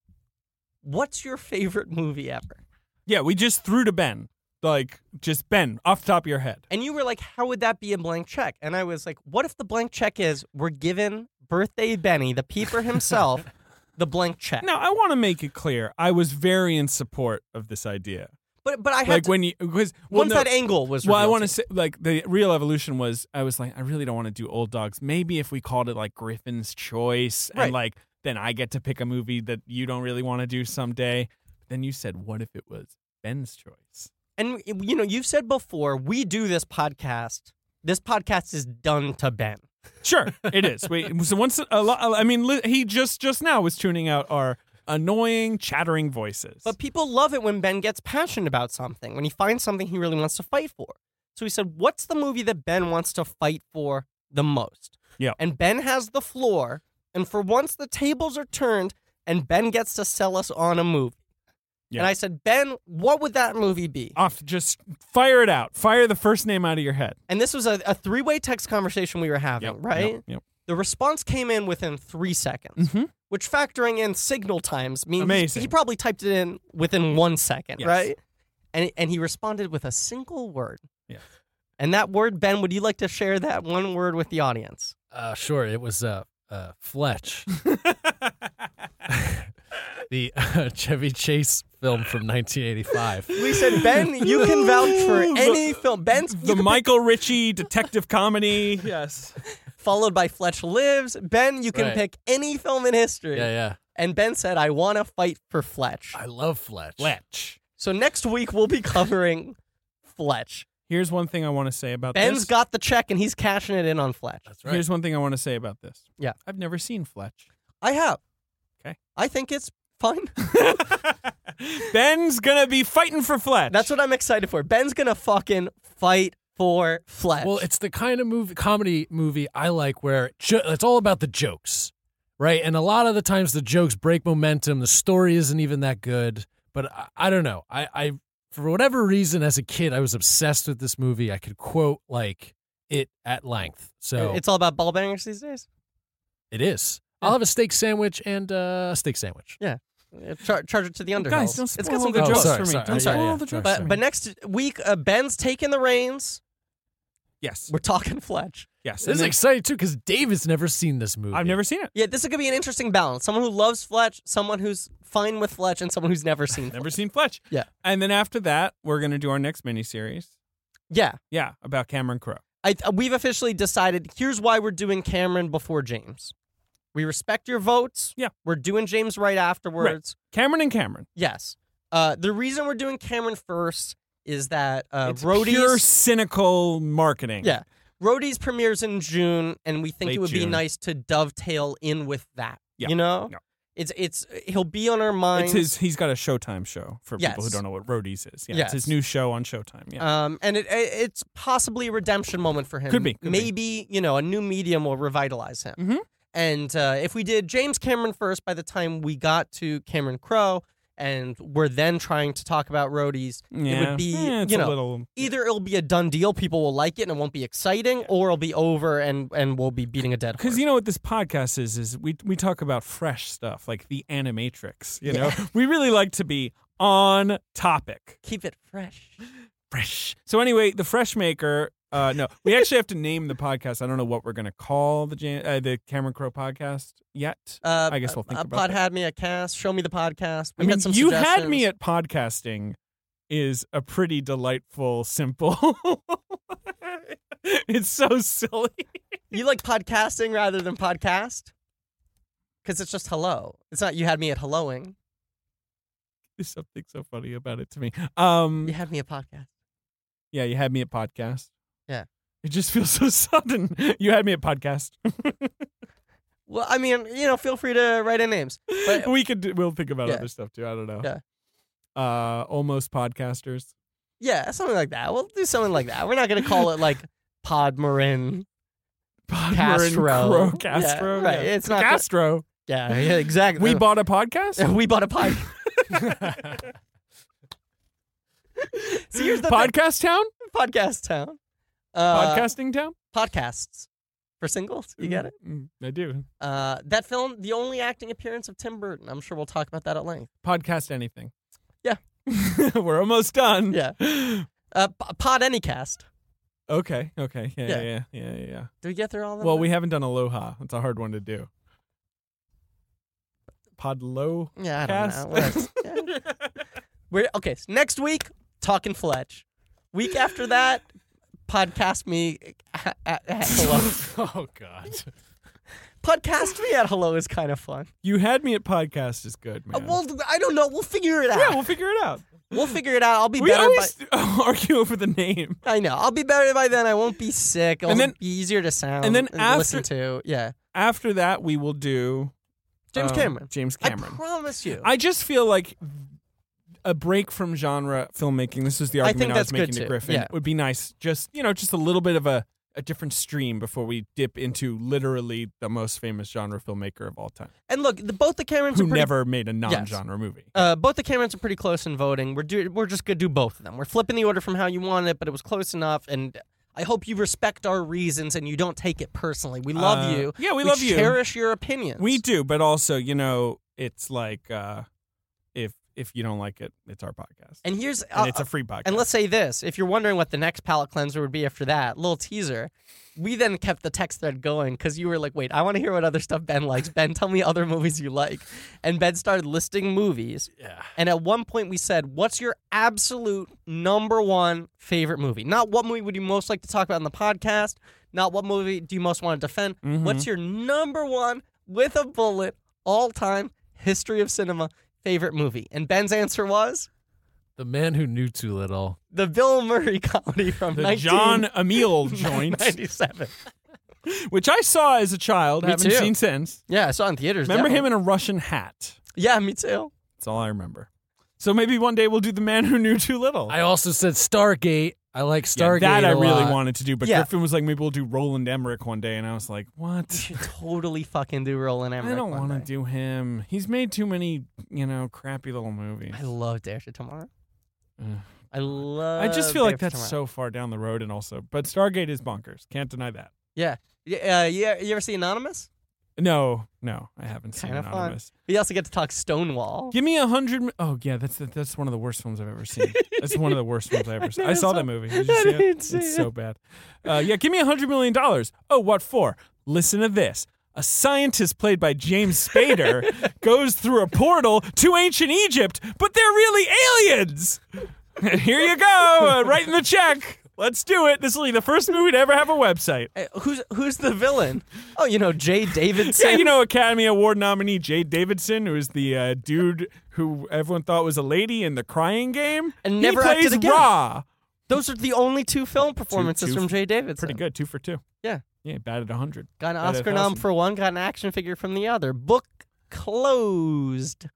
B: what's your favorite movie ever?
C: Yeah, we just threw to Ben. Like, just Ben, off the top of your head.
B: And you were like, how would that be a blank check? And I was like, what if the blank check is we're giving birthday Benny, the peeper himself, the blank check?
C: Now, I want to make it clear. I was very in support of this idea.
B: But but I had
C: Like,
B: to,
C: when you, because, well,
B: once
C: no,
B: that angle was
C: well, I
B: revealed
C: want
B: to
C: to say, like, the real evolution was I was like, I really don't want to do old dogs. Maybe if we called it, like, Griffin's Choice,
B: Right.
C: and, like, then I get to pick a movie that you don't really want to do someday. Then you said, what if it was Ben's choice?
B: and you know you've said before we do this podcast this podcast is done to ben
C: Sure, it is. Wait, so once a lot, I mean, li- he just just now was tuning out our annoying chattering voices.
B: but people love it when ben gets passionate about something when he finds something he really wants to fight for so he said what's the movie that ben wants to fight for the most
C: Yeah.
B: and ben has the floor and for once the tables are turned and ben gets to sell us on a movie
C: Yeah. Uh
B: and i said ben what would that movie be
C: off, just fire it out. Fire the first name out of your head.
B: and this was a, a three-way text conversation we were having right
C: Yep.
B: the response came in within three seconds
C: Mhm.
B: which factoring in signal times means
C: Amazing.
B: he probably typed it in within one second,
C: Yes.
B: right? And and he responded with a single word.
C: Yes.
B: And that word, Ben, would you like to share that one word with the audience?
D: uh, sure, it was uh, uh, Fletch, the uh, Chevy Chase film from 1985.
B: We said, Ben, you can vouch for any film. Ben,
C: The Michael Ritchie detective comedy. Yes.
B: followed by Fletch Lives. Ben, you can
D: Right.
B: pick any film in history.
D: Yeah, yeah,
B: And Ben said, I want to fight for Fletch.
D: I love Fletch.
C: Fletch.
B: So next week, we'll be covering Fletch.
C: Here's one thing I want to say about
B: Ben's
C: this.
B: got the check and he's cashing it in on Fletch.
D: That's right.
C: Here's one thing I want to say about this.
B: Yeah.
C: I've never seen Fletch.
B: I have.
C: Okay.
B: I think it's fun.
C: Ben's gonna be fighting for Fletch.
B: That's what I'm excited for. Ben's gonna fucking fight for Fletch.
D: Well, it's the kind of movie, comedy movie I like where jo- it's all about the jokes, right? And a lot of the times the jokes break momentum. The story isn't even that good. But I, I don't know. I, I, for whatever reason, as a kid, I was obsessed with this movie. I could quote like it at length. So
B: It's all about ball bangers these days.
D: it is. I'll have a steak sandwich and uh, a steak sandwich.
B: Uh, Char- charge it to the under.
C: Guys, don't spoil
B: it's got some
C: the
B: good
D: Oh,
B: jokes.
C: jokes
D: sorry,
C: for me.
D: sorry.
C: Don't
B: I'm sorry,
C: spoil
D: yeah,
C: the
D: sorry,
C: jokes
D: sorry.
C: for
B: But,
C: me.
B: but next week, uh, Ben's taking the reins.
C: yes,
B: We're talking Fletch.
C: yes.
D: This is
C: And
D: exciting too because David's never seen this movie.
C: then- I've never seen it.
B: Yeah, this is gonna be an interesting balance. Someone who loves Fletch, someone who's fine with Fletch, and someone who's never seen.
C: Never
B: Fletch.
C: seen Fletch.
B: Yeah.
C: And then after that, we're gonna do our next miniseries.
B: Yeah,
C: Yeah, about Cameron Crowe.
B: I, we've officially decided here's why we're doing Cameron before James. We respect your votes.
C: Yeah.
B: We're doing James right afterwards.
C: Cameron and Cameron.
B: Yes. Uh, the reason we're doing Cameron first is that uh,
C: it's
B: Roadies.
C: pure cynical marketing.
B: Yeah. Roadies premieres in June, and we think
C: Late
B: it would be
C: June.
B: nice to dovetail in with that.
C: Yeah.
B: You know,
C: No.
B: it's it's he'll be on our minds.
C: It's his. He's got a Showtime show for people who
B: Yes.
C: don't know what Roadies is. Yeah, it's
B: Yes.
C: his new show on Showtime. Yeah,
B: Um, and it, it it's possibly a redemption moment for him.
C: Could be, could be.
B: Maybe you know a new medium will revitalize him.
C: Mhm.
B: And uh, if we did James Cameron first, by the time we got to Cameron Crowe, and we're then trying to talk about roadies,
C: yeah.
B: it would be
C: Eh, it's
B: you
C: a
B: know
C: little.
B: either it'll be a done deal, people will like it and it won't be exciting, or it'll be over and and we'll be beating a dead horse.
C: Because you know what this podcast is is we we talk about fresh stuff like the Animatrix. You know, we really like to be on topic.
B: keep it fresh.
C: Fresh. So anyway, the Fresh Maker. Uh, no, we actually have to name the podcast. I don't know what we're gonna call the Jan- uh, the Cameron Crowe podcast yet.
B: Uh,
C: I guess we'll think
B: uh,
C: about
B: Pod
C: that.
B: had me at cast. Show me the podcast. We
C: I mean,
B: had some
C: you had
B: suggestions.
C: me at podcasting is a pretty delightful, simple. it's so silly.
B: You like podcasting rather than podcast? Because it's just hello. It's not you had me at helloing.
C: There's something so funny about it to me. Um,
B: You had me at podcast.
C: yeah, you had me at podcast.
B: Yeah.
C: It just feels so sudden. You had me at podcast.
B: Well, I mean, you know, feel free to write in names. But
C: we could do- we'll think about
B: Yeah.
C: other stuff too. I don't know.
B: Yeah.
C: Uh, almost podcasters.
B: yeah, something like that. We'll do something like that. We're not gonna call it like Pod Marin
C: Podmer and
B: Castro.
C: Crow, Castro.
B: Yeah, right.
C: yeah.
B: It's not gonna-
C: Castro.
B: Yeah, yeah, exactly.
C: We bought a podcast.
B: we bought a pod. See, here's the thing.
C: podcast town.
B: podcast town. Uh,
C: Podcasting town.
B: podcasts for singles. You get it.
C: Mm, I do.
B: Uh, that film, the only acting appearance of Tim Burton. I'm sure we'll talk about that at length.
C: Podcast anything.
B: Yeah.
C: We're almost done.
B: Yeah. Uh, p- pod any cast.
C: Okay. Okay. Yeah.
B: Yeah.
C: Yeah. Yeah. Yeah. yeah, yeah.
B: Do we get through all that?
C: Well, we haven't done Aloha. It's a hard one to do. Podlo.
B: Yeah, I
C: Cast.
B: don't know. Whatever. Yeah. We're, okay, so next week, talking Fletch. Week after that, podcast me at, at- at hello.
D: oh God.
B: podcast me at hello is kind of fun.
C: You had me at podcast is good,
B: Uh,
C: man.
B: well, I don't know. We'll figure it out.
C: yeah, we'll figure it out.
B: we'll figure it out. I'll be
C: We
B: better.
C: always argue over the name.
B: by, I know. I'll be better by then. I won't be sick. It'll
C: And then-
B: be easier to sound
C: and then
B: to listen to. Yeah, Um,
C: After that, we will do
B: James
C: uh,
B: Cameron.
C: James
B: I
C: Cameron.
B: promise you.
C: I just feel like a break from genre filmmaking. This is the
B: I
C: argument I,
B: think
C: was
B: that's good
C: making to
B: too,
C: Griffin.
B: yeah.
C: Would be nice, just you know, just a little bit of a, a different stream before we dip into literally the most famous genre filmmaker of all time,
B: and look, the, both the Camerons
C: who
B: are pretty
C: never made a non-genre movie.
B: Uh, both the Camerons are pretty close in voting. We're do- we're just gonna do both of them. We're flipping the order from how you want it, but it was close enough. And I hope you respect our reasons and you don't take it personally. We love
C: Uh,
B: you.
C: Yeah, we, love you.
B: Cherish your opinions.
C: We do, but also, you know, it's like uh, if if you don't like it, it's our podcast,
B: And here's uh,
C: And it's a free podcast.
B: and let's say this: if you're wondering what the next palate cleanser would be after that, little teaser. We then kept the text thread going because you were like, "Wait, I want to hear what other stuff Ben likes. Ben, tell me other movies you like." And Ben started listing movies.
D: Yeah.
B: And at one point we said, "What's your absolute number one favorite movie? Not what movie would you most like to talk about in the podcast? Not what movie do you most want to defend?
C: Mhm.
B: What's your number one with a bullet all-time history of cinema favorite movie?" And Ben's answer was
D: The man who knew too little.
B: the Bill Murray comedy from
C: the
B: 19-
C: John Emile joint,
B: 97.
C: which I saw as a child,
B: Me
C: haven't
B: too.
C: seen since.
B: Yeah, I saw it in theaters.
C: Remember him
B: definitely.
C: in a Russian hat.
B: Yeah, me too.
C: That's all I remember. So maybe one day we'll do the man who knew too little.
D: I also said Stargate. I like
C: Yeah,
D: Stargate.
C: that I
D: a
C: really
D: lot.
C: wanted to do, but
B: Yeah.
C: Griffin was like, maybe we'll do Roland Emmerich one day, and I was like,
B: We
C: what?
B: should totally fucking do Roland
C: I
B: Emmerich.
C: don't
B: want to
C: to do him. He's made too many, you know, crappy little movies.
B: I love Dare to Tomorrow.
C: Ugh.
B: I love.
C: I just feel like
B: Dare to
C: that's
B: Uh, Tomorrow.
C: so far down the road, and also, but Stargate is bonkers. Can't deny that.
B: Yeah, uh, you, you ever see Anonymous?
C: No, no, I haven't seen
B: Kinda fun.
C: Anonymous.
B: We also get to talk Stonewall.
C: Give me a hundred. mi- Oh yeah, that's that's one of the worst films I've ever seen. That's one of the worst films I ever seen. I
B: didn't
C: saw
B: saw-
C: that movie. Did
B: I
C: you see
B: didn't
C: it?
B: see
C: It's
B: it.
C: so bad. Uh, yeah, give me a hundred million dollars. Oh, what for? Listen to this. A scientist played by James Spader goes through a portal to ancient Egypt, but they're really aliens. And here you go, uh, writing the check. Let's do it. This will be the first movie to ever have a website.
B: Uh, who's who's the villain? Oh, you know Jay Davidson.
C: Yeah, you know Academy Award nominee Jay Davidson, who is the uh, dude who everyone thought was a lady in the Crying Game,
B: And never
C: he
B: acted
C: plays
B: again.
C: Ra.
B: Those are the only two film performances
C: two-
B: from Jay Davidson.
C: Pretty good, two for two.
B: Yeah.
C: Yeah, batted 100.
B: Got an
C: Out of
B: Oscar nom
C: thousand.
B: for one, got an action figure from the other. Book closed.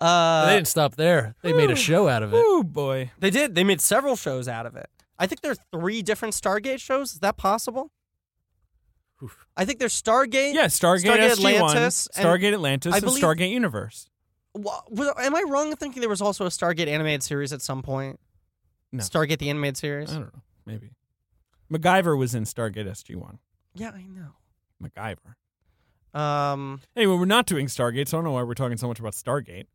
B: Uh,
D: they didn't stop there. They made a show out of it.
C: Oh boy.
B: They did. They made several shows out of it. I think there's three different Stargate shows. Is that possible? I think there's Stargate.
C: Yeah, Stargate,
B: Stargate
C: SG-1,
B: Atlantis and-
C: Stargate Atlantis,
B: I
C: and
B: believe-
C: Stargate Universe.
B: Wa- was- Am I wrong in thinking there was also a Stargate animated series at some point?
C: No.
B: Stargate the animated
C: I
B: series.
C: don't know. Maybe. MacGyver was in Stargate SG-1.
B: yeah, I know.
C: MacGyver.
B: Um,
C: Anyway, we're not doing Stargate, so I don't know why we're talking so much about Stargate.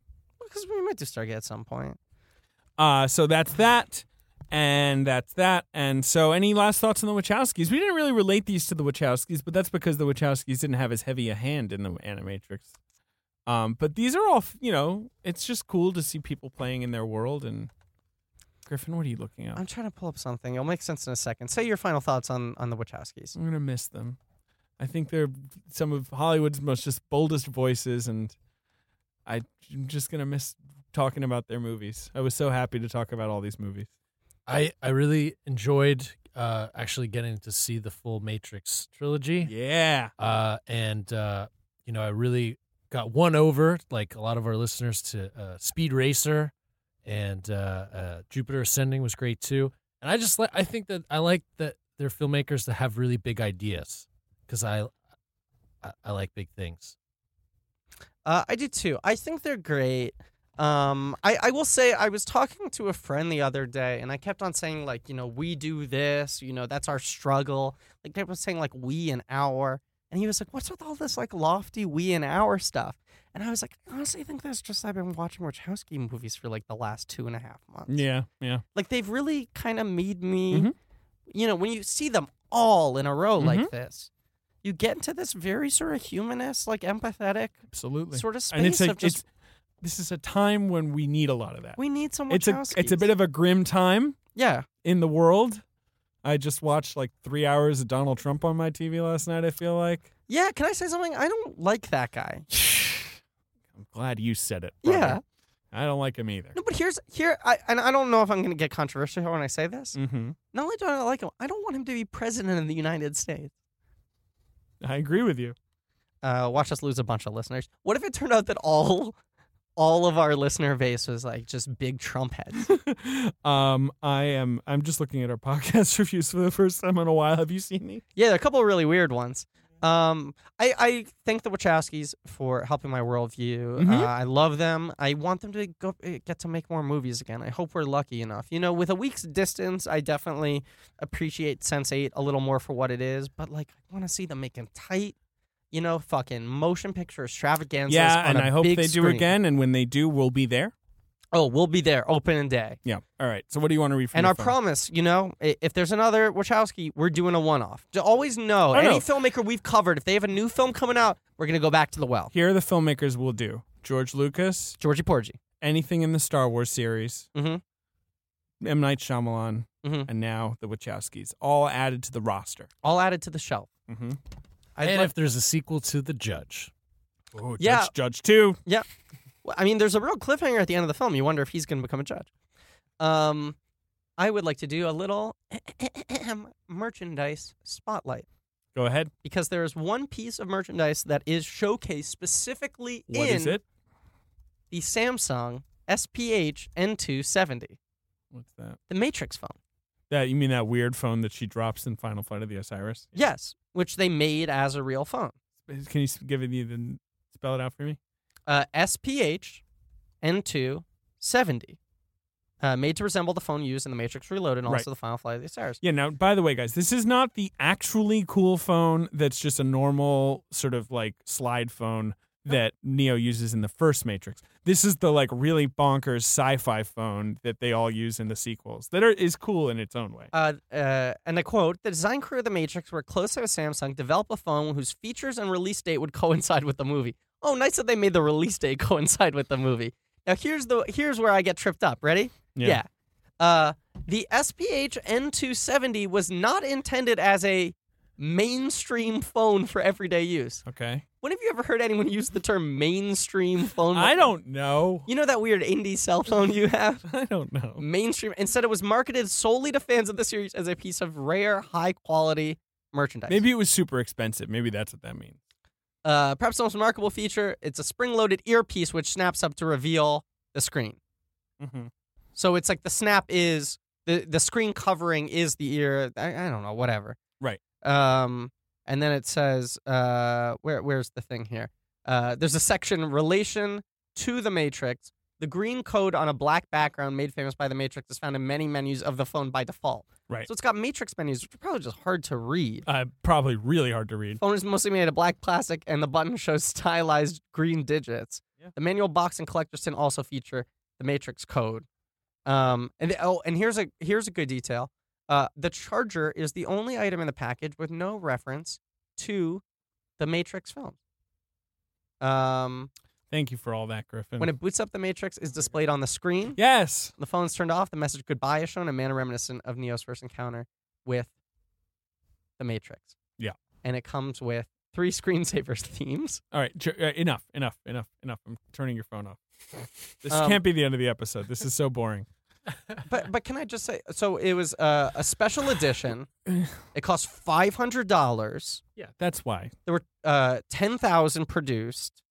B: because we might do Stargate at some point.
C: Uh, so that's that, and that's that. And so, any last thoughts on the Wachowskis? We didn't really relate these to the Wachowskis, but that's because the Wachowskis didn't have as heavy a hand in the Animatrix. Um, but these are all, f- you know, it's just cool to see people playing in their world. And Griffin, what are you looking up?
B: I'm trying to pull up something. It'll make sense in a second. Say your final thoughts on on the Wachowskis.
C: I'm gonna miss them. I think they're some of Hollywood's most just boldest voices, and I- I'm just gonna miss talking about their movies. I was so happy to talk about all these movies.
D: I, I really enjoyed uh, actually getting to see the full Matrix trilogy.
C: Yeah.
D: Uh, and, uh, you know, I really got won over, like a lot of our listeners, to uh, Speed Racer and uh, uh, Jupiter Ascending was great too. And I just like, I think that I like that they're filmmakers that have really big ideas because I, I, I like big things.
B: Uh, I do too. I think they're great. Um, I, I will say I was talking to a friend the other day and I kept on saying like, you know, we do this, you know, that's our struggle. Like they were saying like we and our and he was like, What's with all this like lofty we and our stuff? And I was like, I honestly think that's just I've been watching Wachowski movies for like the last two and a half months.
C: Yeah. Yeah.
B: Like they've really kind of made me
C: Mhm.
B: you know, when you see them all in a row like
C: Mhm.
B: this, you get into this very sort of humanist, like empathetic
C: Absolutely.
B: sort of space
C: and it's a,
B: of just
C: it's this is a time when we need a lot of that.
B: We need some
C: It's a it's a bit of a grim time
B: yeah.
C: in the world. I just watched like three hours of Donald Trump on my TV last night. I feel like
B: Yeah, can I say something? I don't like that guy.
C: I'm glad you said it.
B: Yeah.
C: brother. I don't like him either.
B: No, but here's here I and I don't know if I'm going to get controversial here when I say this.
C: Mm-hmm.
B: Mm. Not only do I not like him, I don't want him to be president of the United States.
C: I agree with you.
B: Uh, watch us lose a bunch of listeners. What if it turned out that all all of our listener base was like just big Trump heads?
C: um, I am. I'm just looking at our podcast reviews for the first time in a while. Have you seen me?
B: yeah, there are a couple of really weird ones.
C: Mm-hmm.
B: Um, I, I thank the Wachowskis for helping my worldview.
C: Mhm.
B: Uh, I love them. I want them to go eh, get to make more movies again. I hope we're lucky enough. You know, with a week's distance, I definitely appreciate Sense Eight a little more for what it is. But like, I want to see them making tight, you know, fucking motion picture extravaganzas.
C: yeah,
B: on
C: and
B: a
C: I hope
B: big
C: they do
B: screen.
C: again. And when they do, we'll be there.
B: Oh, we'll be there, opening day.
C: Yeah. All right. So what do you want to read? From
B: And
C: your
B: our
C: phone?
B: promise, you know, i- if there's another Wachowski, we're doing a one-off. To always know,
C: I
B: any
C: know.
B: filmmaker we've covered, if they have a new film coming out, we're gonna go back to the well.
C: Here are the filmmakers we'll do: George Lucas,
B: Georgie Porgy.
C: anything in the Star Wars series,
B: Mhm.
C: M. Night Shyamalan,
B: Mhm.
C: and now the Wachowskis, all added to the roster.
B: All added to the shelf.
C: Mm-hmm.
B: I'd
D: and
B: love-
D: if there's a sequel to The Judge,
C: Oh, Judge,
B: Yeah.
C: Judge Two.
B: Well, I mean, there's a real cliffhanger at the end of the film. You wonder if he's going to become a judge. Um, I would like to do a little merchandise spotlight
C: Go ahead.
B: because there is one piece of merchandise that is showcased specifically
C: What
B: in
C: is it?
B: the Samsung SPH N270,
C: What's that?
B: the Matrix phone.
C: That you mean that weird phone that she drops in Final Flight of the Osiris?
B: Yes, which they made as a real phone.
C: Can you s- give it the, the spell it out for me?
B: uh, SPH N270, uh, made to resemble the phone used in The Matrix Reloaded and
C: Right.
B: also the Final Flight of the Stars.
C: Yeah. Now, by the way, guys, this is not the actually cool phone. That's just a normal sort of like slide phone that Neo uses in the first Matrix. This is the like really bonkers sci-fi phone that they all use in the sequels. That are, is cool in its own way.
B: Uh, uh, and I quote The design crew of The Matrix were closer to Samsung, develop a phone whose features and release date would coincide with the movie. Oh, nice that they made the release date coincide with the movie. Now, here's, the, here's where I get tripped up. Ready?
C: Yeah.
B: Yeah. Uh, the SPH N270 was not intended as a mainstream phone for everyday use.
C: Okay.
B: When have you ever heard anyone use the term mainstream phone?
C: I
B: before?
C: don't know.
B: You know that weird indie cell phone you have?
C: I don't know.
B: Mainstream. Instead, it was marketed solely to fans of the series as a piece of rare, high quality merchandise.
C: Maybe it was super expensive. Maybe that's what that means.
B: Uh, perhaps the most remarkable feature, it's a spring-loaded earpiece which snaps up to reveal the screen.
C: Mm-hmm.
B: So it's like the snap is the the screen covering is the ear. I, I don't know, whatever.
C: Right.
B: Um, and then it says, uh, where where's the thing here? Uh, there's a section relation to the Matrix. The green code on a black background made famous by the Matrix is found in many menus of the phone by default.
C: Right.
B: So it's got Matrix menus, which are probably just hard to read.
C: Uh, probably really hard to read.
B: Phone is mostly made of black plastic, and the button shows stylized green digits.
C: Yeah.
B: The manual box and collector tin also feature the matrix code. Um, and the, oh, and here's a here's a good detail. Uh, the charger is the only item in the package with no reference to the Matrix film. Um,
C: Thank you for all that, Griffin.
B: when it boots up, the Matrix is displayed on the screen.
C: yes.
B: The phone's turned off. The message goodbye is shown, in a manner reminiscent of Neo's first encounter with the Matrix.
C: Yeah.
B: And it comes with three screensavers themes.
C: All right. Ch- uh, enough. Enough. Enough. Enough. I'm turning your phone off. This
B: Um,
C: can't be the end of the episode. This is so boring.
B: But but can I just say so it was uh, a special edition. It cost five hundred dollars.
C: Yeah. That's why.
B: There were uh, ten thousand produced,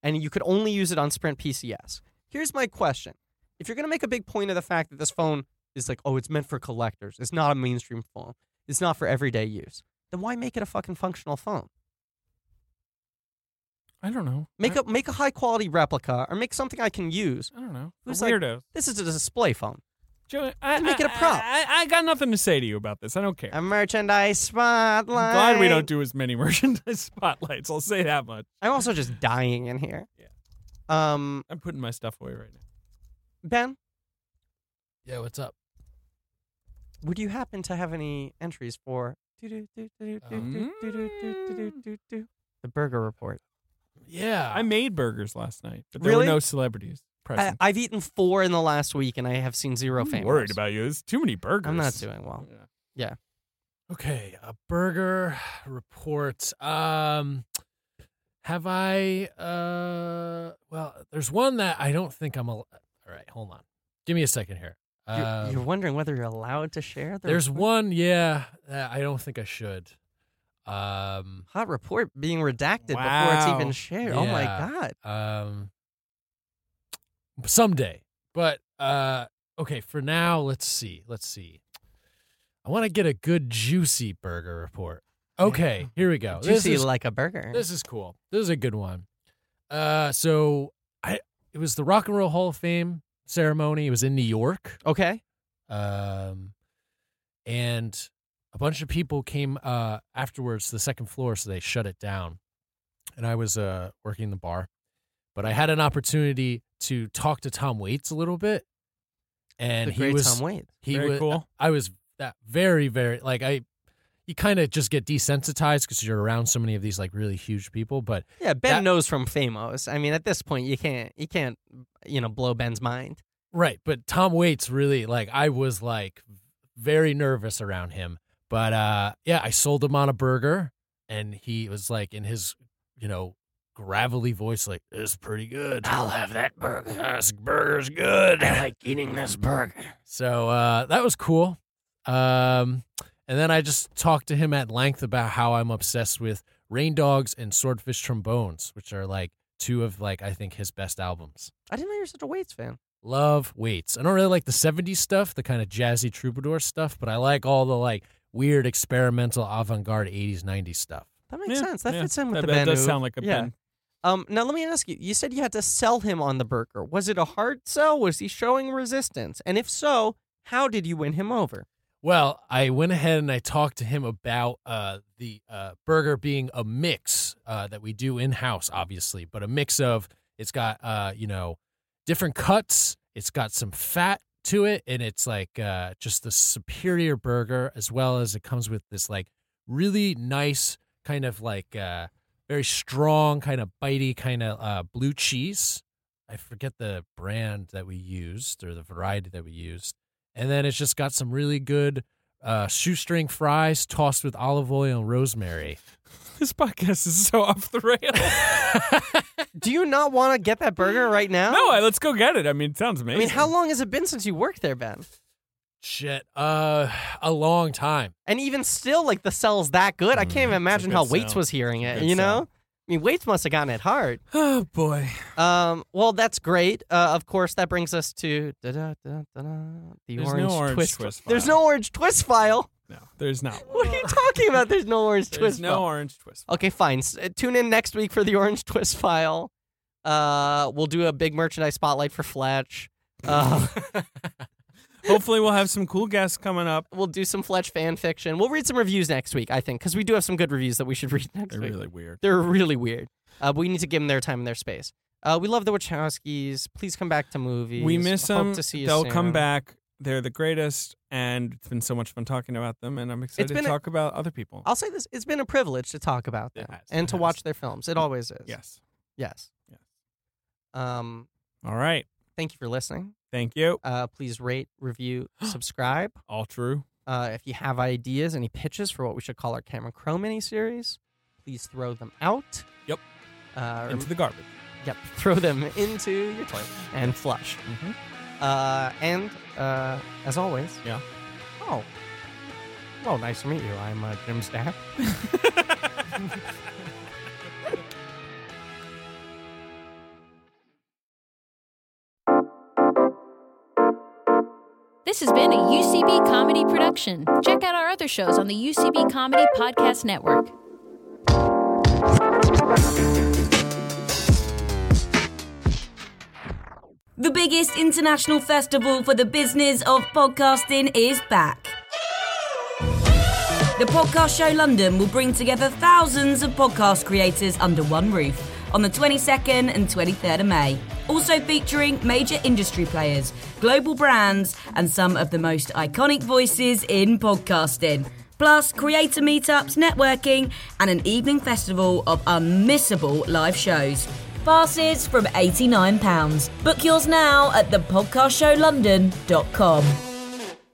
B: and you could only use it on Sprint PCS. Here's my question: If you're going to make a big point of the fact that this phone is like, oh, it's meant for collectors, it's not a mainstream phone, it's not for everyday use, then why make it a fucking functional phone?
C: I don't know.
B: Make
C: I,
B: a make a high quality replica, or make something I can use.
C: I don't know.
B: Who's
C: Who's
B: like-
C: weirdo?
B: This is a display phone.
C: Joey, I,
B: Just make it a
C: I-
B: prop.
C: I, I got nothing to say to you about this. I don't care.
B: A merchandise spotlight.
C: I'm glad we don't do as many merchandise spotlights. I'll say that much.
B: I'm also just dying in here.
C: Yeah.
B: Um,
C: I'm putting my stuff away right now.
B: Ben,
D: Yeah, what's up?
B: would you happen to have any entries for
C: Um.
B: the Burger Report?
D: Yeah.
C: I made burgers last night, but there
B: Ah. Really?
C: were no celebrities
B: I,
C: present.
B: I've eaten four in the last week, and I have seen zero
C: am
B: famous.
C: worried about you. There's too many burgers.
B: I'm not doing well.
C: Yeah.
D: Okay, a burger report. Um have I uh well, there's one that I don't think I'm al- All right, hold on. Give me a second here.
B: You're,
D: Um,
B: you're wondering whether you're allowed to share. The
D: there's
B: report?
D: one, yeah, that I don't think I should. Um
B: hot report being redacted before it's
C: Wow.
B: even shared. Oh my
D: Yeah.
B: god!
D: um someday. But uh okay, for now, let's see. Let's see. I want to get a good juicy burger report. Okay, here we go. This
B: Juicy
D: is
B: like a burger.
D: This is cool. This is a good one. Uh, so I it was the Rock and Roll Hall of Fame ceremony. It was in New York,
B: okay.
D: um, and a bunch of people came uh, afterwards to the second floor, so they shut it down. And I was uh, working the bar, but I had an opportunity to talk to Tom Waits a little bit, and
B: the
D: he
B: great
D: was
B: Tom Waits.
D: he
C: Very
D: was
C: cool.
D: I was that very very like I. You kind of just get desensitized because you're around so many of these like really huge people, but
B: Yeah, Ben
D: That-
B: knows from Famos. I mean, at this point, you can't you can't you know blow Ben's mind.
D: Right, but Tom Waits really like I was like very nervous around him. But uh yeah, I sold him on a burger and he was like in his, you know, gravelly voice like it's pretty good. I'll have that burger. This burger's good. I like eating this burger. So uh that was cool. Um and then I just talked to him at length about how I'm obsessed with Rain Dogs and Swordfish Trombones, which are like two of like I think his best albums.
B: I didn't know you were such a Waits fan.
D: Love Waits. I don't really like the 70s stuff, the kind of jazzy troubadour stuff, but I like all the like weird experimental avant-garde 80s 90s stuff.
B: That makes
C: Yeah,
B: sense. That
C: yeah.
B: fits in with
C: That-
B: the
C: that
B: Ben.
C: does
B: move.
C: sound like a
B: yeah.
C: Ben.
B: Um, now let me ask you. You said you had to sell him on the burger. Was it a hard sell? Was he showing resistance? And if so, how did you win him over?
D: Well, I went ahead and I talked to him about uh, the uh, burger being a mix uh, that we do in house, obviously, but a mix of it's got uh, you know different cuts, it's got some fat to it, and it's like uh, just the superior burger, as well as it comes with this like really nice kind of like uh, very strong kind of bitey kind of uh, blue cheese. I forget the brand that we used or the variety that we used. And then it's just got some really good uh, shoestring fries tossed with olive oil and rosemary.
C: This podcast is so off the rails.
B: Do you not want to get that burger right now?
C: no, I, let's go get it. I mean, it
B: I
C: sounds amazing.
B: mean, how long has it been since you worked there, Ben?
D: Shit, uh, a long time.
B: And even still, like the cell's that good. I
C: Mm,
B: can't even
C: it's a
B: imagine
C: good
B: how Waits
C: cell.
B: was hearing
C: It's a
B: it.
C: good
B: You know,
C: cell.
B: I mean, Waits must have gotten it hard.
C: Oh boy.
B: Um, well, that's great. Uh, of course, that brings us to da-da, da-da, da-da, the
C: There's no
B: orange,
C: orange
B: twist.
C: twist
B: There's
C: file.
B: no orange twist file.
C: No, there's not.
B: What are you talking about? There's no orange
C: There's
B: twist
C: no
B: file.
C: orange twist.
B: Okay, fine. S- uh, tune in next week for the Orange Twist file. Uh, we'll do a big merchandise spotlight for Fletch. Uh,
C: Hopefully, we'll have some cool guests coming up.
B: we'll do some Fletch fan fiction. We'll read some reviews next week, I think, because we do have some good reviews that we should read next
C: They're
B: week.
C: really weird.
B: They're really weird. Uh, but we need to give them their time and their space. Uh, we love the Wachowskis. Please come back to movies.
C: We miss
B: Hope
C: them.
B: To see you
C: They'll
B: soon.
C: come back. They're the greatest, and it's been so much fun talking about them. And I'm excited to
B: been a-
C: talk about other people.
B: I'll say this: it's been a privilege to talk about
C: It
B: them
C: has,
B: and
C: it
B: to
C: has.
B: watch their films. It always is.
C: yes.
B: Yes.
C: Yes.
B: Um.
C: All right.
B: Thank you for listening.
C: Thank you.
B: Uh, please rate, review, subscribe.
C: All true.
B: Uh, if you have ideas, any pitches for what we should call our Cameron Crowe miniseries, please throw them out.
C: Yep.
B: Uh,
C: Into the garbage.
B: Yep. Throw them into your toilet and flush.
C: Mhm.
B: Uh, and uh, as always.
C: Yeah.
B: Oh. Well, nice to meet you. I'm uh, Jim Staff.
E: This has been a UCB comedy production. Check out our other shows on the UCB Comedy Podcast Network.
F: The biggest international festival for the business of podcasting is back. The Podcast Show London will bring together thousands of podcast creators under one roof on the 22nd and 23rd of May. Also featuring major industry players, global brands, and some of the most iconic voices in podcasting. Plus, creator meetups, networking, and an evening festival of unmissable live shows. Passes from £89. Book yours now at thepodcastshowlondon.com.